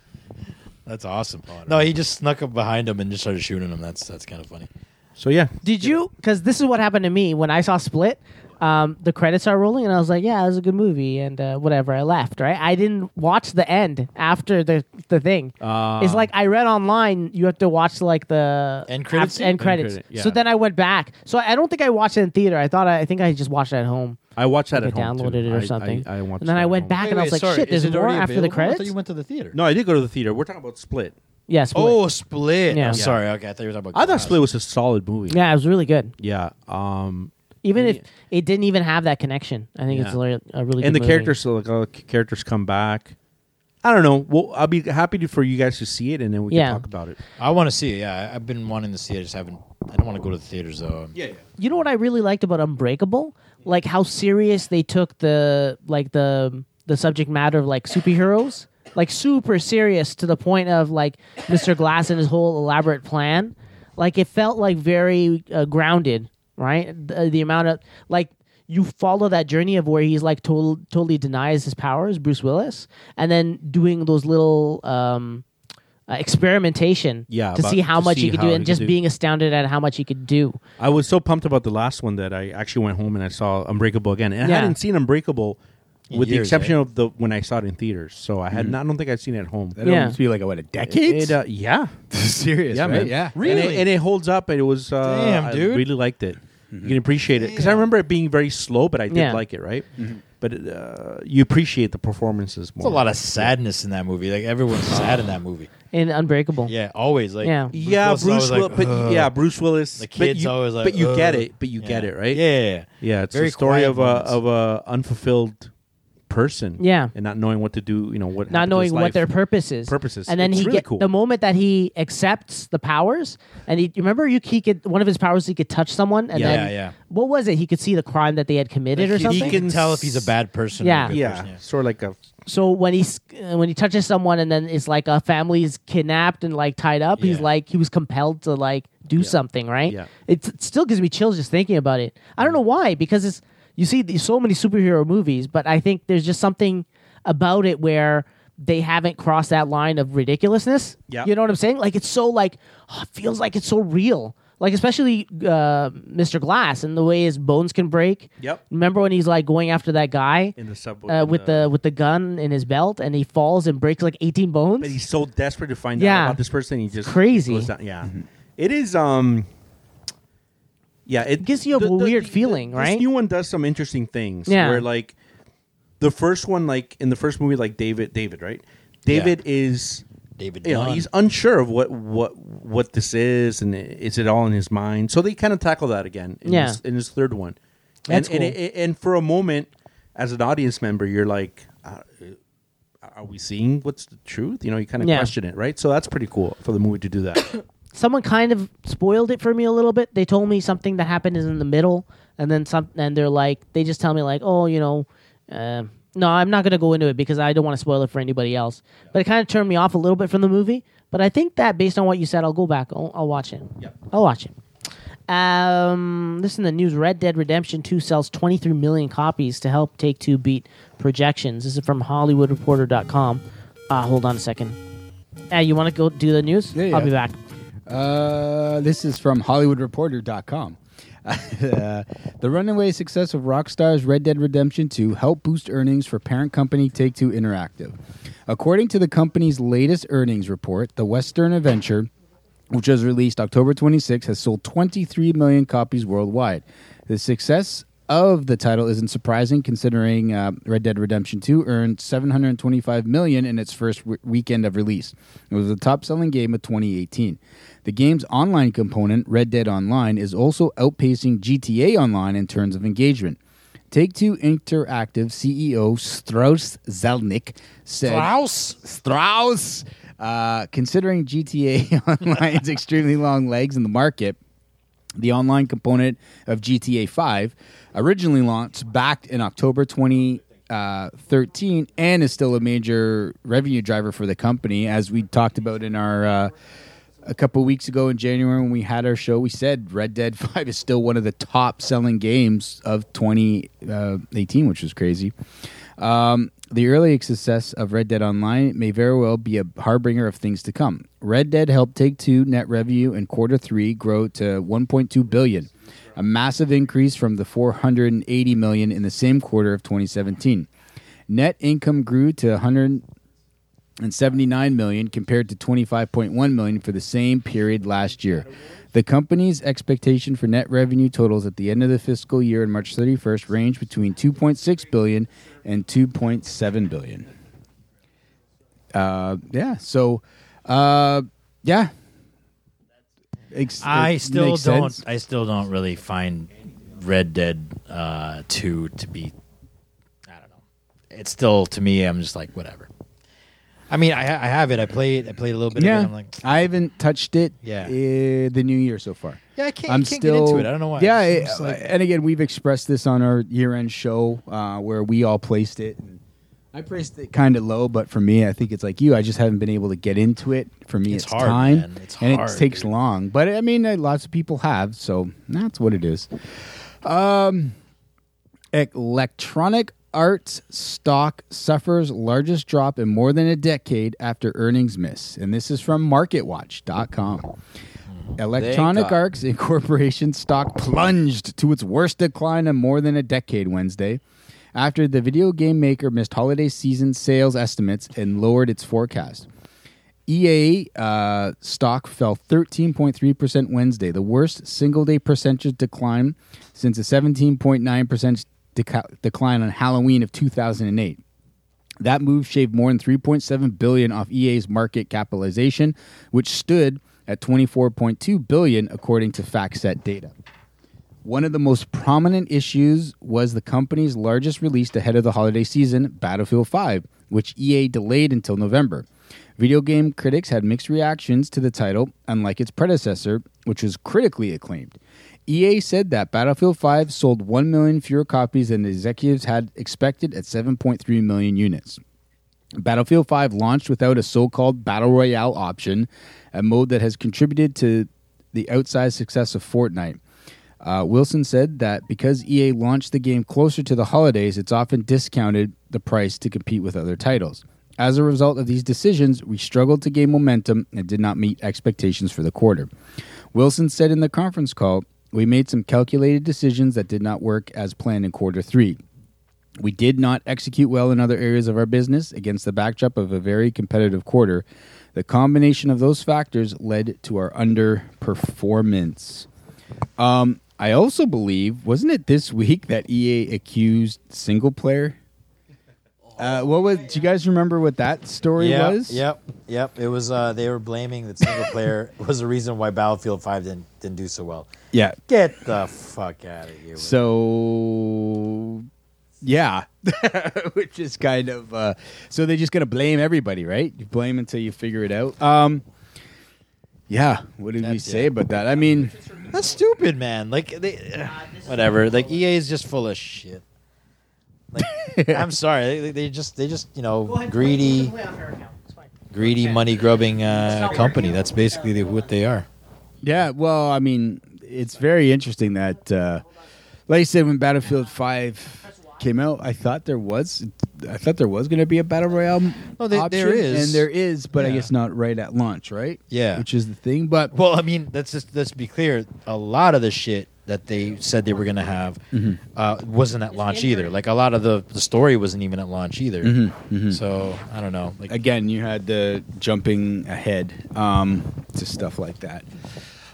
S7: That's awesome. No, he just snuck up behind him and just started shooting him. That's that's kind of funny.
S10: So yeah.
S4: Did you? Because this is what happened to me when I saw Split. um, the credits are rolling, and I was like, "Yeah, it was a good movie," and uh, whatever. I left. Right? I didn't watch the end after the the thing.
S10: Ah.
S4: it's like I read online you have to watch like the
S7: End credits?
S4: af- end credits.
S10: credit, yeah.
S4: So then I went back. So I don't think I watched it in theater. I thought I, I think I just watched it at home.
S10: I watched that
S4: I
S10: at home. too.
S4: downloaded it or
S10: I- I-
S4: something.
S10: I, watched
S4: and then
S10: that
S4: I
S10: at
S4: went
S10: home.
S4: back and I was like, "Shit, there's more after the
S7: I thought
S4: credits."
S7: you went to the theater.
S10: No, I did go to the theater. We're talking about Split.
S4: yeah, Split.
S7: Oh, Split.
S4: Yeah.
S7: I'm sorry. Okay, I thought you were talking about.
S10: I thought
S7: Glass.
S10: Split was a solid movie.
S4: yeah, it was really good.
S10: Yeah. Um,
S4: Even if it didn't even have that connection, I think it's
S10: Yeah.
S4: a really, a really
S10: and the
S4: good movie.
S10: characters, like all the characters, come back. I don't know. Well, I'll be happy to, for you guys to see it, and then we
S4: Yeah.
S10: can talk about it.
S7: I want to see it. Yeah, I- I've been wanting to see it. I just haven't. I don't want to go to the theaters though. Yeah.
S4: you know what I really liked about Unbreakable, like how serious they took the like the the subject matter of like superheroes, like super serious to the point of like Mr. Glass and his whole elaborate plan. Like it felt like very uh, grounded, right? The, the amount of like you follow that journey of where he's like total, totally denies his powers, Bruce Willis, and then doing those little um, uh, experimentation
S10: Yeah,
S4: to
S10: about-
S4: see how
S10: to
S4: much
S10: see
S4: he could
S10: how
S4: do,
S10: he
S4: and
S10: could
S4: just
S10: do.
S4: being astounded at how much he could do.
S10: I was so pumped about the last one that I actually went home and I saw Unbreakable again, and I
S4: Yeah.
S10: hadn't seen Unbreakable. With the
S7: years, Mm-hmm.
S10: exception
S7: eh?
S10: of the when I saw it in theaters, so I had not. I don't think I'd seen it at home.
S5: That yeah.
S4: Yeah.
S5: must be like what a decade.
S10: It, uh, yeah,
S5: Serious,
S10: yeah,
S5: right?
S10: man,
S5: Yeah,
S10: And it, and it holds up. and It was uh,
S7: Damn,
S10: I
S7: dude.
S10: really liked it.
S7: Mm-hmm.
S10: You can appreciate it because I remember it being very slow, but I did
S4: Yeah.
S10: like it, right? But uh, you appreciate the performances more.
S7: There's Mm-hmm. a lot of sadness in that movie. Like everyone's sad in that movie.
S4: in Unbreakable.
S7: Yeah, always. Like
S4: Yeah.
S10: yeah,
S7: Willis is
S10: Bruce.
S7: always like,
S10: Will, but
S7: "Ugh."
S10: yeah, Bruce Willis.
S7: The
S10: but
S7: kids
S10: you,
S7: always like.
S10: but you get
S7: "Ugh."
S10: it. But you
S7: Yeah.
S10: get it, right?
S7: Yeah, yeah, yeah.
S10: yeah. It's
S7: Very
S10: the story
S7: quiet
S10: of a
S7: moments.
S10: of a unfulfilled person.
S4: Yeah.
S10: and not knowing what to do. You know what?
S4: not
S10: happened to his
S4: knowing what
S10: life.
S4: their purpose is.
S10: Purpose is.
S4: And then
S10: It's
S4: he
S10: really
S4: get
S10: cool.
S4: the moment that he accepts the powers, and he you remember you he could one of his powers he could touch someone, and
S10: Yeah.
S4: then
S7: Yeah, yeah.
S4: what was it? He could see the crime that they had committed or
S7: Like, he-
S4: something.
S7: He can tell if he's a bad person.
S4: Yeah.
S7: Or a good
S10: Yeah,
S7: Person, yeah.
S10: sort of like a
S4: so when he uh, when he touches someone, and then it's like a family is kidnapped and like tied up. He's
S7: Yeah.
S4: like he was compelled to like do something, right?
S10: Yeah.
S4: It's, it still gives me chills just thinking about it. I don't know why because it's you see these, so many superhero movies, but I think there's just something about it where they haven't crossed that line of ridiculousness.
S10: Yeah.
S4: You know what I'm saying? Like it's so like oh, it feels like it's so real. Like especially uh, Mr. Glass and the way his bones can break.
S10: Yep.
S4: Remember when he's like going after that guy
S10: in the subway
S4: uh,
S10: in
S4: with the with the gun in his belt, and he falls and breaks like eighteen bones.
S10: But he's so desperate to find out
S4: Yeah.
S10: about this person, he just
S4: Crazy.
S10: goes down- Yeah,
S7: Mm-hmm.
S10: It is. Um, yeah, it
S4: Gives you a weird feeling, right?
S10: This new one does some interesting things.
S4: Yeah.
S10: where like the first one, like in the first movie, like David, David, right? David is
S7: David
S10: you know,
S7: Dunn.
S10: he's unsure of what what what this is, and is it all in his mind? So they kind of tackle that again. In
S4: Yeah.
S10: his, in his third one,
S4: That's
S10: and and,
S4: cool.
S10: it, and for a moment, as an audience member, you're like. Uh, are we seeing what's the truth? You know, you kind of
S4: Yeah.
S10: question it, right? So that's pretty cool for the movie to do that.
S4: Someone kind of spoiled it for me a little bit. They told me something that happened is in the middle, and then some, and they're like, they just tell me like, oh, you know, uh, no, I'm not gonna go into it because I don't want to spoil it for anybody else. But it kind of turned me off a little bit from the movie. But I think that based on what you said, I'll go back. I'll, I'll watch it. I'll watch it. Um, this in the news: Red Dead Redemption Two sells 23 million copies to help Take Two beat projections. This is from HollywoodReporter.com. Uh, hold on a second. Uh, you want to go do the news?
S5: Yeah,
S4: I'll
S5: yeah.
S4: be back.
S5: Uh, this is from HollywoodReporter.com. uh, the runaway success of Rockstar's Red Dead Redemption 2 helped boost earnings for parent company Take Two Interactive. According to the company's latest earnings report, the Western Adventure, which was released October 26, has sold 23 million copies worldwide. The success of the title isn't surprising considering uh, Red Dead Redemption 2 earned 725 million in its first w- weekend of release. It was the top-selling game of 2018. The game's online component, Red Dead Online, is also outpacing GTA Online in terms of engagement. Take-Two Interactive CEO Strauss Zelnick said
S7: Strauss?
S5: Strauss. Uh, considering GTA Online's extremely long legs in the market, the online component of GTA 5 originally launched back in October 2013 and is still a major revenue driver for the company. As we talked about in our uh, a couple weeks ago in January when we had our show, we said Red Dead 5 is still one of the uh, top selling games of 2018, which is crazy. Um, The early success of Red Dead Online may very well be a harbinger of things to come. Red Dead helped Take Two net revenue in quarter three grow to 1.2 billion, a massive increase from the 480 million in the same quarter of 2017. Net income grew to 100 and 79 million compared to 25.1 million for the same period last year. The company's expectation for net revenue totals at the end of the fiscal year on March 31st range between 2.6 billion and 2.7 billion. Uh, yeah. So, uh, yeah. Ex-
S7: I
S5: it
S7: still
S5: makes
S7: don't.
S5: sense.
S7: I still don't really find Red Dead uh, Two to be. I don't know. It's still to me. I'm just like whatever. I mean, I, ha- I have it. I played. I played a little bit.
S5: Yeah, Ah,
S7: Of it. I'm like,
S5: I haven't touched it.
S7: Yeah.
S5: uh, the new year so far.
S7: yeah, I can't.
S5: I'm
S7: I can't
S5: still
S7: get into it. I don't know why.
S5: Yeah,
S7: It
S5: it-
S7: seems like-
S5: and again, we've expressed this on our year-end show uh, where we all placed it. And I placed it kind of low, but for me, I think it's like you. I just haven't been able to get into it. For me,
S7: It's
S5: it's,
S7: hard,
S5: time,
S7: man. It's
S5: and
S7: hard,
S5: it takes
S7: dude.
S5: long. But I mean, uh, lots of people have, so that's what it is. Um, Electronic Arts stock suffers largest drop in more than a decade after earnings miss, and this is from MarketWatch.com. Electronic
S6: God.
S5: Arts Incorporation stock plunged to its worst decline in more than a decade Wednesday after the video game maker missed holiday season sales estimates and lowered its forecast. EA uh, stock fell 13.3% Wednesday, the worst single day percentage decline since a 17.9% deca- decline on Halloween of 2008. That move shaved more than 3.7 billion off EA's market capitalization, which stood at 24.2 billion according to FactSet data. One of the most prominent issues was the company's largest release ahead of the holiday season, Battlefield 5, which EA delayed until November. Video game critics had mixed reactions to the title, unlike its predecessor, which was critically acclaimed. EA said that Battlefield 5 sold 1 million fewer copies than the executives had expected at 7.3 million units. Battlefield 5 launched without a so called Battle Royale option, a mode that has contributed to the outsized success of Fortnite. Uh, Wilson said that because EA launched the game closer to the holidays, it's often discounted the price to compete with other titles. As a result of these decisions, we struggled to gain momentum and did not meet expectations for the quarter. Wilson said in the conference call, We made some calculated decisions that did not work as planned in quarter three. We did not execute well in other areas of our business against the backdrop of a very competitive quarter. The combination of those factors led to our underperformance. Um, I also believe, wasn't it this week that EA accused single player? Uh, what was? Do you guys remember what that story
S7: Yep,
S5: was?
S7: Yep, yep. It was. Uh, they were blaming that single player was the reason why Battlefield Five didn't didn't do so well.
S5: Yeah.
S7: Get the fuck out of here. with
S5: So, yeah, which is kind of uh, so they're just gonna blame everybody, right? You blame until you figure it out. Um, yeah, what did we
S7: That's
S5: say
S7: it.
S5: about that? I mean,
S7: it. That's stupid, man. Like they, uh, whatever. Like EA is just full of shit. Like, I'm sorry. They, they- they just they just you know greedy greedy money grubbing uh, company. That's basically the, what they are.
S5: yeah, well, I mean, it's very interesting that, uh, like I said, when Battlefield Five came out, I thought there was, I thought there was gonna be a battle royale.
S7: No, Oh, there-
S5: option,
S7: there is.
S5: and there is, but I
S7: Yeah.
S5: guess not right at launch, right?
S7: Yeah.
S5: which is the thing, but.
S7: Well, I mean, let's just let's be clear. A lot of the shit that they said they were going to have uh, wasn't at launch either. Like a lot of the, the story wasn't even at launch either. So Mm-hmm, I don't know. Like
S5: again, you had the jumping ahead um, to stuff like that.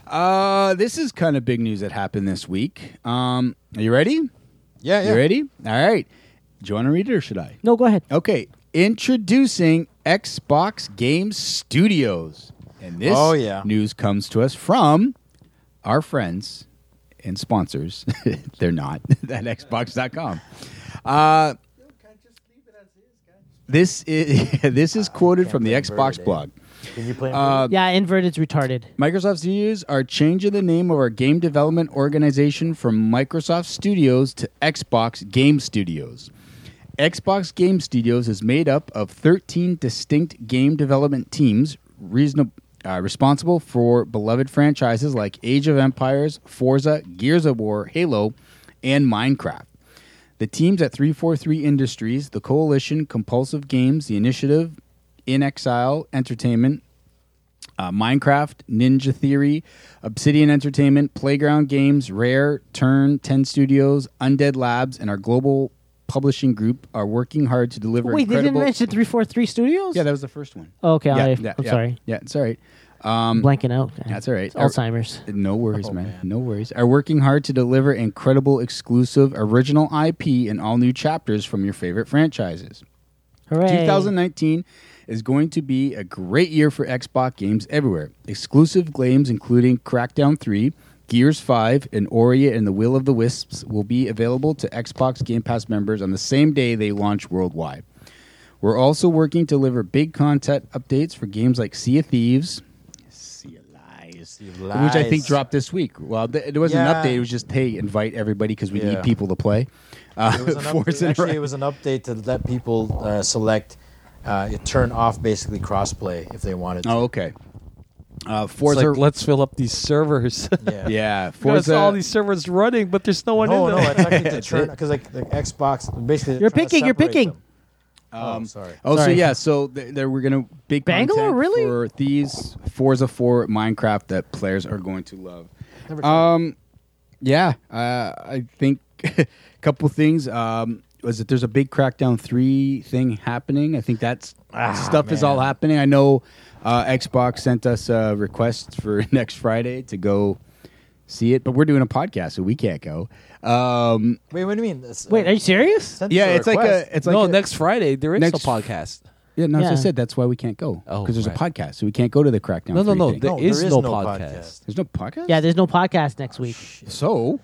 S5: Uh, this is kind of big news that happened this week. Um, are you ready?
S7: yeah,
S5: You ready? All right. Do you want to read it or should I?
S4: No, go ahead.
S5: Okay. Introducing Xbox Game Studios. And this
S7: Oh, yeah.
S5: news comes to us from our friends and sponsors. They're not. at Xbox.com. Uh, this is this is quoted from the Xbox blog.
S7: Uh,
S5: Uh,
S4: yeah, inverted's retarded.
S5: Microsoft Studios are changing the name of our game development organization from Microsoft Studios to Xbox Game Studios. Xbox Game Studios is made up of 13 distinct game development teams reasonable, uh, responsible for beloved franchises like Age of Empires, Forza, Gears of War, Halo, and Minecraft. The teams at 343 Industries, the Coalition, Compulsive Games, the Initiative, In Exile Entertainment, uh, Minecraft, Ninja Theory, Obsidian Entertainment, Playground Games, Rare, Turn, 10 Studios, Undead Labs, and our global publishing group are working hard to deliver
S4: Wait, they didn't
S5: incredible-
S4: mention 343 Studios?
S5: Yeah, that was the first one.
S4: Oh, okay, I,
S5: yeah,
S4: I'm
S5: yeah,
S4: sorry.
S5: Yeah, it's all right.
S4: I'm blanking out. man.
S5: That's all right.
S4: It's Alzheimer's.
S5: No
S4: Oh,
S5: worries, man. No worries. Are working hard to deliver incredible, exclusive, original IP and all new chapters from your favorite franchises.
S4: Hooray.
S5: 2019 is going to be a great year for Xbox games everywhere. Exclusive games including Crackdown 3, Gears 5, and Ori and the Will of the Wisps will be available to Xbox Game Pass members on the same day they launch worldwide. We're also working to deliver big content updates for games like Sea of Thieves, Sea of Lies, which I think dropped this week. Well, th- it wasn't
S9: Yeah.
S5: an update. It was just, hey, invite everybody because we
S9: Yeah.
S5: need people to play. Uh,
S7: It was an
S5: Forza
S7: update, actually,
S5: Horizon-
S7: it was an update to let people uh, select, uh, it turn off basically crossplay if they wanted to.
S5: Oh, okay. Uh,
S6: It's
S5: Forza.
S6: like, let's fill up these servers.
S7: Yeah.
S5: yeah,
S6: There's
S5: Forza.
S6: all these servers running, but there's no one
S7: No,
S6: in
S7: no,
S6: there.
S7: it's actually to turn because like the Xbox basically. they're
S4: You're
S7: trying to
S4: picking, you're
S7: separate
S4: picking.
S7: them. Oh, sorry.
S5: oh, so
S4: Sorry.
S5: yeah, so th- there we're gonna big
S4: Bangalore,
S5: content
S4: really?
S5: for these Forza 4 Minecraft that players are going to love.
S7: Never
S5: Um, yeah, uh, I think a couple things. Um, was that there's a big Crackdown three thing happening? I think that's stuff is all happening. I know uh, Xbox sent us a request for next Friday to go see it, but we're doing a podcast, so we can't go. Um,
S7: Wait, what do you mean? uh, That's-
S4: Wait, are you serious?
S7: send us
S5: yeah,
S7: a
S5: it's like
S7: request.
S5: a it's like
S6: no,
S5: a-
S6: next Friday there is
S5: next-
S6: no podcast.
S5: Yeah, no, as I
S4: Yeah.
S5: said, that's why we can't go because
S6: Oh,
S5: there's
S6: right.
S5: a podcast, so we can't go to the Crackdown.
S6: No, no,
S5: 3
S6: no.
S5: thing.
S6: there is no, podcast.
S5: There's no podcast.
S4: Yeah, there's no podcast next week.
S5: So,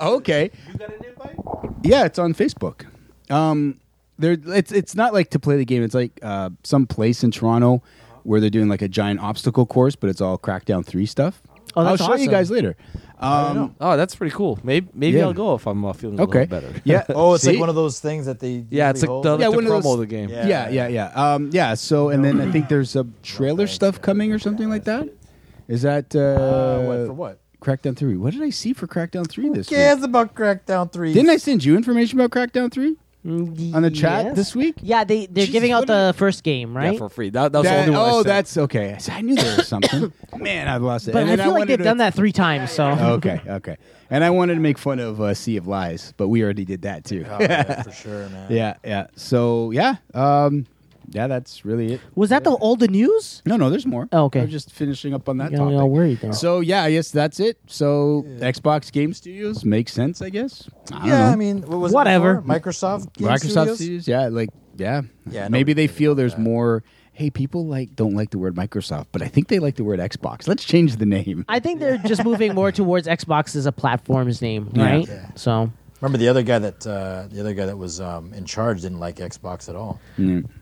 S5: okay. You got an invite? Yeah, it's on Facebook. Um, there, it's it's not like to play the game. It's like uh, some place in Toronto where they're doing like a giant obstacle course, but it's all Crackdown Three stuff.
S4: Oh, that's
S5: I'll show you
S4: awesome.
S5: guys later. Um,
S6: Oh, that's pretty cool. Maybe maybe
S5: Yeah.
S6: I'll go if I'm uh, feeling
S5: okay.
S6: a little better.
S5: Yeah.
S7: Oh, it's
S5: See?
S7: like one of those things that they.
S6: Yeah, it's
S7: usually
S6: like
S7: hold.
S6: the,
S5: Yeah,
S6: like the
S5: one of
S6: promo
S5: those-
S6: of the game.
S7: Yeah.
S5: Yeah, yeah, yeah. Um, yeah. So, and then I think there's a trailer stuff coming or something like that. Is that uh,
S7: Uh, what, for what?
S5: Crackdown Three? What did I see for Crackdown Three this
S7: Who cares
S5: week?
S7: about Crackdown Three?
S5: Didn't I send you information about Crackdown Three? On the chat
S4: Yes.
S5: this week?
S4: Yeah, they they're
S5: Jesus,
S4: giving out
S5: what are-
S4: the first game, right?
S6: Yeah, for free. That, that was the
S5: That-
S6: only one. I
S5: oh,
S6: sent.
S5: that's okay. I s- I knew there was something. Man, I've lost it.
S4: but
S5: And
S4: I
S5: then
S4: feel like
S5: wanted
S4: they've
S5: to- Oh,
S4: done that three times. So
S5: Okay, okay. And I wanted to make fun of uh, Sea of Lies, but we already did that too.
S7: Oh, yeah, for sure, man.
S5: yeah, yeah. So yeah, um, yeah. That's really it.
S4: was that the all the news?
S5: No, no. There's more.
S4: Oh, okay.
S5: I'm just finishing up on that
S4: Yeah,
S5: topic.
S4: we all worried there.
S5: So yeah, I guess that's it. So Xbox Game Studios makes sense, I guess. I don't
S7: Yeah,
S5: know.
S7: I mean, what was it
S4: Whatever.
S7: before? Microsoft. Game
S5: Microsoft
S7: Studios?
S5: Studios, yeah, like yeah,
S7: Yeah,
S5: Maybe
S7: nobody
S5: they
S7: cares
S5: feel
S7: about
S5: there's
S7: that.
S5: more. Hey, people like don't like the word Microsoft, but I think they like the word Xbox. Let's change the name.
S4: I think they're just moving more towards Xbox as a platform's name,
S5: Yeah.
S4: right?
S7: Yeah.
S4: So
S7: Remember the other guy that uh, the other guy that was um, in charge didn't like Xbox at all.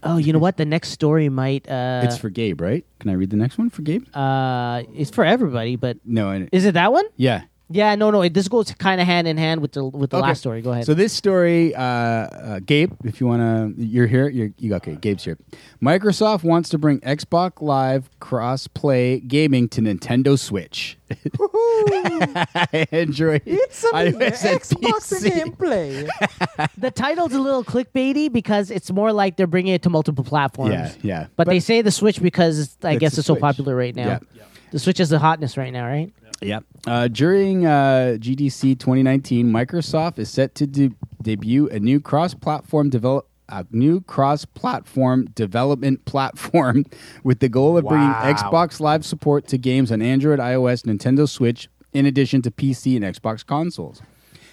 S4: oh, you know what? The next story might uh
S5: it's for Gabe, right? Can I read the next one for Gabe?
S4: uh it's for everybody, but
S5: no, I,
S4: is it that one?
S5: yeah.
S4: Yeah, no, no. It, this goes kind of hand in hand with the with the
S5: Okay.
S4: last story. Go ahead.
S5: So this story, uh, uh, Gabe, if you wanna, you're here. You're, you okay? Gabe's here. Microsoft wants to bring Xbox Live cross-play gaming to Nintendo Switch. Android. It's a
S7: gameplay.
S4: the title's a little clickbaity because it's more like they're bringing it to multiple platforms.
S5: Yeah, yeah.
S4: But, they say the Switch because it's- I
S5: It's
S4: guess
S5: the
S4: it's so
S5: Switch.
S4: popular right now.
S5: Yeah.
S4: The Switch is the hotness right now, right?
S5: Yep. Uh, during uh, GDC 2019, Microsoft is set to de- debut a new cross-platform develop a new cross-platform development platform with the goal of bringing Xbox Live support to games on Android, iOS, Nintendo Switch, in addition to PC and Xbox consoles.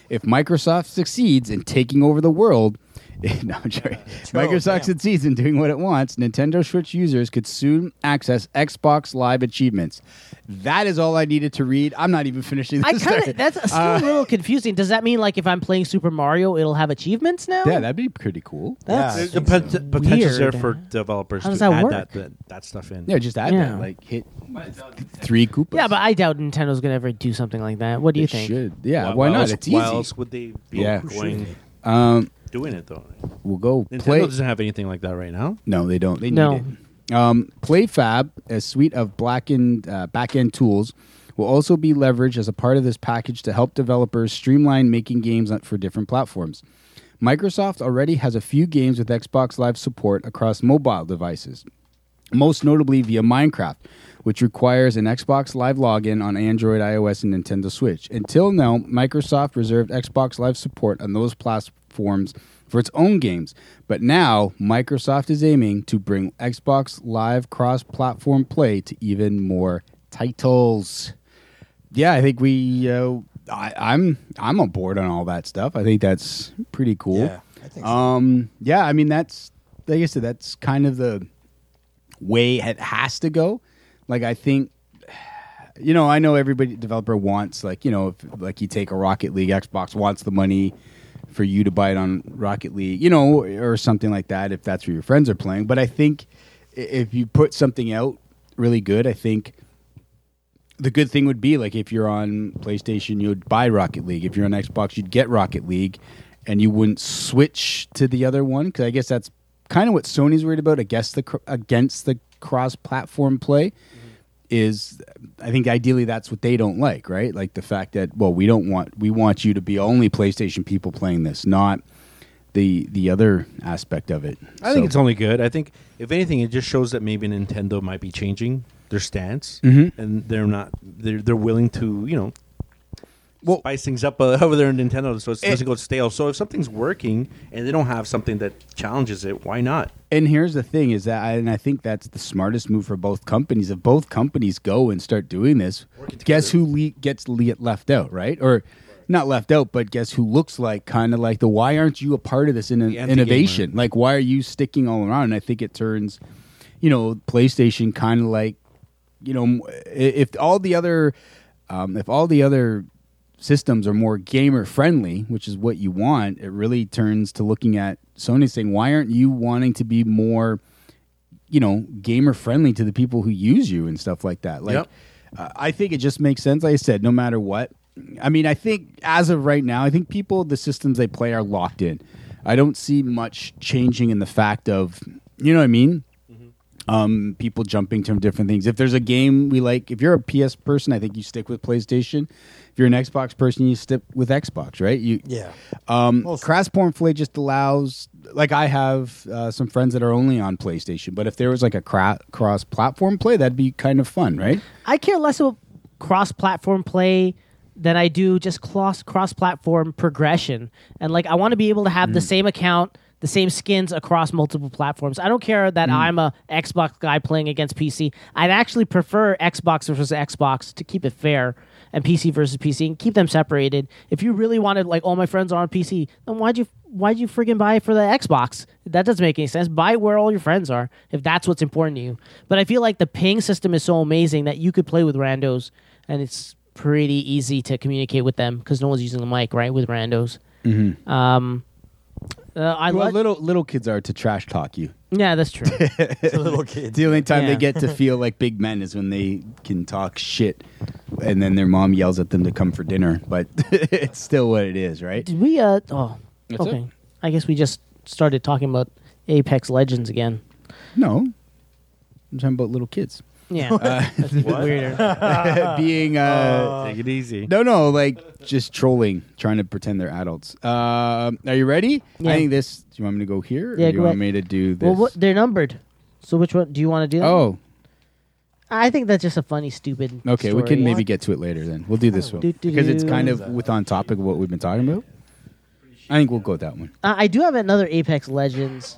S5: If Microsoft succeeds in taking over the world, no, I'm sorry. Microsoft succeeds in doing what it wants, Nintendo Switch users could soon access Xbox Live achievements. That is all I needed to read. I'm not even finishing
S4: I
S5: this.
S4: kind
S5: story.
S4: of that's still
S5: Uh,
S4: a little confusing. Does that mean like if I'm playing Super Mario, it'll have achievements now?
S5: yeah, that'd be pretty cool.
S4: That's-
S10: There's the pot- potential's there
S4: Weird.
S10: for developers
S4: How
S10: to
S4: does that
S10: add
S4: work?
S10: That, that that stuff in.
S5: Yeah, just add
S4: Yeah.
S5: that. Like hit three Koopas.
S4: Yeah, but I doubt Nintendo's gonna ever do something like that. What do you
S5: It
S4: think?
S5: should. Yeah, why,
S10: Why-
S5: not?
S10: Else,
S5: It's
S10: Why
S5: easy.
S10: else would they be
S5: Yeah.
S10: going
S5: Um,
S10: doing it though?
S5: we'll go
S10: Nintendo
S5: play.
S10: doesn't have anything like that right now.
S5: No, they don't. They need
S4: No.
S5: it. Um, PlayFab, a suite of blackened uh, back-end tools, will also be leveraged as a part of this package to help developers streamline making games on- for different platforms. Microsoft already has a few games with Xbox Live support across mobile devices, most notably via Minecraft, which requires an Xbox Live login on Android, iOS, and Nintendo Switch. Until now, Microsoft reserved Xbox Live support on those platforms for its own games, but now Microsoft is aiming to bring Xbox Live cross platform play to even more titles. Yeah, I think we. Uh, I, I'm I'm on board on all that stuff. I think that's pretty cool.
S7: Yeah, I think so.
S5: Um, yeah, I mean that's like I said, that's kind of the way it has to go. Like I think, you know, I know everybody developer wants like you know, if, like you take a Rocket League, Xbox wants the money for you to buy it on Rocket League, you know, or something like that if that's where your friends are playing. But I think i- if you put something out really good, I think the good thing would be like if you're on PlayStation, you'd buy Rocket League. If you're on Xbox, you'd get Rocket League, and you wouldn't switch to the other one because I guess that's kind of what Sony's worried about against the cr- against the cross-platform play. Is I think ideally that's what they don't like, right? Like the fact that well, we don't want we want you to be only PlayStation people playing this, not the the other aspect of it.
S10: I think
S5: So-
S10: it's only good. I think if anything, it just shows that maybe Nintendo might be changing their stance,
S5: Mm-hmm.
S10: and they're not they're they're willing to you know
S5: Well- Eh.
S10: spice things up uh, over there in Nintendo, so it doesn't go stale. So if something's working and they don't have something that challenges it, why not?
S5: And here's the thing is that, I, and I think that's the smartest move for both companies. If both companies go and start doing this, guess who le- gets le- left out, right? Or not left out, but guess who looks like kind of like the why aren't you a part of this in-
S10: anti-gamer.
S5: innovation? Like, why are you sticking all around? And I think it turns, you know, PlayStation kind of like, you know, m- i- if all the other, um, if all the other systems are more gamer friendly, which is what you want, it really turns to looking at Sony saying, why aren't you wanting to be more, you know, gamer friendly to the people who use you and stuff like that? Like,
S10: Yep.
S5: uh, I think it just makes sense. Like I said, no matter what. I mean, I think as of right now, I think people, the systems they play are locked in. I don't see much changing in the fact of, you know what I mean? um, people jumping to different things. If there's a game we like, if you're a PS person, I think you stick with PlayStation. If you're an Xbox person, you stick with Xbox, right? You,
S7: Yeah.
S5: Um, Crash Porn Play just allows, like, I have uh, some friends that are only on PlayStation, but if there was like a cra- cross platform play, that'd be kind of fun, right?
S4: I care less about cross platform play than I do just cross cross platform progression. And like I want to be able to have the same account, the same skins across multiple platforms. I don't care that I'm a Xbox guy playing against PC. I'd actually prefer Xbox versus Xbox to keep it fair and PC versus PC and keep them separated. If you really wanted like all my friends are on PC, then why'd you why'd you friggin' buy it for the Xbox? That doesn't make any sense. Buy it where all your friends are if that's what's important to you. But I feel like the ping system is so amazing that you could play with randos and it's pretty easy to communicate with them because no one's using the mic, right? With randos. Um, uh, I
S5: Well,
S4: love.
S5: little little kids are to trash talk you.
S4: yeah, that's true.
S7: little kids.
S5: The only time
S4: Yeah.
S5: they get to feel like big men is when they can talk shit, and then their mom yells at them to come for dinner. But it's still what it is, right?
S4: Did we? Uh, oh,
S5: it.
S4: okay. I guess we just started talking about Apex Legends again.
S5: No. I'm talking about little kids.
S4: Yeah, that's even weirder.
S5: Being, uh,
S10: Take it easy.
S5: no, no, like just trolling, trying to pretend they're adults. Um, are you ready?
S4: Yeah.
S5: I think this, do you want me to go here? Or
S4: Yeah, go
S5: do you want
S4: ahead.
S5: me to do this?
S4: well, what, they're numbered. So which one do you want to do? that one?
S5: oh,
S4: I think that's just a funny, stupid.
S5: okay. We
S4: story.
S5: can maybe get to it later then. We'll do this one
S4: Do, do,
S5: because it's
S4: do.
S5: kind of with on topic of what we've been talking about. I think we'll go with that one.
S4: Uh, I do have another Apex Legends.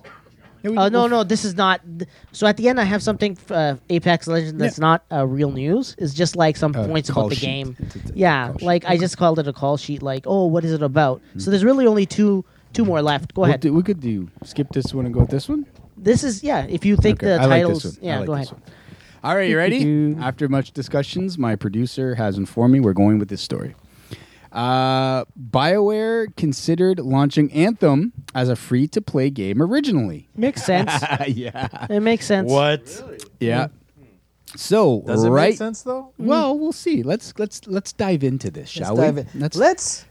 S5: Yeah, we-
S4: Oh no,
S5: we'll-
S4: no, this is not. th- So at the end, I have something uh, Apex Legends that's not uh, real news. It's just like some
S5: Uh,
S4: points
S5: call
S4: about the
S5: sheet.
S4: game.
S5: It's a- it's a
S4: Yeah,
S5: call sheet. Hmm.
S4: like I just called it a call sheet. Like, oh, what is it about? So there's really only two two more left. Go
S5: we'll
S4: ahead.
S5: do- we could do skip this one and go with this one.
S4: This is yeah. If you think
S5: Okay,
S4: the
S5: I like
S4: titles,
S5: this one. I
S4: yeah,
S5: like
S4: go
S5: this
S4: ahead.
S5: one. All right, you ready? After much discussions, my producer has informed me we're going with this story. Uh, BioWare considered launching Anthem as a free to play game originally.
S4: Makes sense.
S5: yeah.
S4: it makes sense.
S7: What?
S5: Yeah. So,
S9: Does it
S5: right.
S9: make sense though?
S5: Well, we'll see. Let's let's let's dive into this, shall
S9: Let's dive
S5: we?
S9: in. Let's,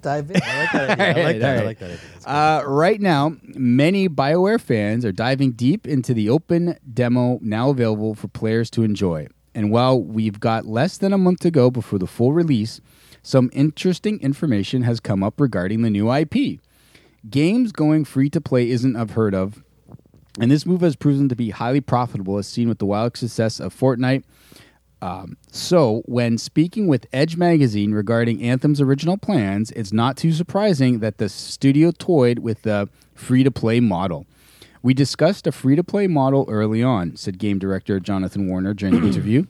S9: dive in. I like that. idea.
S7: I like
S5: Alright,
S7: that. I
S5: alright.
S7: like that. idea.
S5: Uh, right now, many BioWare fans are diving deep into the open demo now available for players to enjoy. And while we've got less than a month to go before the full release, some interesting information has come up regarding the new IP. Games going free to play isn't unheard of, and this move has proven to be highly profitable, as seen with the wild success of Fortnite. Um, so, when speaking with Edge magazine regarding Anthem's original plans, it's not too surprising that the studio toyed with the free to play model. We discussed a free to play model early on, said game director Jonathan Warner during the interview.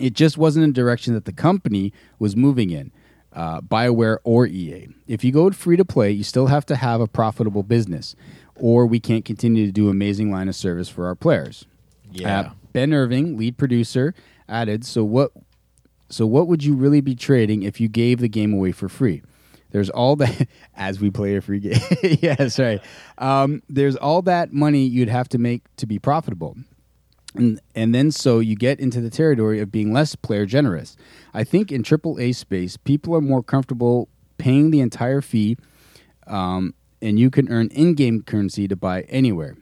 S5: It just wasn't a direction that the company was moving in, uh, BioWare or EA. If you go free to play, you still have to have a profitable business, or we can't continue to do amazing line of service for our players.
S7: Yeah.
S5: Uh, ben Irving, lead producer, added, "So what? So what would you really be trading if you gave the game away for free?" There's all that as we play a free game. yes, right. Um, there's all that money you'd have to make to be profitable and and then so you get into the territory of being less player generous. I think in AAA space, people are more comfortable paying the entire fee, um, and you can earn in-game currency to buy anywhere.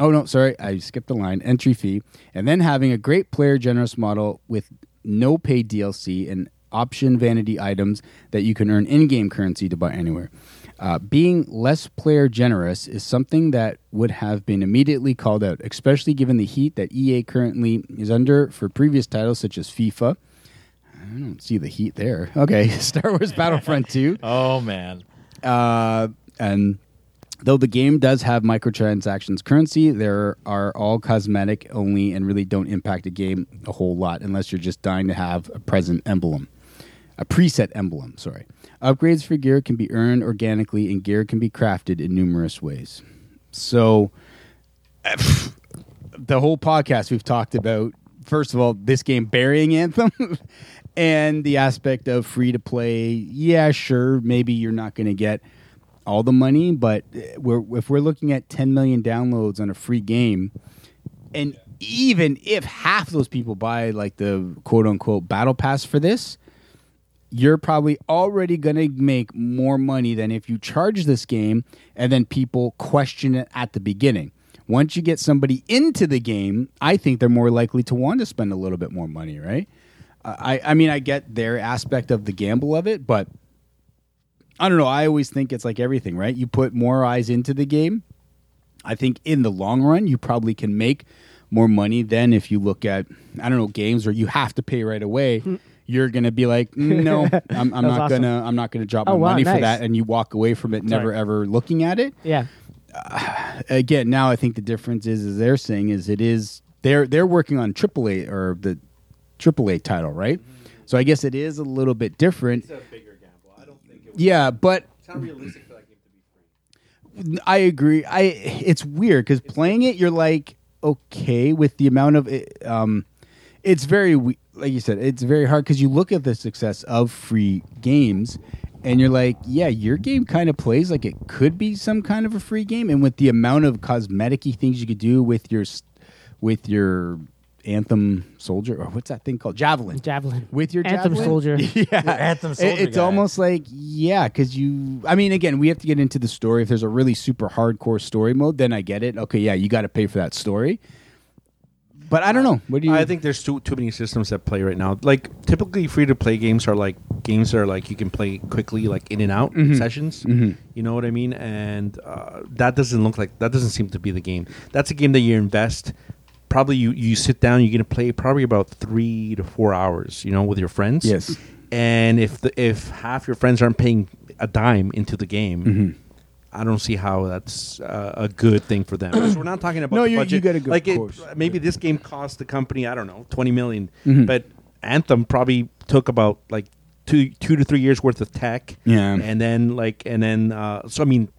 S5: Oh no, sorry, I skipped a line. Entry fee, and then having a great player generous model with no paid DLC and option vanity items that you can earn in-game currency to buy anywhere. Uh, being less player generous is something that would have been immediately called out, especially given the heat that EA currently is under for previous titles such as FIFA. I don't see the heat there. Okay, Star Wars Battlefront 2.
S7: Oh man.
S5: Uh, and though the game does have microtransactions currency, there are all cosmetic only and really don't impact the game a whole lot unless you're just dying to have a present emblem, a preset emblem. Sorry, upgrades for gear can be earned organically, and gear can be crafted in numerous ways. So, the whole podcast we've talked about first of all this game burying anthem and the aspect of free to play yeah sure maybe you're not going to get all the money but uh, we're, if we're looking at 10 million downloads on a free game and even if half those people buy like the quote unquote battle pass for this you're probably already going to make more money than if you charge this game and then people question it at the beginning. Once you get somebody into the game, I think they're more likely to want to spend a little bit more money, right? I, I mean, I get their aspect of the gamble of it, but I don't know. I always think it's like everything, right? You put more eyes into the game. I think in the long run, you probably can make more money than if you look at, I don't know, games where you have to pay right away. You're gonna be like, "Mm, no,
S4: Hmm.
S5: I'm, I'm
S4: That was
S5: not
S4: awesome.
S5: gonna, I'm not gonna drop my
S4: Oh, wow,
S5: money for
S4: nice.
S5: that, and you walk away from it, never ever looking at it.
S4: Yeah.
S5: Again, now I think the difference is, is they're saying is it is they're they're working on AAA or the AAA title, right? So I guess it is a little bit different. Yeah, but I agree. I it's weird because playing it, you're like okay with the amount of it, um, it's very we- like you said, it's very hard because you look at the success of free games, and you're like, yeah, your game kind of plays like it could be some kind of a free game, and with the amount of cosmeticy things you could do with your s- with your anthem soldier or what's that thing called javelin
S4: Javelin.
S5: with your
S4: Anthem
S5: javelin?
S4: soldier.
S5: yeah
S7: Anthem
S5: It-
S7: soldier
S5: it's
S7: guy.
S5: almost like yeah because you i mean again we have to get into the story if there's a really super hardcore story mode then i get it okay yeah you got to pay for that story but i don't know what do you
S10: I think there's too too many systems at play right now. Like typically, free to play games are like games that are like you can play quickly, like in and out
S5: Mm-hmm.
S10: sessions. You know what I mean? And uh, that doesn't look like that doesn't seem to be the game. That's a game that you invest. Probably you you sit down, you're gonna play probably about three to four hours. You know, with your friends.
S5: Yes.
S10: And if the, if half your friends aren't paying a dime into the game.
S5: Mm-hmm.
S10: I don't see how that's uh, a good thing for them. 'Cause we're not talking about
S5: No,
S10: the
S5: you- you
S10: budget.
S5: get a good
S10: like it-
S5: course.
S10: maybe this game cost the company I don't know twenty million,
S5: Mm-hmm.
S10: but Anthem probably took about like two two to three years worth of tech.
S5: Yeah.
S10: and then like and then uh, so I mean,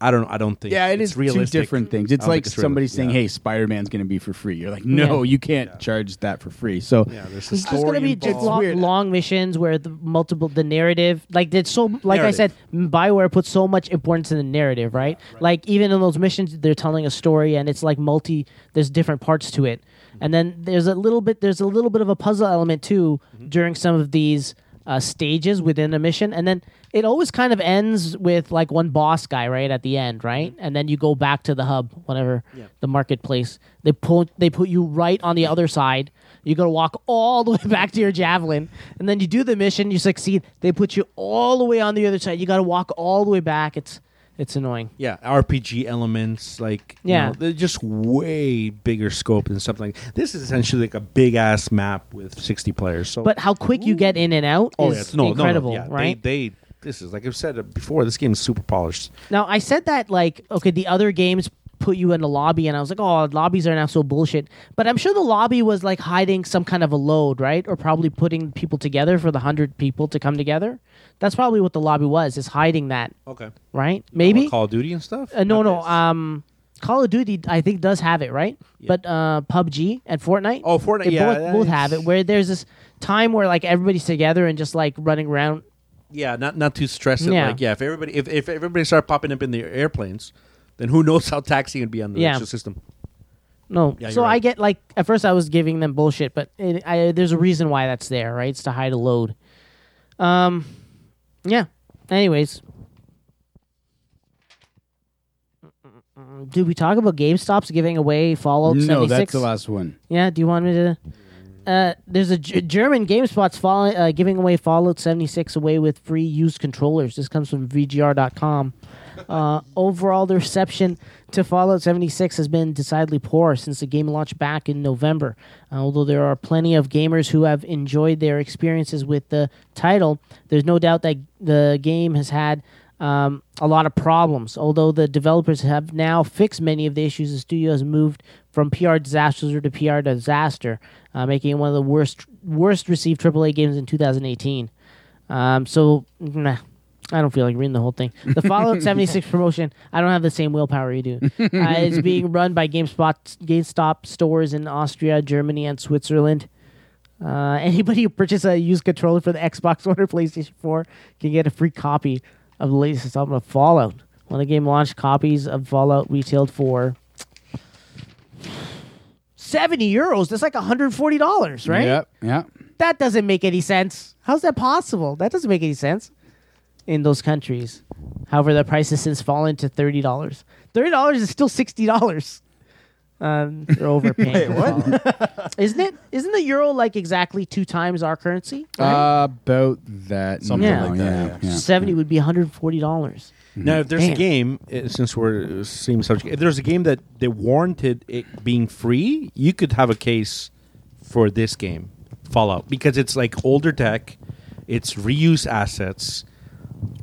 S10: I don't I don't think
S5: yeah it
S10: it's
S5: is
S10: realistic.
S5: two different things
S10: I
S5: it's
S10: don't
S5: like
S10: think it's
S5: somebody
S10: realistic.
S5: saying
S10: Yeah.
S5: hey spider-man's gonna be for free you're like no
S4: Yeah.
S5: you can't charge that for free so
S10: yeah, there's a
S4: It's just gonna
S10: story
S4: be just
S10: involved.
S4: long,
S5: weird.
S4: long missions where the multiple the narrative like did so like I
S10: Narrative.
S4: said Bioware puts so much importance in the narrative right? like even in those missions they're telling a story and it's like multi there's different parts to
S10: Mm-hmm. Mm-hmm.
S4: it and then there's a little bit there's a little bit of a puzzle element too during some of these uh, stages within a mission, and then it always kind of ends with like one boss guy right at the end, right?
S10: Mm-hmm.
S4: And then you go back to the hub, whatever the marketplace. They pull, they put you right on the other side. You got to walk all the way back to your javelin, and then you do the mission, you succeed. They put you all the way on the other side. You got to walk all the way back. It's it's annoying.
S10: Yeah, RPG elements, like you
S4: Yeah.
S10: know, they're just way bigger scope than something like this. Is essentially like a big ass map with sixty players. So,
S4: But how quick you get in and out
S10: oh yeah,
S4: is
S10: it's no, no, no,
S4: incredible,
S10: yeah, they-
S4: right?
S10: They, this is like I've said before. This game is super polished.
S4: Now I said that like okay, the other games put you in the lobby, and I was like, oh, lobbies are now so bullshit. But I'm sure the lobby was like hiding some kind of a load, right? Or probably putting people together for the hundred people to come together. That's probably what the lobby was, is hiding that,
S10: Okay,
S4: right? Maybe.
S10: Call of Duty and stuff.
S4: Uh, no, no. Um, Call of Duty, I think, does have it, right? But uh, PUBG and Fortnite.
S10: Oh, Fortnite,
S4: they
S10: yeah,
S4: both,
S10: that
S4: both
S10: is-
S4: have it. Where there's this time where like everybody's together and just like running around.
S10: Yeah, not not too stressing.
S4: Yeah.
S10: Like, yeah, if everybody if, if everybody started popping up in the airplanes, then who knows how taxi would be on the
S4: Yeah.
S10: actual system.
S4: No.
S10: Yeah,
S4: so
S10: you're
S4: I
S10: right.
S4: get like at first I was giving them bullshit, but it, I, there's a reason why that's there, right? It's to hide a load. Um, yeah. Anyways, Mm, did we talk about GameStop's giving away Fallout
S5: No,
S4: 76?
S5: that's the last one.
S4: Yeah. Do you want me to? Uh, there's a G- German GameSpot's fall- uh, giving away Fallout 76 away with free used controllers. This comes from VGR.com. Uh, overall, the reception to Fallout 76 has been decidedly poor since the game launched back in November. Uh, although there are plenty of gamers who have enjoyed their experiences with the title, there's no doubt that the game has had um, a lot of problems. Although the developers have now fixed many of the issues, the studio has moved from PR disaster to PR disaster, uh, making it one of the worst worst received AAA games in 2018. Um, so, nah, I don't feel like reading the whole thing. The Fallout 76 promotion, I don't have the same willpower you do. Uh, it's being run by GameSpot, GameStop stores in Austria, Germany, and Switzerland. Uh, anybody who purchases a used controller for the Xbox One or PlayStation 4 can get a free copy of the latest installment of Fallout. When the game launched, copies of Fallout retailed for 70 euros. That's like $140, right?
S5: Yep. Yeah.
S4: that doesn't make any sense. How's that possible? That doesn't make any sense in those countries. However, the price has since fallen to thirty dollars. Thirty dollars is still sixty dollars. Um, they're overpaying. for dollars. Isn't it? Isn't the euro like exactly two times our currency?
S5: Uh, about that.
S7: Something
S5: now,
S7: like that, yeah.
S5: yeah.
S4: Seventy would be one hundred forty dollars.
S10: Now, if there's
S4: Damn.
S10: a game, uh, since we're uh, same subject, if there's a game that they warranted it being free, you could have a case for this game, Fallout, because it's like older tech, it's reuse assets.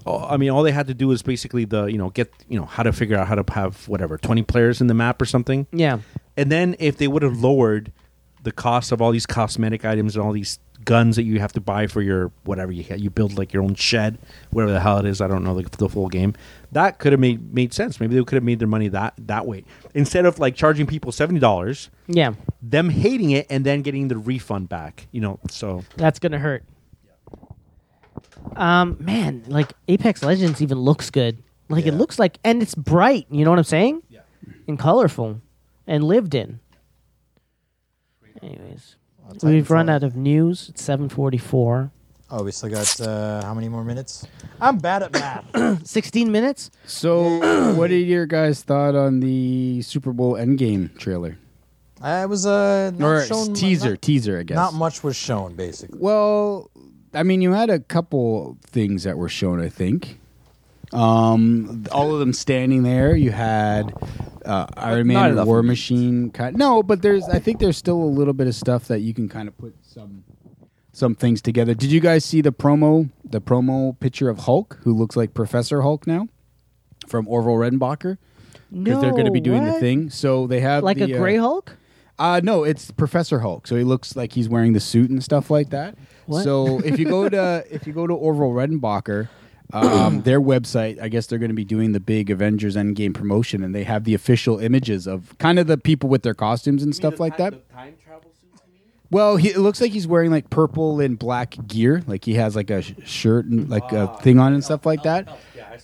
S10: Uh, I mean, all they had to do was basically the you know get you know how to figure out how to have whatever twenty players in the map or something.
S4: Yeah.
S10: And then if they would have lowered the cost of all these cosmetic items and all these guns that you have to buy for your whatever you ha- you build like your own shed, whatever the hell it is, I don't know the, the full game. That could have made made sense. Maybe they could have made their money that that way instead of like charging people seventy dollars,
S4: Yeah,
S10: them hating it and then getting the refund back. You know, so
S4: that's gonna hurt. Um, man, like Apex Legends even looks good. Like it looks like, and it's bright. You know what I'm saying? Yeah. And colorful, and lived in. Anyways, we've run out of news. It's 7:44.
S9: Oh, we still got uh, how many more minutes? I'm bad at math.
S4: 16 minutes.
S5: So, what are your guys' thought on the Super Bowl Endgame trailer
S9: I was uh, not
S5: or s-
S9: shown
S5: teaser?
S9: Not,
S5: teaser, I guess.
S9: not much was shown, basically.
S5: Well, I mean, you had a couple things that were shown, I think. Um, all of them standing there. You had uh, Iron
S10: not
S5: Man and
S10: enough
S5: War
S10: of them.
S5: Machine. Kind no, but there's. I think there's still a little bit of stuff that you can kind of put some some things together. Did you guys see the promo? The promo picture of Hulk, who looks like Professor Hulk now, from Orville Redenbacher, because they're going to be
S4: No,
S5: doing the
S4: what?
S5: thing. So they have
S4: Like
S5: the,
S4: a
S5: uh,
S4: Grey Hulk.
S5: uh, no, it's Professor Hulk. So he looks like he's wearing the suit and stuff like that.
S4: What?
S5: So if you go to if you go to Orville Redenbacher, um, their website, I guess they're going to be doing the big Avengers Endgame promotion, and they have the official images of kind of the people with their costumes and stuff like that. Well, he, it looks like he's wearing like purple and black gear. Like he has like a sh- shirt and like a thing on and stuff like that.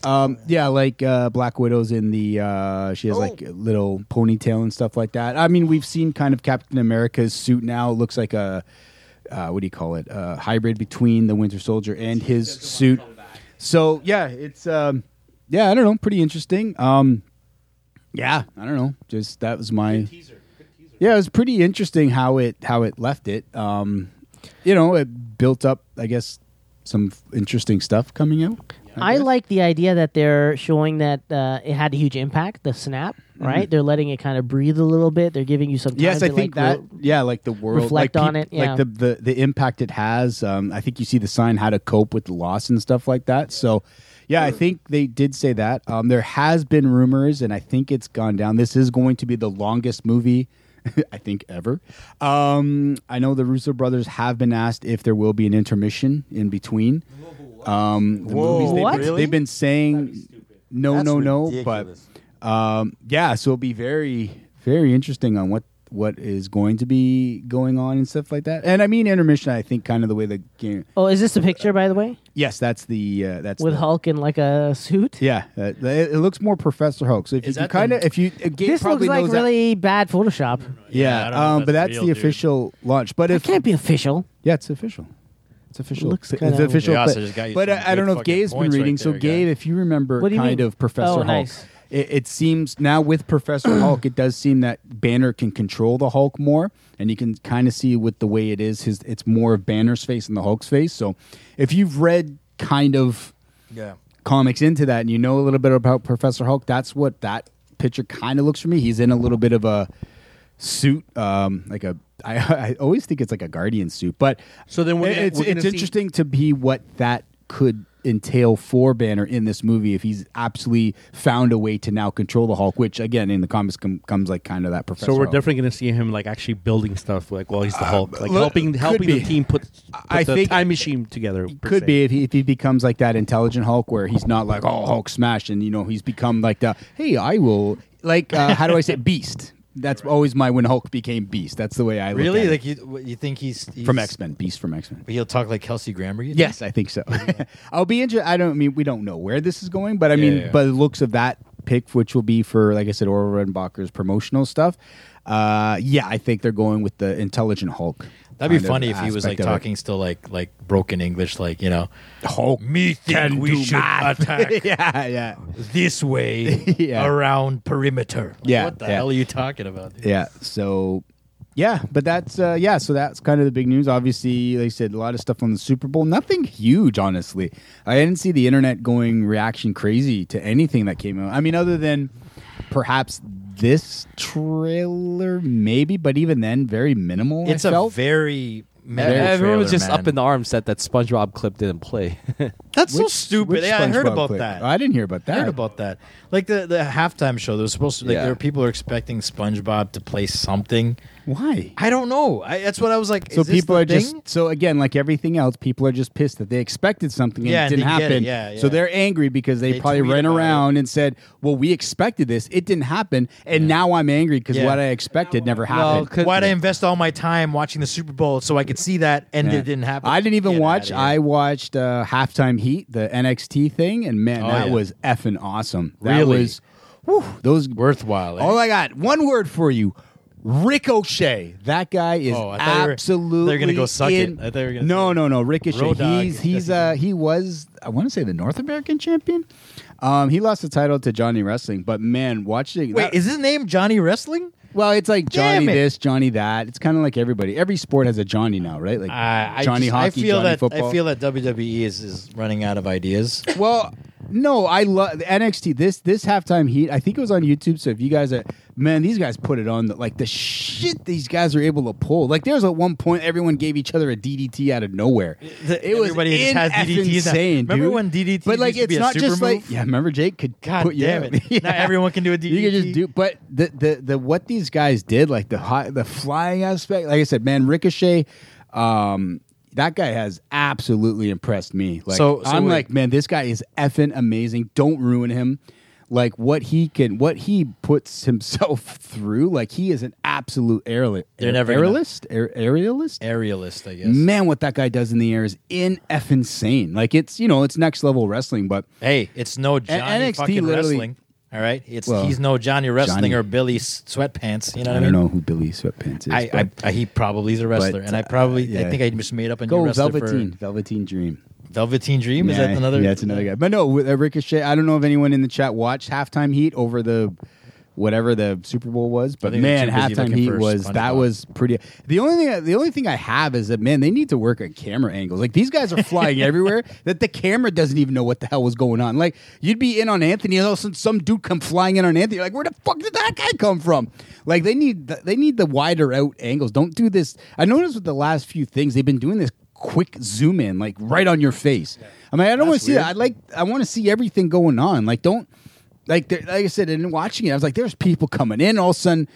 S5: Um, Ah. yeah, like uh, Black Widow's in the uh, she has like a little ponytail and stuff like that. I mean, we've seen kind of Captain America's suit now. It looks like a uh, what do you call it? Uh, hybrid between the Winter Soldier and his suit. So yeah, it's um, yeah, I don't know, pretty interesting. Um, yeah, I don't know. Just that was my yeah, it was pretty interesting how it how it left it. Um, you know, it built up, I guess, some f- interesting stuff coming out.
S4: I like the idea that they're showing that uh, it had a huge impact, the snap, right? They're letting it kind of breathe a little bit. They're giving you some time
S5: Mm-hmm. Yes,
S4: to
S5: I think
S4: like,
S5: that. yeah, like the world,
S4: reflect
S5: like
S4: on it, yeah.
S5: like the, the the impact it has. Um, I think you see the sign how to cope with the loss and stuff like that. So, yeah, I think they did say that. Um, there has been rumors, and I think it's gone down. This is going to be the longest movie. I think ever. Um, I know the Russo brothers have been asked if there will be an intermission in between. Um, the
S4: Whoa.
S5: movies they've,
S4: What?
S5: been- they've been saying no,
S9: That's
S5: no,
S9: ridiculous.
S5: no, but um, yeah. So it'll be very, very interesting on what what is going to be going on and stuff like that. And I mean intermission. I think kind of the way the game.
S4: Oh, is this a picture, by the way,
S5: Yes, that's the uh, that's
S4: with
S5: the,
S4: Hulk in like a suit?
S5: Yeah, uh, it, it looks more Professor Hulk. So if
S7: Is
S5: you
S7: that
S5: kind of
S7: the-
S5: if you uh, Gabe
S4: This looks
S5: probably
S4: like
S5: knows that-
S4: really bad Photoshop.
S7: Yeah,
S5: yeah,
S7: I don't know if
S5: um, but
S7: that's
S5: that's
S7: real,
S5: the
S7: dude.
S5: official launch. But
S4: It
S5: if
S4: can't be official.
S5: yeah, it's official. It's official.
S4: looks
S5: it's
S4: kinda-
S5: official.
S7: They also
S5: but
S7: just got you
S5: but
S7: some
S5: I, I don't know
S7: good
S5: if
S7: fucking
S5: Gabe's been
S7: points
S5: reading.
S7: right
S5: so
S7: there,
S5: Gabe,
S7: guy.
S5: if you remember,
S4: What do you
S5: kind
S4: mean?
S5: of Professor
S4: Oh,
S5: Hulk.
S4: nice.
S5: It, it seems now with Professor Hulk, it does seem that Banner can control the Hulk more, and you can kind of see with the way it is, his it's more of Banner's face than the Hulk's face. So, if you've read kind of
S9: Yeah.
S5: comics into that and you know a little bit about Professor Hulk, that's what that picture kind of looks for me. He's in a little bit of a suit, um, like a. I, I always think it's like a guardian suit, but
S10: So then we're
S5: it-
S10: gonna-
S5: it's
S10: we're gonna
S5: it's
S10: see-
S5: interesting to be what that could entail for Banner in this movie if he's absolutely found a way to now control the Hulk, which again in the comics com- comes like kind of that Professor.
S10: So we're
S5: Hulk.
S10: definitely going to see him like actually building stuff like while he's the Hulk, like
S5: Uh, look,
S10: helping
S5: could
S10: helping the
S5: be.
S10: team put, put
S5: I
S10: the
S5: think-
S10: time machine together. per
S5: could
S10: se.
S5: be if he, if he becomes like that intelligent Hulk, where he's not like oh Hulk smash, and you know he's become like the hey I will like uh, how do I say Beast. That's always my when Hulk became Beast. That's the way I look at
S7: Really?
S5: it.
S7: Like you? what, You think he's, he's
S5: from X Men, Beast from X Men.
S7: But he'll talk like Kelsey Grammer. You think?
S5: Yes, I think so. I'll be interested. I don't I mean we don't know where this is going, but I mean,
S7: yeah, yeah.
S5: by the looks of that pick, which will be for like I said, Oral Redenbacher's promotional stuff. Uh, yeah, I think they're going with the intelligent Hulk. kind
S7: That'd be
S5: of
S7: funny if he was
S5: aspect of
S7: like
S5: it.
S7: talking still like like broken English, like you know,
S5: Hulk.
S7: me think
S5: can do
S7: we should
S5: math.
S7: attack
S5: yeah, yeah.
S7: this way
S5: Yeah.
S7: around perimeter. Like,
S5: Yeah,
S7: what the
S5: yeah.
S7: hell are you talking about? dude?
S5: Yeah. So yeah, but that's uh, yeah. So that's kind of the big news. Obviously, like I said, a lot of stuff on the Super Bowl. Nothing huge, honestly. I didn't see the internet going reaction crazy to anything that came out. I mean, other than perhaps this trailer, maybe. But even then, very minimal. I
S7: It's a
S5: felt.
S7: very
S6: Everyone
S7: metal
S6: was
S7: trailer,
S6: just
S7: man.
S6: up in the arms that that SpongeBob clip didn't play.
S7: That's so
S5: Which-
S7: stupid.
S5: which
S7: Yeah, I heard
S5: SpongeBob
S7: about
S5: clip?
S7: that.
S5: I didn't hear about that.
S7: I heard about that. Like the the halftime show, there was supposed to like
S6: Yeah.
S7: there were people were expecting SpongeBob to play something.
S5: why.
S7: I don't know. I, that's what I was like.
S5: So
S7: is this
S5: people
S7: the
S5: are just
S7: thing?
S5: so again like everything else, people are just pissed that they expected something and
S7: Yeah,
S5: it
S7: and
S5: didn't
S7: they get it.
S5: happen.
S7: Yeah,
S5: So
S7: yeah.
S5: they're angry because they,
S7: They
S5: probably
S7: tweet
S5: ran
S7: about it.
S5: around and said, "Well, we expected this, it didn't happen, and now I'm angry because
S7: Yeah.
S5: what I expected never happened."
S6: could-
S7: Why'd I invest all my time watching the Super Bowl so I could see that and
S5: Yeah.
S7: it didn't happen?
S5: I didn't even
S7: Get
S5: watch.
S7: outta here.
S5: I watched uh, halftime heat, the NXT thing, and man,
S7: Oh,
S5: that
S7: yeah.
S5: was effing awesome. That
S7: Really?
S5: was, whew, those
S7: worthwhile. eh?
S5: All I got one word for you. Ricochet. That guy is
S7: Oh, I thought you were-
S5: absolutely.
S7: they're gonna go suck it.
S5: in-
S7: I thought you were gonna
S5: no,
S7: say-
S5: no, no. Ricochet.
S7: Road Dogg.
S5: he's he's uh he was I want to say the North American champion. Um, he lost the title to Johnny Wrestling, but man, watching
S7: Wait,
S5: that-
S7: is his name Johnny Wrestling?
S5: well, it's like
S7: Damn
S5: Johnny
S7: it.
S5: this, Johnny that. It's kind of like everybody. Every sport has a Johnny now, right? Like Johnny
S7: just-
S5: hockey,
S7: I feel
S5: Johnny
S7: that
S5: football.
S7: I feel that WWE is, is running out of ideas.
S5: Well, no, I love NXT. This this halftime heat. I think it was on YouTube. So if you guys are man, these guys put it on. The, like the shit these guys are able to pull. Like there's at one point everyone gave each other a DDT out of nowhere.
S7: The-
S5: it was
S7: everybody just has
S5: in- effing
S7: DDTs now.
S5: Insane.
S7: Remember
S5: dude.
S7: when DDT
S5: But like
S7: used to
S5: it's
S7: be a
S5: not just
S7: super
S5: like
S7: move?
S5: yeah. Remember Jake could
S7: God
S5: put you
S7: damn
S5: out.
S7: it. Not everyone can do a
S5: You could just
S7: DDT.
S5: do. But the the the what these guys did, like the hot, the flying aspect. Like I said, man, Ricochet. Um, that guy has absolutely impressed me. Like
S7: So- so
S5: I'm
S7: wait.
S5: like, man, this guy is effing amazing. Don't ruin him. Like what he can, what he puts himself through. Like he is an absolute aerialist.
S7: They're never gonna-
S5: aerialist. Aer- aerialist.
S7: Aerialist, I guess.
S5: Man, what that guy does in the air is in effing sane. Like it's you know it's next level wrestling, but
S7: Hey, it's no Johnny
S5: NXT
S7: fucking
S5: literally-
S7: wrestling. All right, it's
S5: Well,
S7: he's no Johnny Wrestling
S5: Johnny-
S7: or Billy S- Sweatpants. You know what
S5: I
S7: I
S5: don't
S7: mean?
S5: know who Billy Sweatpants is.
S7: I, I,
S5: but-
S7: I he probably is a wrestler,
S5: but,
S7: and I
S5: uh,
S7: probably
S5: yeah.
S7: I think I just made up a new
S5: go
S7: wrestler
S5: Velveteen. Velveteen Dream.
S7: for Velveteen Dream. Is
S5: Yeah,
S7: that another?
S5: Yeah, it's another guy. But no, with, uh, Ricochet. I don't know if anyone in the chat watched halftime heat over the whatever the Super Bowl was, but
S7: think
S5: man,
S7: they're too busy
S5: halftime
S7: looking
S5: heat
S7: for
S5: was that
S7: SpongeBob.
S5: was pretty. The only thing the only thing I have is that man, they need to work on camera angles. Like these guys are flying everywhere that the camera doesn't even know what the hell was going on. Like you'd be in on Anthony, and all of a sudden some dude come flying in on Anthony. You're like where the fuck did that guy come from? Like they need the, they need the wider out angles. Don't do this. I noticed with the last few things they've been doing this quick zoom in like right on your face. I mean, I don't want to see that. I like I want to see everything going on. Like don't like there, like I said, and watching it, I was like, there's people coming in. All of a sudden,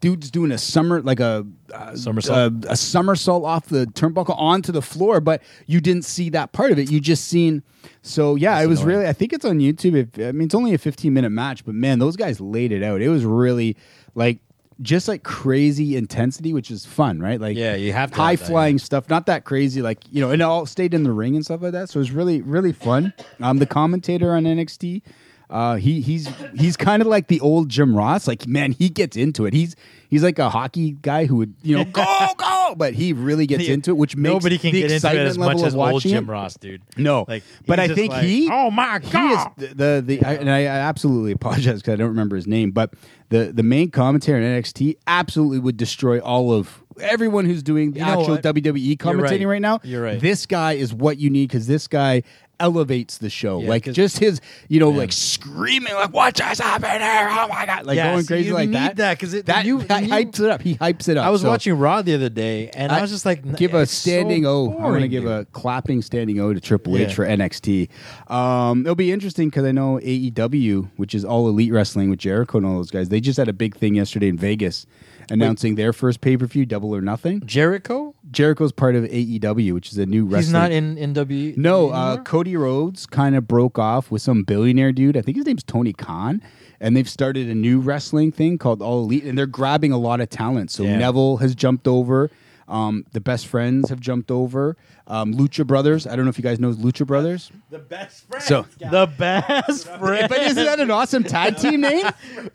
S5: dude's doing a summer like a uh,
S7: Somersault.
S5: a, a somersault off the turnbuckle onto the floor, but you didn't see that part of it. You just seen. So yeah, it was really. I think it's on YouTube. If I mean, it's only a 15 minute match, but man, those guys laid it out. It was really like just like crazy intensity, which is fun, right? Like
S7: Yeah, you have to have
S5: high
S7: that, yeah.
S5: flying stuff, not that crazy, like you know, and it all stayed in the ring and stuff like that. So it was really, really fun. Um, the commentator on NXT, uh, he he's he's kind of like the old Jim Ross. Like man, he gets into it. He's he's like a hockey guy who would you know go go, but he really gets
S7: Yeah.
S5: into it, which makes
S7: Nobody can
S5: the
S7: get into it
S5: excitement
S7: as much
S5: level
S7: as
S5: of
S7: old
S5: watching
S7: Jim
S5: it.
S7: Ross, dude.
S5: No,
S7: Like,
S5: but
S7: he's
S5: I
S7: just
S5: think
S7: like,
S5: he.
S10: Oh my
S5: He is
S10: god!
S5: the the, the I, and I, I absolutely apologize because I don't remember his name, but the the main commentator in NXT absolutely would destroy all of everyone who's doing the
S7: You know
S5: actual
S7: what?
S5: WWE commentating
S7: right.
S5: right now.
S7: You're right.
S5: This guy is what you need because this guy elevates the show.
S7: Yeah,
S5: like
S7: 'cause-
S5: just his, you know, like screaming like "What just happened here? Oh my god!" Like
S7: Yeah,
S5: going
S7: see,
S5: crazy
S7: you
S5: like
S7: need
S5: that.
S7: that 'cause it-
S5: that
S7: you-
S5: that
S7: you-
S5: hypes it up. He hypes it up.
S7: I was
S5: So
S7: watching Raw the other day, and I, was just like,
S5: give a
S7: it's so
S5: standing O. I want to
S7: boring,
S5: give
S7: dude.
S5: a clapping standing O to Triple H
S7: Yeah.
S5: for NXT. Um, it'll be interesting because I know AEW, which is All Elite Wrestling with Jericho and all those guys, they just had a big thing yesterday in Vegas announcing their first pay per view, Double or Nothing.
S7: Jericho.
S5: Jericho's part of AEW, which is a new wrestling.
S7: He's not in in W.
S5: No, uh, Cody Rhodes kind of broke off with some billionaire dude. I think his name's Tony Khan, and they've started a new wrestling thing called All Elite, and they're grabbing a lot of talent. So
S7: Yeah.
S5: Neville has jumped over. Um, the best friends have jumped over. Um, Lucha Brothers. I don't know if you guys know Lucha Brothers.
S10: the best friend.
S5: So,
S7: the best friend.
S5: but isn't that an awesome tag team name?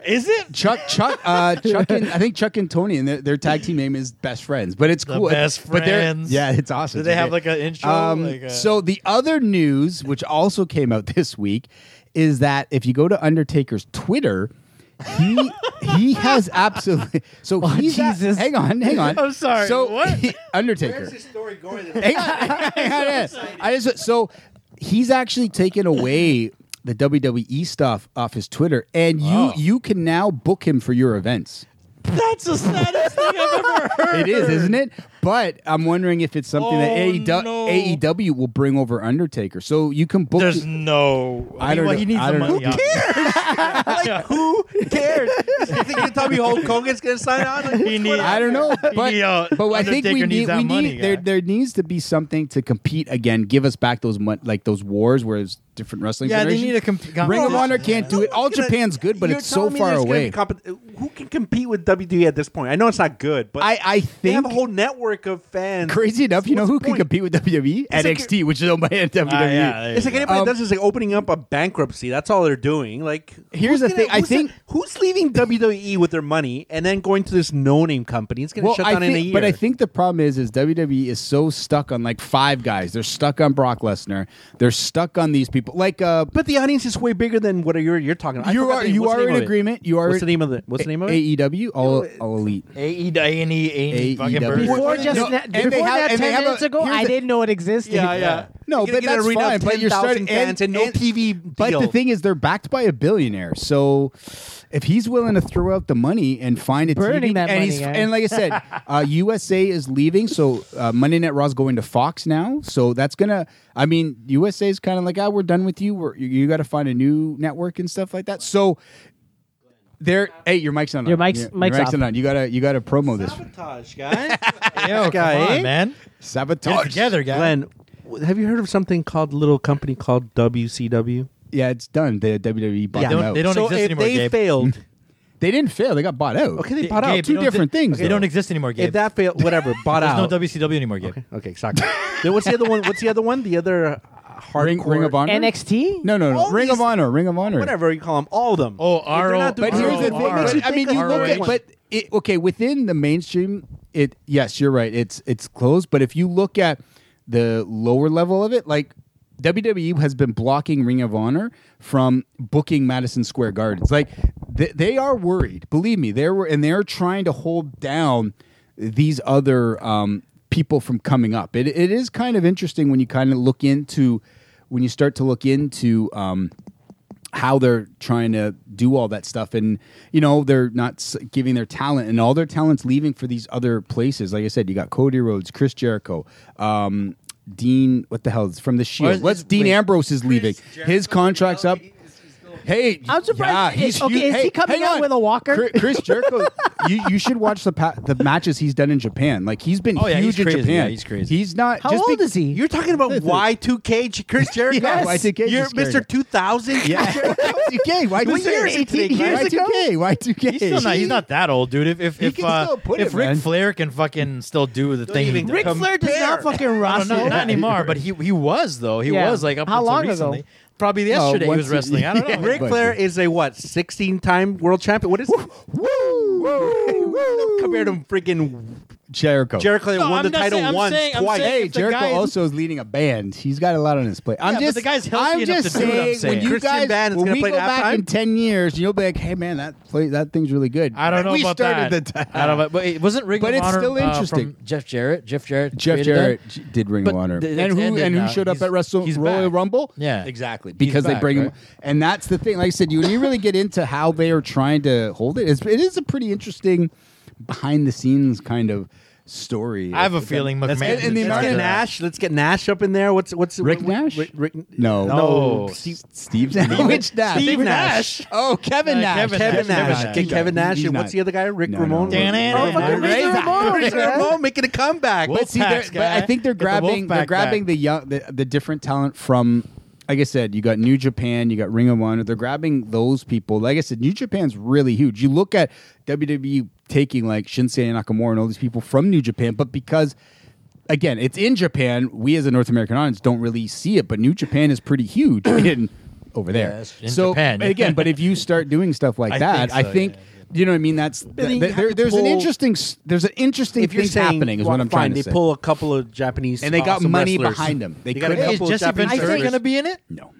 S7: Is it?
S5: Chuck, Chuck, uh, Chuck, and I think Chuck and Tony, and their, their tag team name is Best Friends. But it's
S7: The
S5: cool.
S7: Best
S5: But they're-
S7: Friends.
S5: Yeah, it's awesome.
S7: Do they
S5: It's
S7: have
S5: great.
S7: like an intro?
S5: Um,
S7: like a,
S5: so the other news, which also came out this week, is that if you go to Undertaker's Twitter, he he has absolutely. So he's at-
S4: Jesus.
S5: hang on, hang on.
S7: Oh, I'm sorry,
S5: So
S7: what?
S5: he- Undertaker.
S10: story going?
S5: Hang on, hang on, hang on. I just so he's actually taken away the WWE stuff off his Twitter, and you you can now book him for your events.
S7: that's the saddest thing I've ever heard.
S5: It is, isn't it? But I'm wondering if it's something that E
S7: Oh,
S5: AEW,
S7: no.
S5: AEW will bring over Undertaker. So you can book.
S7: There's no.
S5: I don't
S7: well,
S5: know.
S7: He needs
S5: I
S7: the
S5: don't know.
S7: money.
S5: Who
S7: like who cares?
S10: You think you tell me Hulk Hogan's gonna sign on? Like,
S7: He needs.
S5: I don't know, but
S7: Yo,
S5: but I think we
S7: uh, Undertaker needs
S5: need
S7: that
S5: we
S7: money,
S5: need there
S7: guy.
S5: there needs to be something to compete again. Give us back those mon- like those wars where it's different wrestling.
S7: Yeah, they
S5: federations.
S7: need a comp-
S5: Ring of
S7: competition.
S5: Honor can't do it. All Japan's good, but
S10: You're
S5: it's so
S10: telling me
S5: far
S10: there's gonna
S5: away.
S10: be compet- who can compete with WWE at this point? I know it's not good, but
S5: I I
S10: they have
S5: think
S10: a whole network of fans.
S5: crazy enough, you know
S10: What's
S5: who
S10: the
S5: can
S10: point?
S5: compete with E? WWE?
S10: like
S5: NXT, which is owned by WWE.
S7: Ah, yeah, there
S10: It's
S7: you
S10: like
S7: go.
S10: anybody
S5: E. Um,
S10: does is like opening up a bankruptcy. That's all they're doing. Like
S5: Here's
S10: who's
S5: the thing, I
S10: who's
S5: think-
S10: who's leaving WWE with their money and then going to this no name company? It's going to shut
S5: I
S10: down
S5: think,
S10: in a year.
S5: But I think the problem is, is WWE is so stuck on like five guys. They're stuck on Brock Lesnar. They're stuck on these people. Like, uh,
S10: But the audience is way bigger than what you're you're talking about. I
S5: you
S10: forgot
S5: are
S10: the name.
S5: you
S10: What's
S5: are
S10: the name
S5: in
S10: of it?
S5: agreement. You are.
S10: What's the name of the What's the name of it?
S5: AEW, all, all elite.
S7: AEW, AEW, fucking
S5: AEW.
S7: bird.
S4: Before
S5: No,
S4: just
S5: no,
S4: na-
S5: and they
S4: before
S5: have-
S4: that,
S5: and they
S4: ten
S5: have a-
S4: minutes ago,
S5: here's
S4: I
S5: the-
S4: didn't know it existed.
S10: Yeah, yeah.
S5: No,
S10: You're gonna
S5: but
S10: get an
S5: that's
S10: arena of
S5: fine. But you're
S10: 10,000
S5: starting
S10: fans and, no TV.
S5: But the
S10: deal.
S5: thing is, they're backed by a billionaire. So if he's willing to throw out the money and find a
S4: Burning
S5: TV,
S4: that
S5: and,
S4: money,
S5: he's,
S4: guy.
S5: and like I said, uh, USA is leaving, so uh, Monday Night Raw is going to Fox now. So that's gonna. I mean, USA is kind of like, ah, we're done with you. We're, you you got to find a new network and stuff like that. So. There, hey, your mic's not on.
S4: Your mic's-
S5: your,
S4: mic's
S5: your mic's
S4: off.
S5: not on. You gotta, you gotta promo this.
S10: sabotage, guys.
S7: Yo,
S10: guy,
S7: come
S10: eh?
S7: on, man. Get it
S5: Sabotage.
S7: together, guy.
S10: Glenn, w- have you heard of something called little company called WCW?
S5: Yeah, it's done. The WWE bought
S7: They
S5: them
S7: don't,
S5: out.
S7: they don't
S10: so
S7: exist
S10: if
S7: anymore,
S10: they
S7: Gabe.
S10: failed,
S5: They didn't fail. They got bought out.
S10: okay, they
S7: Ga-
S10: bought
S7: Gabe,
S10: out.
S5: Two
S7: they don't-
S5: different things,
S7: They don't
S5: though.
S7: exist anymore, Gabe.
S10: If that failed, whatever, bought
S7: There's
S10: out.
S7: no WCW anymore, Gabe.
S10: Okay, exactly. then what's the other one? What's the other one? The other uh,
S6: hardcore.
S5: Ring, Ring of Honor.
S4: NXT?
S5: No, no, no.
S6: All
S5: Ring
S6: these-
S5: of Honor. Ring of Honor.
S6: Whatever you call them, all of them.
S11: Oh,
S6: they're
S11: RO
S6: not doing
S5: But here's the
S6: ROH.
S5: thing.
S6: Makes you
S5: I mean,
S6: think
S5: you
S6: of
S5: look at
S6: ROH.
S5: but it, okay within the mainstream. It yes, you're right. It's it's closed. But if you look at the lower level of it, like WWE has been blocking Ring of Honor from booking Madison Square Gardens. Like they, they are worried. Believe me, they were and they're trying to hold down these other um, people from coming up. It it is kind of interesting when you kind of look into when you start to look into. Um, how they're trying to do all that stuff and you know they're not s- giving their talent and all their talents leaving for these other places like i said you got cody rhodes chris jericho um, dean what the hell is from the shield
S7: is-
S5: what's dean
S7: wait.
S5: ambrose is leaving his contract's up Hey,
S4: I'm surprised-
S5: Yeah, he's
S4: okay,
S5: huge.
S4: is he
S5: Hey,
S4: coming
S5: hang
S4: out
S5: on.
S4: with a walker?
S5: Chri- Chris Jericho, you, you should watch the pa- the matches he's done in Japan. Like he's been
S7: Oh, yeah,
S5: huge
S7: he's crazy.
S5: in Japan.
S7: Yeah, he's crazy.
S5: He's not.
S4: How
S5: just
S4: old
S5: be-
S4: is he?
S6: You're talking about Y2K, Chris Jericho.
S5: Yes. Y2K
S6: You're
S5: just scared
S6: Mr. 2000.
S5: Yeah, Y2K. Why
S4: What year? 18 years ago?
S5: Y2K. Y2K.
S7: He's still not. He's not that old, dude. If if
S5: He
S7: if
S5: can
S7: uh,
S5: still put
S7: if
S5: it,
S7: Ric
S5: man.
S7: Flair can fucking still do the thing, he
S6: even
S7: does.
S4: Ric Flair does not fucking
S7: No,
S4: wrestle.
S7: no, not anymore. But he he was though. He
S4: Yeah.
S7: was like up
S4: How
S7: until
S4: long ago?
S7: recently. Probably
S5: No,
S7: yesterday he
S5: once
S7: was
S5: he-
S7: wrestling. I don't know.
S6: Ric Flair is a what, 16 time world champion? What is it?
S5: Woo!
S6: Compared to freaking
S5: Jericho.
S6: Jericho that
S7: No,
S6: won the
S7: I'm not
S6: title
S7: saying- I'm
S6: once,
S7: saying- I'm
S6: twice.
S7: saying-
S5: Hey,
S7: if the
S5: Jericho
S7: guy is-
S5: also is leading a band. He's got a lot on his plate. I'm
S7: Yeah, but
S5: just
S7: the guy's healthy
S5: I'm
S7: enough
S5: just
S7: to do what I'm
S5: saying,
S7: saying.
S5: when you
S6: Christian
S5: guys
S6: Band is
S5: when
S6: gonna
S5: we
S6: play
S5: go
S6: halftime?
S5: back in ten years, you'll be like, hey man, that play, that thing's really good.
S7: I don't know
S5: we
S7: about
S5: started
S7: that.
S5: The
S7: I don't know, but it wasn't Ring
S5: But
S7: of
S5: it's
S7: Honor,
S5: still
S7: uh,
S5: interesting.
S7: from Jeff Jarrett. Jeff Jarrett.
S5: Jeff
S7: created
S5: Jarrett
S7: that?
S5: j- did Ring
S7: But
S5: of Honor,
S7: th-
S5: and
S7: it's
S5: who
S7: ended
S5: and who
S7: now.
S5: showed up
S7: He's-
S5: at Wrestle
S7: he's
S5: Royal
S7: back.
S5: Rumble?
S7: Yeah.
S5: exactly.
S7: He's
S5: Because they
S7: back,
S5: bring him,
S7: right?
S5: and that's the thing. Like I said, you when you really get into how they are trying to hold it, it's, it is a pretty interesting behind the scenes kind of. Story.
S7: I have a
S5: If that-
S7: feeling McMahon.
S5: That's- and- and the
S6: Let's
S7: is
S5: amount
S6: get
S5: of-
S6: Nash. Let's get Nash up in there. What's what's
S5: Rick
S6: what-
S5: Nash?
S6: Rick, Rick,
S5: No.
S6: no,
S5: Steve, Steve's Nash. Which Nash?
S6: Steve Nash.
S5: Oh, Kevin
S7: Uh,
S5: Nash.
S7: Kevin
S6: Kevin
S7: Nash.
S6: Nash.
S7: Nash.
S6: Get Kevin Nash.
S5: He's
S6: And
S5: not-
S6: what's the other guy? Rick
S5: No, no,
S6: Ramon.
S5: no.
S4: Oh, fucking
S6: Razor
S4: Razor Ramon,
S6: Razor
S4: man.
S6: Ramon making a comeback.
S5: But see, they're-
S7: Wolfpack's
S5: but I
S7: guy.
S5: think they're
S7: Get the
S5: grabbing they're
S7: Wolfpack
S5: grabbing
S7: back.
S5: the young the, the different talent from like I said, you got New Japan, you got Ring of Honor. They're grabbing those people. Like I said, New Japan's really huge. You look at WWE taking like Shinsei Nakamura and all these people from New Japan, but because again, it's in Japan, we as a North American audience don't really see it, but New Japan is pretty huge in over there.
S7: Yes, in
S5: so
S7: Japan.
S5: again, but if you start doing stuff like
S7: I
S5: that,
S7: think
S5: I
S7: so,
S5: think
S7: yeah,
S5: you know what I mean. That's
S6: then you
S5: there-
S6: have
S5: there-
S6: to
S5: there's an
S6: pull-
S5: interesting s- there's an interesting
S6: if you're
S5: thing
S6: saying
S5: happening is
S6: well,
S5: what I'm
S6: fine,
S5: trying to
S6: they
S5: say
S6: pull a couple of Japanese
S5: and they got
S6: awesome
S5: money
S6: wrestlers.
S5: behind them. They,
S6: They got a
S5: couldn't-
S7: Hey,
S6: couple
S7: is
S6: of
S7: Jesse
S6: Japanese
S7: Ventura
S6: wrestlers.
S7: going to be in it?
S5: No,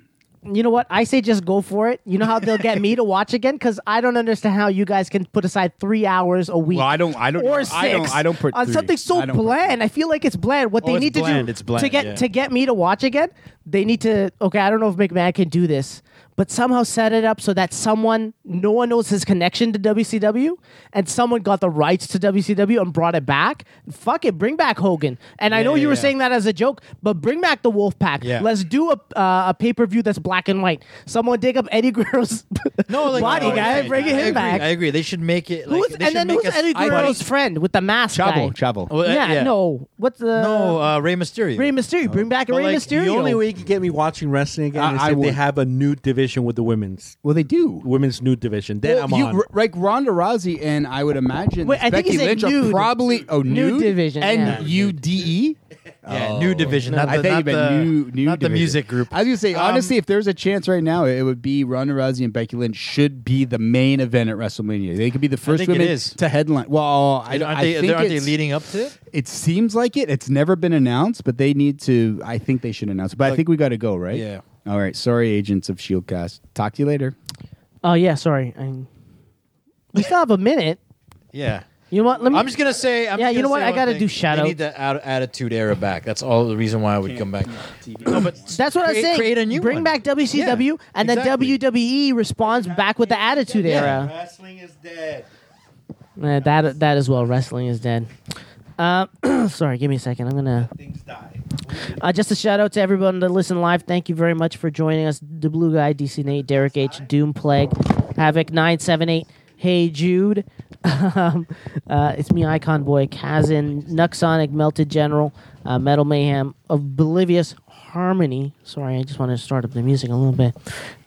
S4: You know what? I say just go for it. You know how they'll get me to watch again because I don't understand how you guys can put aside three hours a week.
S5: Well, I don't- I don't-
S4: Or
S5: I
S4: six.
S5: don't- I don't put
S4: on
S5: three.
S4: something so
S5: I don't put
S4: bland. I feel like it's bland. What they
S7: Oh, it's
S4: need
S7: bland.
S4: to do
S7: It's bland,
S4: to get
S7: yeah.
S4: to get me to watch again, they need to. Okay, I don't know if McMahon can do this, but somehow set it up so that someone, no one knows his connection to WCW, and someone got the rights to WCW and brought it back. Fuck it, bring back Hogan. And I know you were saying that as a joke, but bring back the Wolfpack.
S7: Yeah.
S4: Let's do a uh, a pay per view that's black and white. Someone dig up Eddie Guerrero's
S7: No, like
S4: body
S7: no,
S4: guy,
S7: yeah,
S4: bring
S7: I
S4: him
S7: agree,
S4: back.
S7: I agree. They should make it. Like,
S4: who's
S7: they
S4: and
S7: should
S4: then
S7: make
S4: who's
S7: us-
S4: Eddie
S7: I-
S4: Guerrero's friend with the mask? guy?
S5: Chavo, Chavo.
S7: Well, uh,
S4: yeah, no. What's the
S7: no, uh, Rey Mysterio.
S4: Ray Mysterio? Bring back
S7: But,
S4: Ray
S7: like,
S4: Mysterio.
S6: The only way you can get me watching wrestling again
S5: I-
S6: is
S5: I
S6: if they
S5: would.
S6: have a new division with the women's
S5: Well, they do.
S6: women's new division. Then
S5: Well,
S6: I'm
S5: you-
S6: on.
S5: r- like Ronda Rousey and I would imagine
S4: Wait, I think
S5: Becky
S4: he said
S5: Lynch are
S4: nude.
S5: probably oh
S4: Nude
S5: nude
S4: division, yeah.
S5: and U D E.
S7: Yeah, new division. Not
S5: I
S7: the,
S5: think
S7: not
S5: even
S7: the,
S5: new, new
S7: not the
S5: division.
S7: music group.
S5: I was gonna say
S7: Um,
S5: honestly, if there's a chance right now, it would be Ronda Rousey and Becky Lynch should be the main event at WrestleMania. They could be the first
S7: think it
S5: women
S7: is.
S5: to headline. Well, I,
S7: Aren't
S5: I
S7: they,
S5: think
S7: aren't they
S5: it's-
S7: leading up to it?
S5: It seems like it. It's never been announced, but they need to. I think they should announce it. But I think we got to go, right?
S7: Yeah.
S5: All right. Sorry, agents of Shieldcast. Talk to you later.
S4: oh yeah, sorry. I- we still have a minute.
S7: Yeah.
S4: You know what? Let me.
S7: I'm just gonna say. I'm
S4: Yeah,
S7: just
S4: you know what?
S7: gonna say
S4: I
S7: one
S4: gotta
S7: thing.
S4: do shout
S7: They
S4: out.
S7: need the at- attitude era back. That's all the reason why I would come back. no, but
S4: That's what I was
S7: create-
S4: saying.
S7: create a new
S4: Bring
S7: one.
S4: back WCW,
S7: Yeah,
S4: and
S7: exactly.
S4: then WWE responds back with the Attitude Era.
S6: Wrestling is dead.
S4: Yeah, Uh, that that as well. Wrestling is dead. Uh, sorry, give me a second. I'm gonna.
S6: Things die.
S4: Uh, just a shout out to everyone that listened live. Thank you very much for joining us. The Blue Guy, DC Nate, Derek H, Doom Plague, Havoc nine seven eight. Hey Jude, um, uh, it's me, Icon Boy, Kazan, Nuxonic, Melted General, uh, Metal Mayhem, Oblivious Harmony. Sorry, I just want to start up the music a little bit.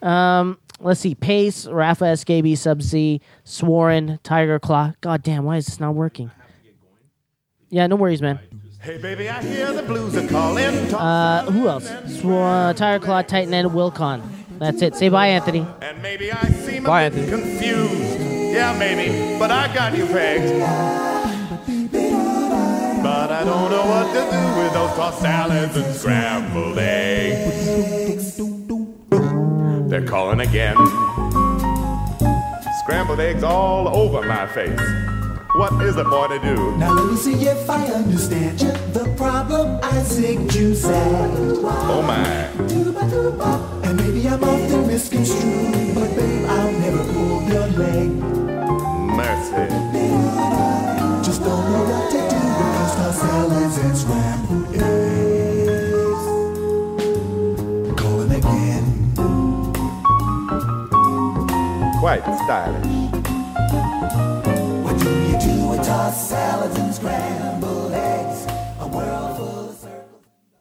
S4: Um, let's see, Pace, Rafa SKB, Sub Z, Sworn, Tiger Claw. God damn, why is this not working? Yeah, no worries, man.
S11: Hey, baby, I hear the blues are calling.
S4: Uh, who else? Sw- uh, Tire Claw, Titan, and Wilcon. That's it. Say bye, Anthony.
S11: And maybe I seem
S4: Bye,
S11: a bit confused. Yeah, maybe, but I got you pegged. But I don't know what to do with those tossed salads and scrambled eggs. They're calling again. Scrambled eggs all over my face. What is a boy to do?
S3: Now let me see if I understand you. The problem I think you said.
S11: Oh my.
S3: And maybe I'm often misconstrued, but babe, I'll never pull your leg.
S11: Mercy.
S3: Just don't know what to do because the salads and scrambled eggs. Calling again.
S11: Quite stylish.
S3: What do you do with tossed salads and scrambled